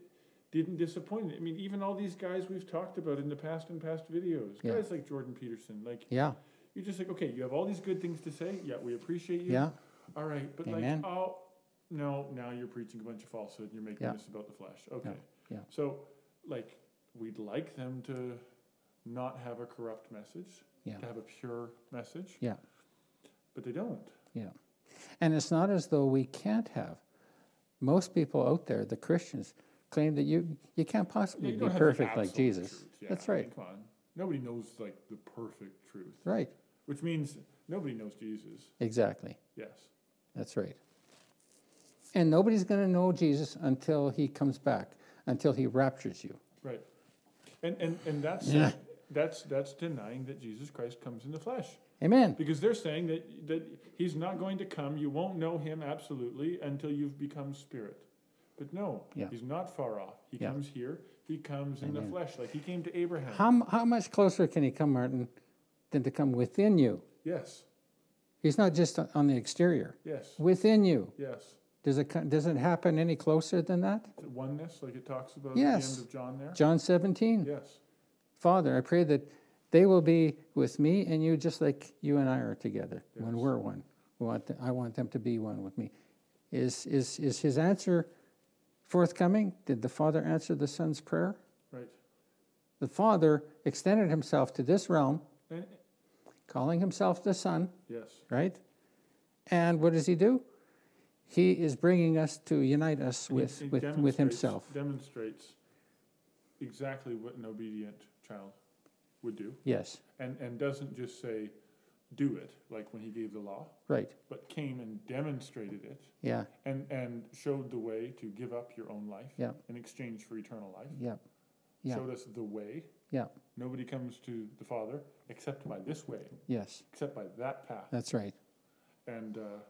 Speaker 2: didn't disappoint. I mean, even all these guys we've talked about in the past and past videos,
Speaker 1: Yeah.
Speaker 2: guys like Jordan Peterson, like
Speaker 1: Yeah,
Speaker 2: you're just like, okay, you have all these good things to say. Yeah, we appreciate you.
Speaker 1: yeah,
Speaker 2: All right, but
Speaker 1: Amen.
Speaker 2: like, oh no, now you're preaching a bunch of falsehood. and You're making
Speaker 1: Yeah.
Speaker 2: this about the flesh. Okay.
Speaker 1: yeah.
Speaker 2: So, like, we'd like them to not have a corrupt message,
Speaker 1: Yeah.
Speaker 2: to have a pure message.
Speaker 1: Yeah.
Speaker 2: But they don't.
Speaker 1: yeah. And it's not as though we can't have. Most people out there, the Christians, claim that you you can't
Speaker 2: Yeah,
Speaker 1: possibly
Speaker 2: you
Speaker 1: be
Speaker 2: don't have the
Speaker 1: perfect like
Speaker 2: absolute
Speaker 1: Jesus.
Speaker 2: truth. Yeah,
Speaker 1: That's
Speaker 2: I mean,
Speaker 1: right.
Speaker 2: Come on. Nobody knows like the perfect truth.
Speaker 1: Right.
Speaker 2: Which means nobody knows Jesus.
Speaker 1: Exactly.
Speaker 2: Yes.
Speaker 1: That's right. And nobody's going to know Jesus until he comes back, until he raptures you.
Speaker 2: Right. And and and that's
Speaker 1: Yeah.
Speaker 2: that's that's denying that Jesus Christ comes in the flesh.
Speaker 1: Amen.
Speaker 2: Because they're saying that that he's not going to come, you won't know him absolutely until you've become spirit. But no,
Speaker 1: Yeah.
Speaker 2: he's not far off. He
Speaker 1: Yeah.
Speaker 2: comes here, he comes in
Speaker 1: Amen.
Speaker 2: the flesh like he came to Abraham.
Speaker 1: How, m- how much closer can he come, Martin, than to come within you?
Speaker 2: Yes.
Speaker 1: He's not just on- on the exterior,
Speaker 2: Yes.
Speaker 1: within you.
Speaker 2: Yes.
Speaker 1: Does it, co- does it happen any closer than that?
Speaker 2: The oneness like it talks about at
Speaker 1: Yes.
Speaker 2: the end of John there.
Speaker 1: John 17.
Speaker 2: Yes.
Speaker 1: Father, I pray that they will be with me and you just like you and I are together when
Speaker 2: Yes.
Speaker 1: we're one. We want th- I want them to be one with me. Is, is, is his answer forthcoming? Did the Father answer the Son's prayer?
Speaker 2: Right.
Speaker 1: The Father extended himself to this realm,
Speaker 2: And
Speaker 1: calling himself the Son,
Speaker 2: yes.
Speaker 1: right? And what does he do? He is bringing us to unite us
Speaker 2: It-
Speaker 1: with,
Speaker 2: it
Speaker 1: with, with
Speaker 2: demonstrates-
Speaker 1: himself.
Speaker 2: Demonstrates exactly what an obedient child would do,
Speaker 1: Yes,
Speaker 2: and and doesn't just say, "Do it," like when he gave the law,
Speaker 1: right.
Speaker 2: but came and demonstrated it,
Speaker 1: Yeah,
Speaker 2: and and showed the way to give up your own life
Speaker 1: Yeah.
Speaker 2: in exchange for eternal life.
Speaker 1: yeah, Yeah.
Speaker 2: Showed us the way.
Speaker 1: yeah.
Speaker 2: Nobody comes to the Father except by this way,
Speaker 1: Yes,
Speaker 2: except by that path.
Speaker 1: that's right.
Speaker 2: And uh,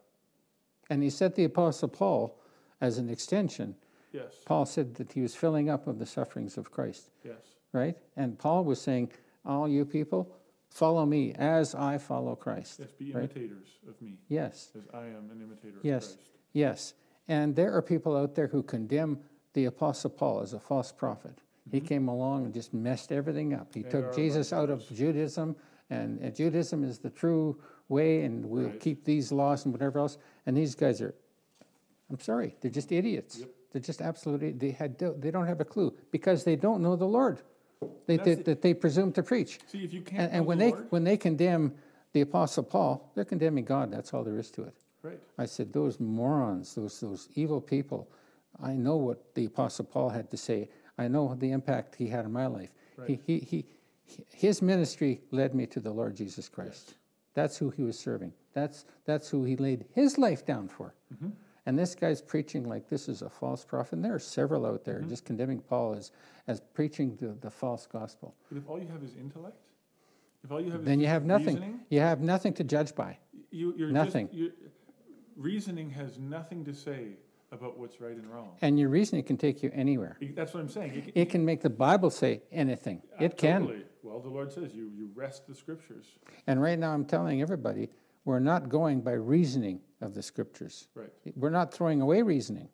Speaker 1: And he set the Apostle Paul as an extension.
Speaker 2: yes,
Speaker 1: Paul said that he was filling up of the sufferings of Christ,
Speaker 2: yes,
Speaker 1: right? And Paul was saying, All you people, follow me as I follow Christ.
Speaker 2: yes, be
Speaker 1: Right.
Speaker 2: imitators of me,
Speaker 1: Yes,
Speaker 2: as I am an imitator
Speaker 1: Yes.
Speaker 2: of Christ.
Speaker 1: yes. And there are people out there who condemn the Apostle Paul as a false prophet. He came along and just messed everything up. He
Speaker 2: Mm-hmm. They are
Speaker 1: took Jesus out of Judaism, and, and Judaism is the true way, and we'll
Speaker 2: Right.
Speaker 1: keep these laws and whatever else. And these guys are I'm sorry, they're just idiots.
Speaker 2: Yep.
Speaker 1: They're just absolutely they had they don't have a clue because they don't know the Lord. They,
Speaker 2: That's
Speaker 1: that
Speaker 2: the-
Speaker 1: that they presume to preach.
Speaker 2: See if you can't.
Speaker 1: And, and
Speaker 2: know
Speaker 1: when
Speaker 2: the
Speaker 1: they
Speaker 2: Lord-
Speaker 1: when they condemn the the Apostle Paul, they're condemning God. That's all there is to it.
Speaker 2: Right.
Speaker 1: I said, those morons, those, those evil people, I know what the Apostle Paul had to say. I know the impact he had on my life.
Speaker 2: Right.
Speaker 1: He, he, he, he- his ministry led me to the Lord Jesus Christ. That's who he was serving. That's, that's who he laid his life down for.
Speaker 2: Mm-hmm.
Speaker 1: And this guy's preaching like this is a false prophet. And there are several out there
Speaker 2: Mm-hmm.
Speaker 1: just condemning Paul as, as preaching the, the false gospel.
Speaker 2: But if all you have is intellect, if all you have
Speaker 1: Then
Speaker 2: is
Speaker 1: you have nothing.
Speaker 2: reasoning,
Speaker 1: You have nothing to judge by.
Speaker 2: you, you're
Speaker 1: Nothing.
Speaker 2: Just, you're, reasoning has nothing to say about what's right and wrong.
Speaker 1: And your reasoning can take you anywhere.
Speaker 2: That's what I'm saying. It-
Speaker 1: It can make the Bible say anything. It can.
Speaker 2: Absolutely. Well, the Lord says you, you rest the scriptures.
Speaker 1: And right now, I'm telling everybody, we're not going by reasoning of the scriptures.
Speaker 2: Right.
Speaker 1: We're not throwing away reasoning.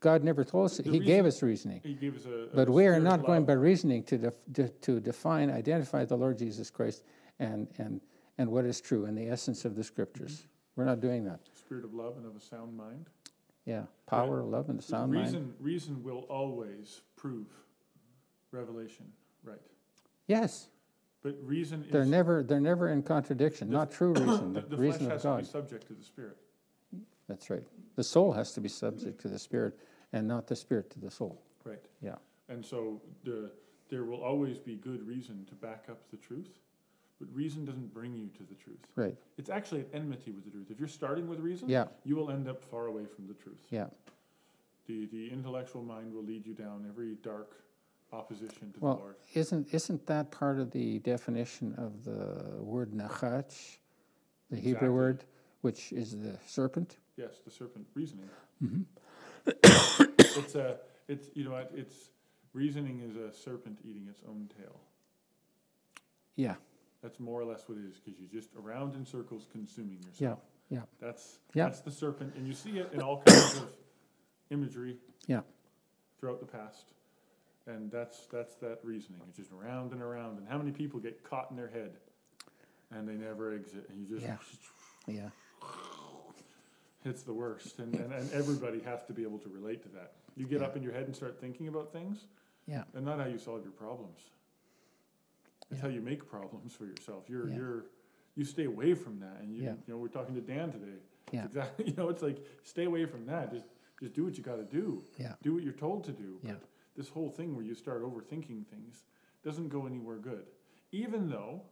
Speaker 1: God never told us, He gave us reasoning.
Speaker 2: He gave us a. a
Speaker 1: But we are
Speaker 2: spirit of
Speaker 1: not going
Speaker 2: love.
Speaker 1: by reasoning to, def- de- to define, identify the Lord Jesus Christ and, and, and what is true and the essence of the
Speaker 2: Mm-hmm.
Speaker 1: scriptures. We're not doing that.
Speaker 2: Spirit of love and of a sound mind.
Speaker 1: Yeah. Power, love, and sound
Speaker 2: reason,
Speaker 1: mind.
Speaker 2: Reason will always prove revelation, right?
Speaker 1: Yes.
Speaker 2: But reason is
Speaker 1: They're never, they're never in contradiction. not true reason,
Speaker 2: the,
Speaker 1: but
Speaker 2: the flesh
Speaker 1: reason of
Speaker 2: has to
Speaker 1: God.
Speaker 2: be subject to the spirit.
Speaker 1: That's right. The soul has to be subject to the spirit and not the spirit to the soul.
Speaker 2: Right.
Speaker 1: Yeah.
Speaker 2: And so the, there will always be good reason to back up the truth, but reason doesn't bring you to the truth.
Speaker 1: Right.
Speaker 2: It's actually at enmity with the truth. If you're starting with reason,
Speaker 1: Yeah.
Speaker 2: you will end up far away from the truth.
Speaker 1: Yeah.
Speaker 2: The, the intellectual mind will lead you down every dark opposition to the
Speaker 1: Well,
Speaker 2: Lord.
Speaker 1: isn't, isn't that part of the definition of the word nachach, the
Speaker 2: Exactly.
Speaker 1: Hebrew word, which is the serpent?
Speaker 2: Yes, the serpent reasoning.
Speaker 1: Mm-hmm.
Speaker 2: it's a, it's you know, what, it's reasoning is a serpent eating its own tail.
Speaker 1: Yeah.
Speaker 2: That's more or less what it is because you're just around in circles consuming yourself.
Speaker 1: Yeah.
Speaker 2: That's
Speaker 1: Yeah.
Speaker 2: that's the serpent, and you see it in all kinds of imagery
Speaker 1: Yeah.
Speaker 2: throughout the past, and that's that's that reasoning. It's just around and around, and how many people get caught in their head, and they never exit, and you just
Speaker 1: Yeah. Yeah.
Speaker 2: It's the worst, and, and, and everybody has to be able to relate to that. You get up in your head and start thinking about things,
Speaker 1: Yeah.
Speaker 2: and not how you solve your problems. It's how you make problems for yourself. You're
Speaker 1: Yeah.
Speaker 2: you're you stay away from that, and you
Speaker 1: Yeah.
Speaker 2: you know we're talking to Dan today. It's
Speaker 1: Yeah.
Speaker 2: exactly. You know, it's like stay away from that. Just just do what you got to do.
Speaker 1: Yeah.
Speaker 2: Do what you're told to do.
Speaker 1: Yeah.
Speaker 2: But this whole thing where you start overthinking things doesn't go anywhere good. Even though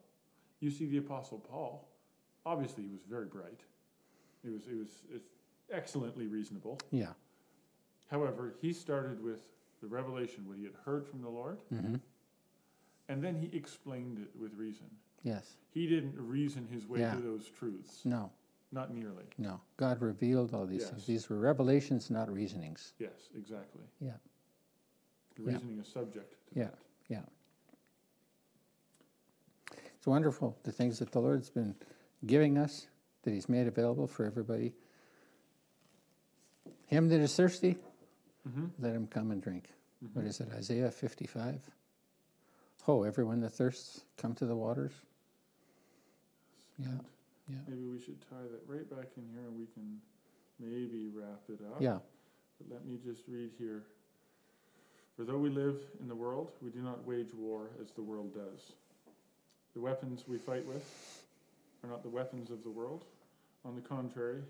Speaker 2: you see the apostle Paul, obviously he was very bright. He was he was it's excellently reasonable.
Speaker 1: Yeah.
Speaker 2: However, he started with the revelation, what he had heard from the Lord,
Speaker 1: Mhm.
Speaker 2: and then he explained it with reason.
Speaker 1: Yes.
Speaker 2: He didn't reason his way
Speaker 1: Yeah.
Speaker 2: to those truths,
Speaker 1: No.
Speaker 2: not nearly.
Speaker 1: No. God revealed all these
Speaker 2: Yes.
Speaker 1: things. These were revelations, not reasonings.
Speaker 2: Yes, exactly.
Speaker 1: Yeah.
Speaker 2: The
Speaker 1: Yeah.
Speaker 2: reasoning is subject to
Speaker 1: Yeah.
Speaker 2: that.
Speaker 1: Yeah. It's wonderful the things that the Lord's been giving us, that He's made available for everybody. Him that is thirsty,
Speaker 2: Mm-hmm.
Speaker 1: let him come and drink. What is it, Isaiah 55? Ho, everyone that thirsts, come to the waters. Yeah. Yeah.
Speaker 2: Maybe we should tie that right back in here and we can maybe wrap it up.
Speaker 1: Yeah.
Speaker 2: But let me just read here. For though we live in the world, we do not wage war as the world does. The weapons we fight with are not the weapons of the world. On the contrary,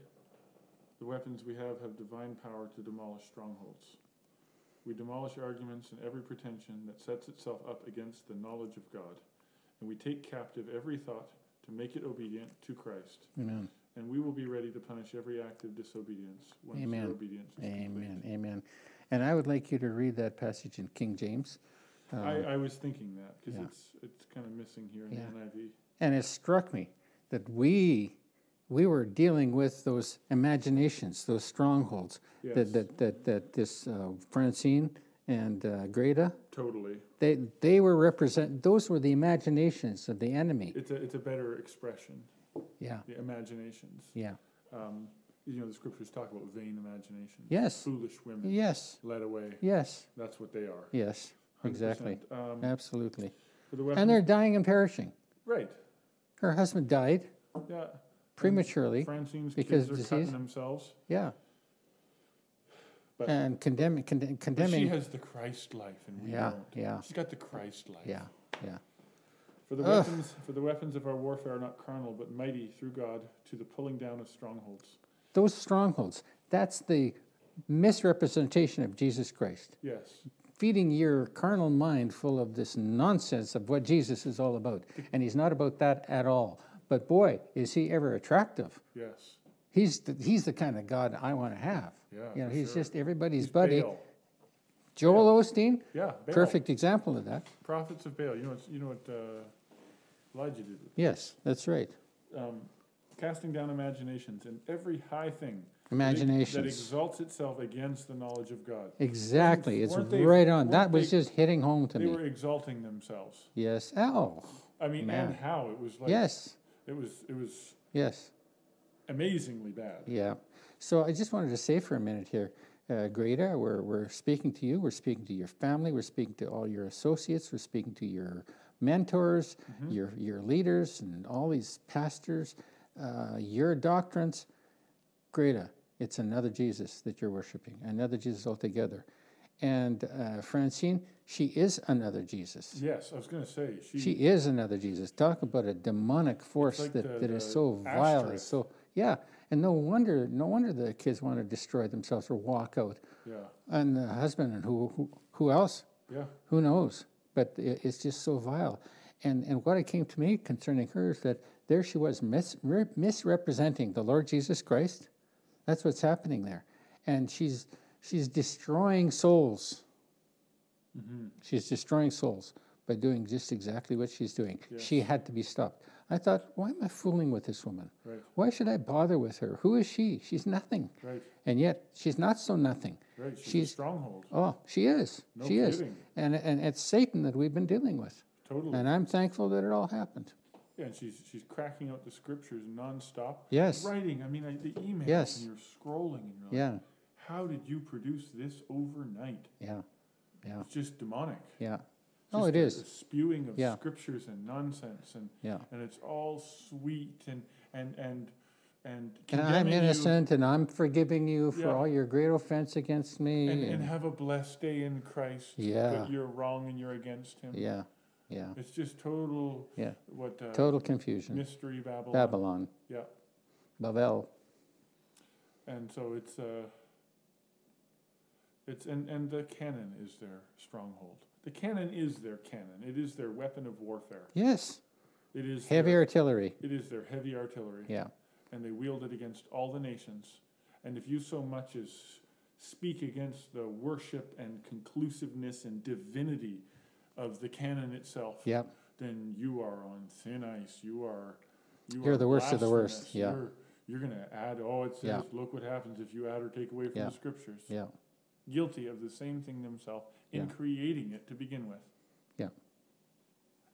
Speaker 2: the weapons we have have divine power to demolish strongholds. We demolish arguments and every pretension that sets itself up against the knowledge of God, and we take captive every thought to make it obedient to Christ.
Speaker 1: Amen.
Speaker 2: And we will be ready to punish every act of disobedience once
Speaker 1: Amen.
Speaker 2: your obedience is complete.
Speaker 1: Amen. Amen. And I would like you to read that passage in King James. Um,
Speaker 2: I, I was thinking that because
Speaker 1: yeah.
Speaker 2: it's it's kind of missing here in
Speaker 1: Yeah.
Speaker 2: the NIV.
Speaker 1: and it struck me that we we were dealing with those imaginations, those strongholds
Speaker 2: Yes.
Speaker 1: that, that that that this uh, Francine and uh, Greta
Speaker 2: Totally,
Speaker 1: they they were represent those were the imaginations of the enemy.
Speaker 2: it's a it's a better expression.
Speaker 1: Yeah.
Speaker 2: The imaginations.
Speaker 1: Yeah.
Speaker 2: Um, you know, the scriptures talk about vain imaginations.
Speaker 1: Yes.
Speaker 2: Foolish women
Speaker 1: Yes.
Speaker 2: led away.
Speaker 1: Yes.
Speaker 2: That's what they are.
Speaker 1: Yes. Exactly.
Speaker 2: 100%. Um,
Speaker 1: Absolutely.
Speaker 2: for the
Speaker 1: And
Speaker 2: weapons,
Speaker 1: they're dying and perishing.
Speaker 2: right?
Speaker 1: Her husband died
Speaker 2: Yeah.
Speaker 1: prematurely.
Speaker 2: Francine's
Speaker 1: because
Speaker 2: kids are
Speaker 1: disease.
Speaker 2: cutting themselves.
Speaker 1: Yeah.
Speaker 2: But-
Speaker 1: and condemning, condemn,
Speaker 2: But she
Speaker 1: condemning.
Speaker 2: has the Christ life, and we
Speaker 1: Yeah,
Speaker 2: don't.
Speaker 1: yeah.
Speaker 2: She's got the Christ life.
Speaker 1: yeah, yeah,
Speaker 2: For For the
Speaker 1: Ugh.
Speaker 2: weapons, for the weapons of our warfare are not carnal, but mighty through God to the pulling down of strongholds.
Speaker 1: Those strongholds, that's the misrepresentation of Jesus Christ.
Speaker 2: Yes,
Speaker 1: Feeding your carnal mind full of this nonsense of what Jesus is all about. And he's not about that at all. But boy, is he ever attractive.
Speaker 2: yes,
Speaker 1: He's the, he's the kind of God I want to have.
Speaker 2: Yeah,
Speaker 1: you know,
Speaker 2: for
Speaker 1: he's
Speaker 2: sure.
Speaker 1: just everybody's buddy.
Speaker 2: Baal.
Speaker 1: Joel Osteen,
Speaker 2: Yeah, Baal.
Speaker 1: perfect example of that.
Speaker 2: Prophets of Baal. You know, what's- you know what uh, Elijah did.
Speaker 1: Yes, that's right.
Speaker 2: Um, casting down imaginations and every high thing that ex- that
Speaker 1: Imaginations.
Speaker 2: exalts itself against the knowledge of God.
Speaker 1: Exactly. It's
Speaker 2: Weren't they-
Speaker 1: right on.
Speaker 2: weren't
Speaker 1: That was
Speaker 2: they-
Speaker 1: just hitting home to
Speaker 2: They
Speaker 1: me.
Speaker 2: were exalting themselves.
Speaker 1: Yes. Oh,
Speaker 2: I mean,
Speaker 1: Man.
Speaker 2: and how it was like.
Speaker 1: yes.
Speaker 2: It was. It was
Speaker 1: Yes.
Speaker 2: amazingly bad.
Speaker 1: Yeah. So I just wanted to say for a minute here, uh, Greta, we're, we're speaking to you, we're speaking to your family, we're speaking to all your associates, we're speaking to your mentors, your, your leaders, and all these pastors, uh, your doctrines. Greta, it's another Jesus that you're worshiping, another Jesus altogether. And uh, Francine, she is another Jesus.
Speaker 2: Yes, I was going to say she.
Speaker 1: She is another Jesus. Talk about a demonic force
Speaker 2: Hmm. like
Speaker 1: that,
Speaker 2: the-
Speaker 1: that is
Speaker 2: the
Speaker 1: so vile. and
Speaker 2: asterisk.
Speaker 1: So yeah, and no wonder no wonder the kids want to destroy themselves or walk out.
Speaker 2: yeah.
Speaker 1: And the husband and who who, who else?
Speaker 2: Yeah.
Speaker 1: Who knows? But i it's just so vile. And and what it came to me concerning her is that there she was mis, re, misrepresenting the Lord Jesus Christ. That's what's happening there, and she's she's destroying souls.
Speaker 2: Mm-hmm.
Speaker 1: She's destroying souls by doing just exactly what she's doing. She had to be stopped. I thought, why am I fooling with this woman?
Speaker 2: Right.
Speaker 1: Why should I bother with her? Who is she? She's nothing.
Speaker 2: Right.
Speaker 1: And yet, she's not so nothing.
Speaker 2: Right. She's,
Speaker 1: She's-
Speaker 2: a stronghold.
Speaker 1: Oh, she is.
Speaker 2: No
Speaker 1: she is.
Speaker 2: kidding.
Speaker 1: And, and it's Satan that we've been dealing with.
Speaker 2: Totally.
Speaker 1: And I'm thankful that it all happened.
Speaker 2: Yeah, and she's she's cracking out the scriptures nonstop.
Speaker 1: Yes.
Speaker 2: Writing. I mean, I, the emails.
Speaker 1: Yes.
Speaker 2: And you're scrolling, and you're like,
Speaker 1: Yeah,
Speaker 2: "How did you produce this overnight?
Speaker 1: yeah, yeah,
Speaker 2: It's just demonic."
Speaker 1: yeah. Oh,
Speaker 2: Just
Speaker 1: it
Speaker 2: a-
Speaker 1: is.
Speaker 2: a spewing of
Speaker 1: Yeah.
Speaker 2: scriptures and nonsense, and
Speaker 1: Yeah.
Speaker 2: and it's all sweet and and and and.
Speaker 1: And I'm
Speaker 2: condemning you,
Speaker 1: innocent and I'm forgiving you for
Speaker 2: Yeah.
Speaker 1: all your great offense against me.
Speaker 2: And, and
Speaker 1: and-
Speaker 2: have a blessed day in Christ.
Speaker 1: Yeah.
Speaker 2: But you're wrong and you're against Him.
Speaker 1: yeah, yeah,
Speaker 2: It's just total.
Speaker 1: yeah.
Speaker 2: What uh,
Speaker 1: Total confusion.
Speaker 2: mystery Babylon.
Speaker 1: Babylon,
Speaker 2: Yeah,
Speaker 1: Babel.
Speaker 2: and so it's uh, it's and and the cannon is their stronghold. The cannon is their cannon. It is their weapon of warfare.
Speaker 1: Yes,
Speaker 2: It is
Speaker 1: heavy
Speaker 2: Their,
Speaker 1: artillery.
Speaker 2: it is their heavy artillery.
Speaker 1: Yeah,
Speaker 2: and they wield it against all the nations. And if you so much as speak against the worship and conclusiveness and divinity of the canon itself,
Speaker 1: yeah,
Speaker 2: then you are on thin ice. You are you
Speaker 1: You're
Speaker 2: are
Speaker 1: the worst of the worst,
Speaker 2: blasphemous.
Speaker 1: yeah.
Speaker 2: You're, you're going to add, oh, it says,
Speaker 1: Yeah.
Speaker 2: look what happens if you add or take away from
Speaker 1: Yeah.
Speaker 2: the scriptures.
Speaker 1: yeah,
Speaker 2: Guilty of the same thing themselves in
Speaker 1: Yeah.
Speaker 2: creating it to begin with.
Speaker 1: yeah.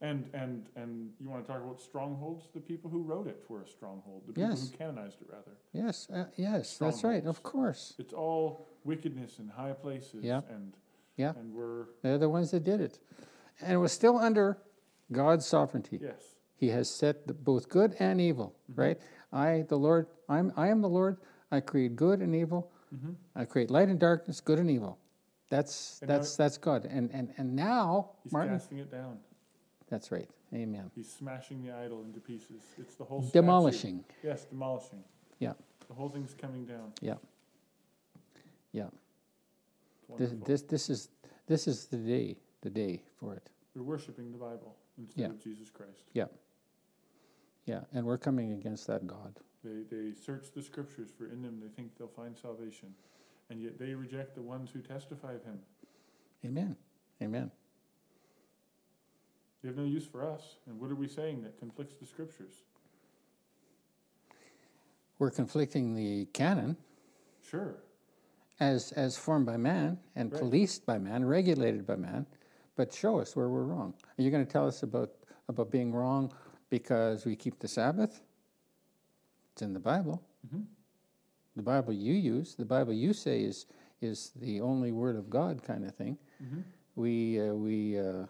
Speaker 2: And and and you want to talk about strongholds? The people who wrote it were a stronghold. The people
Speaker 1: Yes.
Speaker 2: who canonized it, rather.
Speaker 1: Yes, uh, yes, that's right. Of
Speaker 2: Strongholds.
Speaker 1: course.
Speaker 2: It's all wickedness in high places.
Speaker 1: Yeah.
Speaker 2: And
Speaker 1: Yeah.
Speaker 2: and we're
Speaker 1: They're the ones that did it. And it was still under God's sovereignty.
Speaker 2: yes.
Speaker 1: He has set the, both good and evil,
Speaker 2: Mm-hmm.
Speaker 1: right? I, the Lord, I'm, I am the Lord. I create good and evil. I create light and darkness, good and evil. That's
Speaker 2: Mm-hmm. And now-
Speaker 1: that's that's God. And and and now,
Speaker 2: He's
Speaker 1: Martin.
Speaker 2: casting it down.
Speaker 1: That's right. Amen.
Speaker 2: He's smashing the idol into pieces. It's the whole statue.
Speaker 1: Demolishing.
Speaker 2: Yes, demolishing.
Speaker 1: Yeah.
Speaker 2: The whole thing's coming down.
Speaker 1: Yeah. Yeah.
Speaker 2: It's
Speaker 1: This,
Speaker 2: wonderful.
Speaker 1: this this is this is the day the day for it.
Speaker 2: They're worshiping the Bible instead
Speaker 1: Yeah.
Speaker 2: of Jesus Christ.
Speaker 1: Yeah. Yeah. And we're coming against that God.
Speaker 2: They they search the scriptures for in them they think they'll find salvation, and yet they reject the ones who testify of Him.
Speaker 1: Amen. Amen.
Speaker 2: They have no use for us. And what are we saying that conflicts the scriptures?
Speaker 1: We're conflicting the canon
Speaker 2: Sure.
Speaker 1: as as formed by man and
Speaker 2: Right.
Speaker 1: policed by man, regulated by man, but show us where we're wrong. Are you going to tell us about about being wrong because we keep the Sabbath? It's in the Bible.
Speaker 2: Mhm.
Speaker 1: The Bible you use, the Bible you say is is the only word of God, kind of thing.
Speaker 2: Mhm.
Speaker 1: We uh, we. Uh,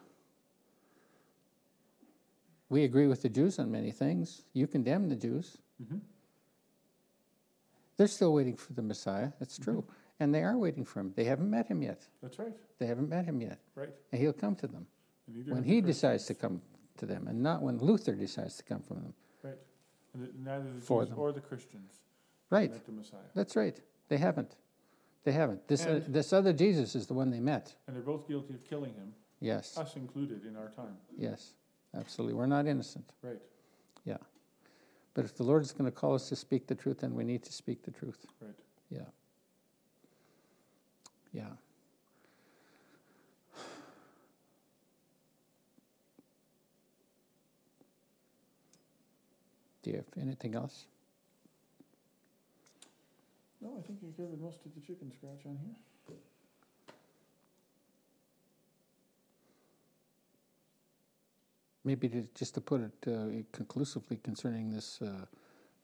Speaker 1: we agree with the Jews on many things. You condemn the Jews.
Speaker 2: Mhm.
Speaker 1: They're still waiting for the Messiah. That's true. And they are waiting for him. They haven't met him yet.
Speaker 2: That's right.
Speaker 1: They haven't met him yet.
Speaker 2: Right.
Speaker 1: And he'll come to them
Speaker 2: And neither
Speaker 1: when
Speaker 2: have
Speaker 1: he
Speaker 2: the Christians.
Speaker 1: decides to come to them, and not when Luther decides to come from them.
Speaker 2: right? And it- neither the
Speaker 1: For
Speaker 2: Jews
Speaker 1: them.
Speaker 2: or the Christians
Speaker 1: Right.
Speaker 2: met the Messiah.
Speaker 1: That's right. They haven't. They haven't. This uh,
Speaker 2: And-
Speaker 1: this other Jesus is the one they met.
Speaker 2: And they're both guilty of killing him,
Speaker 1: Yes.
Speaker 2: us included in our time,
Speaker 1: Yes. Absolutely. We're not innocent.
Speaker 2: right?
Speaker 1: But if the Lord is going to call us to speak the truth, then we need to speak the truth.
Speaker 2: Right.
Speaker 1: Yeah. Yeah. Do you have anything else?
Speaker 2: No, I think you covered most of the chicken scratch on here.
Speaker 1: Maybe to, just to put it uh, conclusively concerning this uh,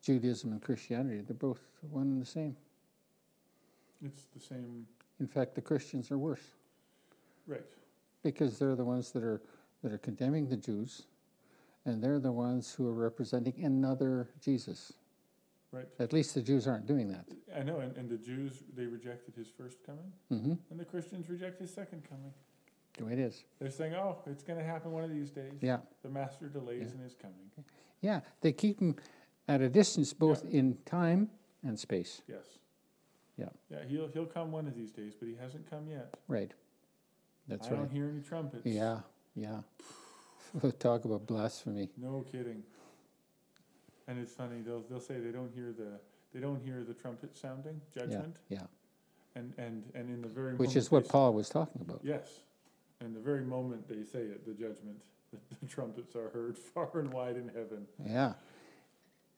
Speaker 1: Judaism and Christianity, they're both one and the same.
Speaker 2: It's the same,
Speaker 1: In fact, the Christians are worse
Speaker 2: right?
Speaker 1: because they're the ones that are that are condemning the Jews, and they're the ones who are representing another Jesus.
Speaker 2: Right.
Speaker 1: At least the Jews aren't doing that.
Speaker 2: I know, and, and the Jews, they rejected his first coming,
Speaker 1: Mm-hmm.
Speaker 2: and the Christians reject his second coming.
Speaker 1: The way it is.
Speaker 2: They're saying, oh, it's going to happen one of these days.
Speaker 1: Yeah,
Speaker 2: The master delays
Speaker 1: Yeah.
Speaker 2: in his coming.
Speaker 1: yeah. They keep them at a distance, both in time and space.
Speaker 2: Yes.
Speaker 1: Yeah.
Speaker 2: Yeah, he'll, he'll come one of these days, but he hasn't come yet.
Speaker 1: Right. That's
Speaker 2: I
Speaker 1: right.
Speaker 2: don't hear any trumpets.
Speaker 1: Yeah, yeah. Talk about blasphemy.
Speaker 2: No kidding. And it's funny, they'll, they'll say they don't hear the, they don't hear the trumpet sounding, judgment.
Speaker 1: Yeah,
Speaker 2: And, and, and in the very
Speaker 1: which
Speaker 2: moment
Speaker 1: is what
Speaker 2: they-
Speaker 1: Paul was talking about.
Speaker 2: Yes. And the very moment they say it, the judgment, the trumpets are heard far and wide in heaven.
Speaker 1: Yeah.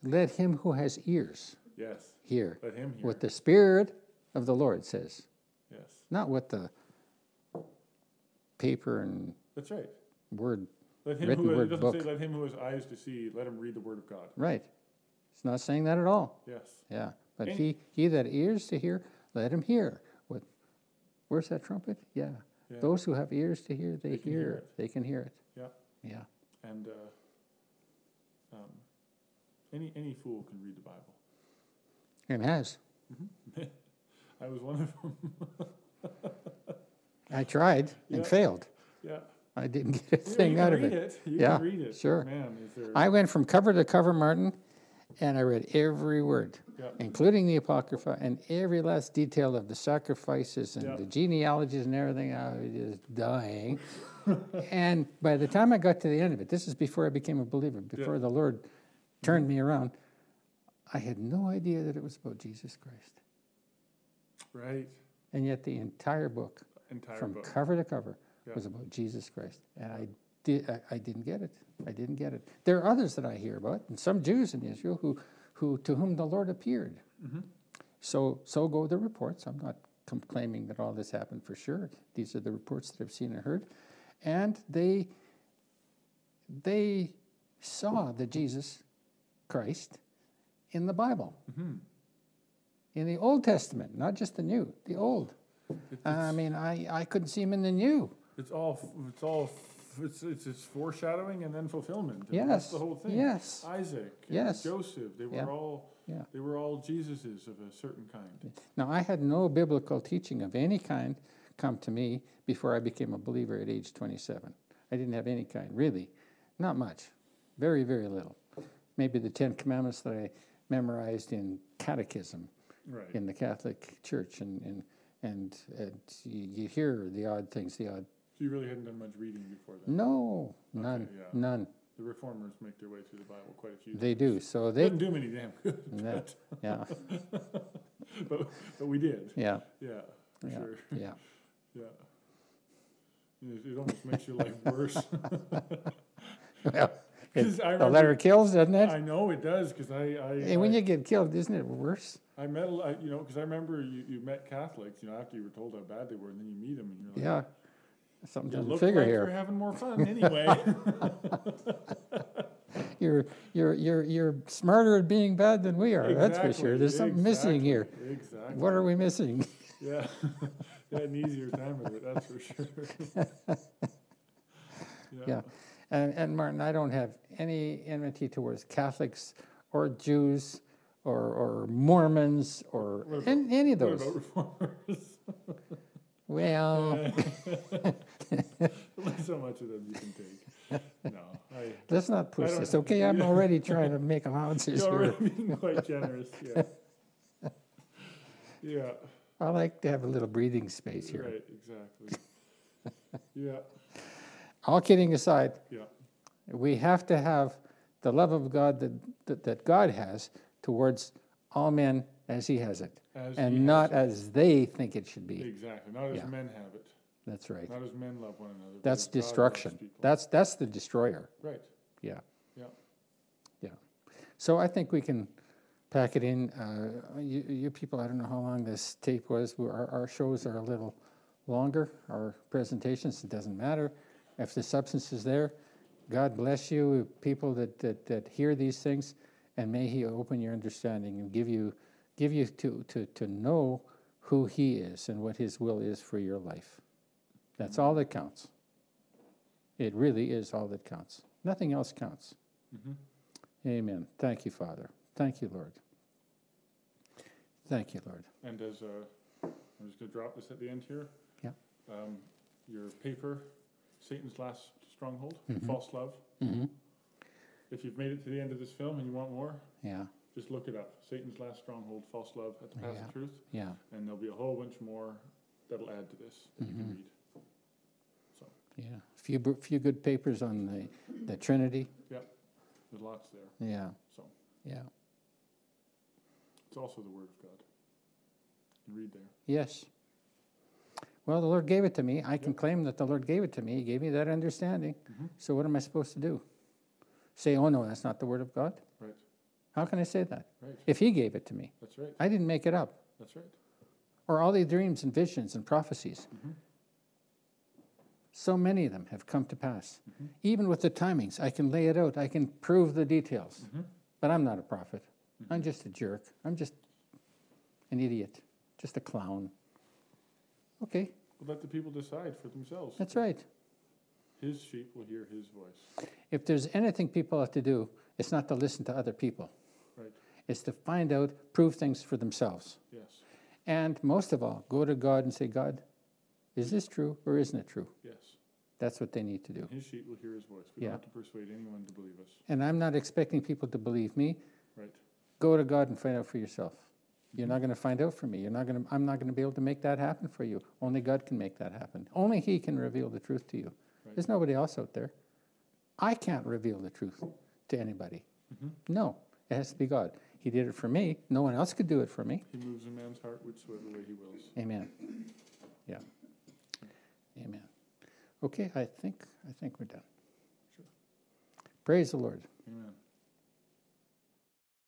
Speaker 1: Let him who has ears
Speaker 2: Yes.
Speaker 1: hear
Speaker 2: Let him hear.
Speaker 1: what the Spirit of the Lord says,
Speaker 2: Yes.
Speaker 1: not what the paper and
Speaker 2: That's right.
Speaker 1: word.
Speaker 2: Let him
Speaker 1: Written
Speaker 2: who
Speaker 1: word
Speaker 2: it doesn't say
Speaker 1: book.
Speaker 2: let him who has eyes to see, let him read the word of God.
Speaker 1: Right. It's not saying that at all.
Speaker 2: Yes.
Speaker 1: Yeah. But
Speaker 2: And-
Speaker 1: he, he that ears to hear, let him hear. What? Where's that trumpet? Yeah.
Speaker 2: Yeah.
Speaker 1: Those who have ears to hear, they,
Speaker 2: They can hear
Speaker 1: hear.
Speaker 2: it.
Speaker 1: They can hear it.
Speaker 2: Yeah.
Speaker 1: Yeah.
Speaker 2: And uh, um, any any fool can read the Bible.
Speaker 1: And has.
Speaker 2: I was one of them.
Speaker 1: I tried and
Speaker 2: Yeah.
Speaker 1: failed.
Speaker 2: yeah.
Speaker 1: I didn't get a
Speaker 2: Yeah,
Speaker 1: thing
Speaker 2: you
Speaker 1: out
Speaker 2: can
Speaker 1: of
Speaker 2: read
Speaker 1: it.
Speaker 2: it. You
Speaker 1: Yeah,
Speaker 2: can read it.
Speaker 1: sure.
Speaker 2: Man, is there
Speaker 1: I went from cover to cover, Martin, and I read every word,
Speaker 2: yeah.
Speaker 1: including the Apocrypha and every last detail of the sacrifices and
Speaker 2: Yeah.
Speaker 1: the genealogies and everything. I was just dying. and by the time I got to the end of it, this is before I became a believer, before the Lord turned me around, I had no idea that it was about Jesus Christ.
Speaker 2: right
Speaker 1: And yet the entire book,
Speaker 2: entire
Speaker 1: from
Speaker 2: book.
Speaker 1: cover to cover,
Speaker 2: Yeah.
Speaker 1: was about Jesus Christ. And I, did, I, I didn't get it. I didn't get it. There are others that I hear about, and some Jews in Israel who, who to whom the Lord appeared.
Speaker 2: Mm-hmm.
Speaker 1: So, so go the reports. I'm not com- claiming that all this happened for sure. These are the reports that I've seen and heard, and they they saw the Jesus Christ in the Bible,
Speaker 2: Mm-hmm.
Speaker 1: in the Old Testament, not just the New, the Old.
Speaker 2: It-
Speaker 1: I mean, I, I couldn't see him in the New.
Speaker 2: It's all f- it's all f- it's it's, it's foreshadowing and then fulfillment. And that's
Speaker 1: Yes.
Speaker 2: the whole thing.
Speaker 1: Yes.
Speaker 2: Isaac, and
Speaker 1: Yes.
Speaker 2: Joseph, they were
Speaker 1: Yeah.
Speaker 2: all
Speaker 1: Yeah.
Speaker 2: they were all Jesuses of a certain kind.
Speaker 1: Now, I had no biblical teaching of any kind come to me before I became a believer at age 27. I didn't have any kind, really. Not much. Very, very little. Maybe the Ten Commandments that I memorized in catechism
Speaker 2: Right.
Speaker 1: in the Catholic Church. And, and, and, and you you hear the odd things, the odd.
Speaker 2: So you really hadn't done much reading before then.
Speaker 1: No, none,
Speaker 2: yeah.
Speaker 1: none.
Speaker 2: The reformers make their way through the Bible quite a few.
Speaker 1: They do. So they.
Speaker 2: didn't do many damn good,
Speaker 1: No. Yeah,
Speaker 2: but, but we did.
Speaker 1: yeah,
Speaker 2: Yeah, for
Speaker 1: Yeah.
Speaker 2: sure.
Speaker 1: yeah.
Speaker 2: Yeah. It, it almost makes your life worse.
Speaker 1: Well, it,
Speaker 2: Because I
Speaker 1: the letter
Speaker 2: remember-
Speaker 1: kills, doesn't it?
Speaker 2: I know it does because I I,
Speaker 1: And when
Speaker 2: I,
Speaker 1: you get killed, isn't it worse?
Speaker 2: I met a lot, you know, because I remember you, you met Catholics, you know, after you were told how bad they were, and then you meet them, and you're like,
Speaker 1: Yeah. Something
Speaker 2: You
Speaker 1: doesn't
Speaker 2: look
Speaker 1: figure
Speaker 2: like you're
Speaker 1: here.
Speaker 2: having more fun anyway.
Speaker 1: You're, you're, you're, you're smarter at being bad than we are, that's for sure.
Speaker 2: Exactly,
Speaker 1: There's something missing here.
Speaker 2: exactly, Exactly.
Speaker 1: What are we missing?
Speaker 2: Yeah, yeah, an easier time of it, that's for sure.
Speaker 1: Yeah. And, and Martin, I don't have any enmity towards Catholics or Jews or, or Mormons or
Speaker 2: What about-
Speaker 1: an- any of
Speaker 2: What
Speaker 1: those. Oh.
Speaker 2: about reformers?
Speaker 1: Well,
Speaker 2: So much of them you can take. No, I,
Speaker 1: let's not push
Speaker 2: I don't-
Speaker 1: this, okay? I'm already trying to make allowances
Speaker 2: you're
Speaker 1: here.
Speaker 2: already being quite generous, yeah. Yeah,
Speaker 1: I like to have a little breathing space here.
Speaker 2: right, exactly. Yeah,
Speaker 1: All kidding aside,
Speaker 2: yeah,
Speaker 1: we have to have the love of God that, that, that God has towards all men as He has it,
Speaker 2: As
Speaker 1: and
Speaker 2: he has
Speaker 1: not as they think it should be.
Speaker 2: exactly. Not as
Speaker 1: Yeah.
Speaker 2: men have it,
Speaker 1: That's right.
Speaker 2: not as men love one another. but
Speaker 1: That's
Speaker 2: as God loves
Speaker 1: destruction.
Speaker 2: people.
Speaker 1: That's that's the destroyer.
Speaker 2: Right,
Speaker 1: Yeah,
Speaker 2: yeah,
Speaker 1: yeah. So I think we can pack it in. Uh, you, you people, I don't know how long this tape was. We- Our, our shows are a little longer. Our presentations, it doesn't matter if the substance is there. God bless you, people that, that, that hear these things, and may He open your understanding and give you give you to, to, to know who He is and what His will is for your life. That's all that counts. It really is all that counts. Nothing else counts.
Speaker 2: Mm-hmm.
Speaker 1: Amen. Thank you, Father. Thank you, Lord. Thank you, Lord.
Speaker 2: and as, uh, I'm just gonna drop this at the end here.
Speaker 1: Yeah.
Speaker 2: Um, your paper, Satan's Last Stronghold, False Love.
Speaker 1: hmm
Speaker 2: If you've made it to the end of this film and you want more,
Speaker 1: Yeah,
Speaker 2: just look it up. Satan's Last Stronghold, False Love at the Path
Speaker 1: Yeah.
Speaker 2: of Truth.
Speaker 1: yeah.
Speaker 2: And there'll be a whole bunch more that'll add to this that
Speaker 1: Mm-hmm.
Speaker 2: you can read. So,
Speaker 1: Yeah, few br- few good papers on the the Trinity.
Speaker 2: yeah, there's lots there.
Speaker 1: Yeah,
Speaker 2: So,
Speaker 1: yeah.
Speaker 2: it's also the Word of God. You read there.
Speaker 1: Yes. Well, the Lord gave it to me. I can claim that the Lord gave it to me. He gave me that understanding. So what am I supposed to do? Say, "Oh no, that's not the word of God."
Speaker 2: Right,
Speaker 1: How can I say that
Speaker 2: right.
Speaker 1: if He gave it to me?
Speaker 2: That's right.
Speaker 1: I didn't make it up.
Speaker 2: That's right.
Speaker 1: or all the dreams and visions and prophecies. So many of them have come to pass. Even with the timings, I can lay it out, I can prove the details. But I'm not a prophet. I'm just a jerk. I'm just an idiot, just a clown. Okay,
Speaker 2: Well, let the people decide for themselves.
Speaker 1: that's right.
Speaker 2: His sheep will hear his voice.
Speaker 1: If there's anything people have to do, it's not to listen to other people,
Speaker 2: Right,
Speaker 1: it's to find out, prove things for themselves.
Speaker 2: yes,
Speaker 1: And most of all, go to God and say, God, is this true or isn't it true?
Speaker 2: yes.
Speaker 1: That's what they need to do.
Speaker 2: His sheep will hear his voice. We
Speaker 1: Yeah.
Speaker 2: don't have to persuade anyone to believe us.
Speaker 1: And I'm not expecting people to believe me.
Speaker 2: Right,
Speaker 1: Go to God and find out for yourself. You're not going to find out for me. You're not going to, I'm not going to be able to make that happen for you. Only God can make that happen. Only He can reveal the truth to you. There's nobody else out there. I can't reveal the truth to anybody. No, it has to be God. He did it for me. No one else could do it for me.
Speaker 2: he moves a man's heart whichsoever way he wills.
Speaker 1: Amen. Yeah. Amen. Okay, I think I think we're done.
Speaker 2: Sure.
Speaker 1: Praise the Lord.
Speaker 2: Amen.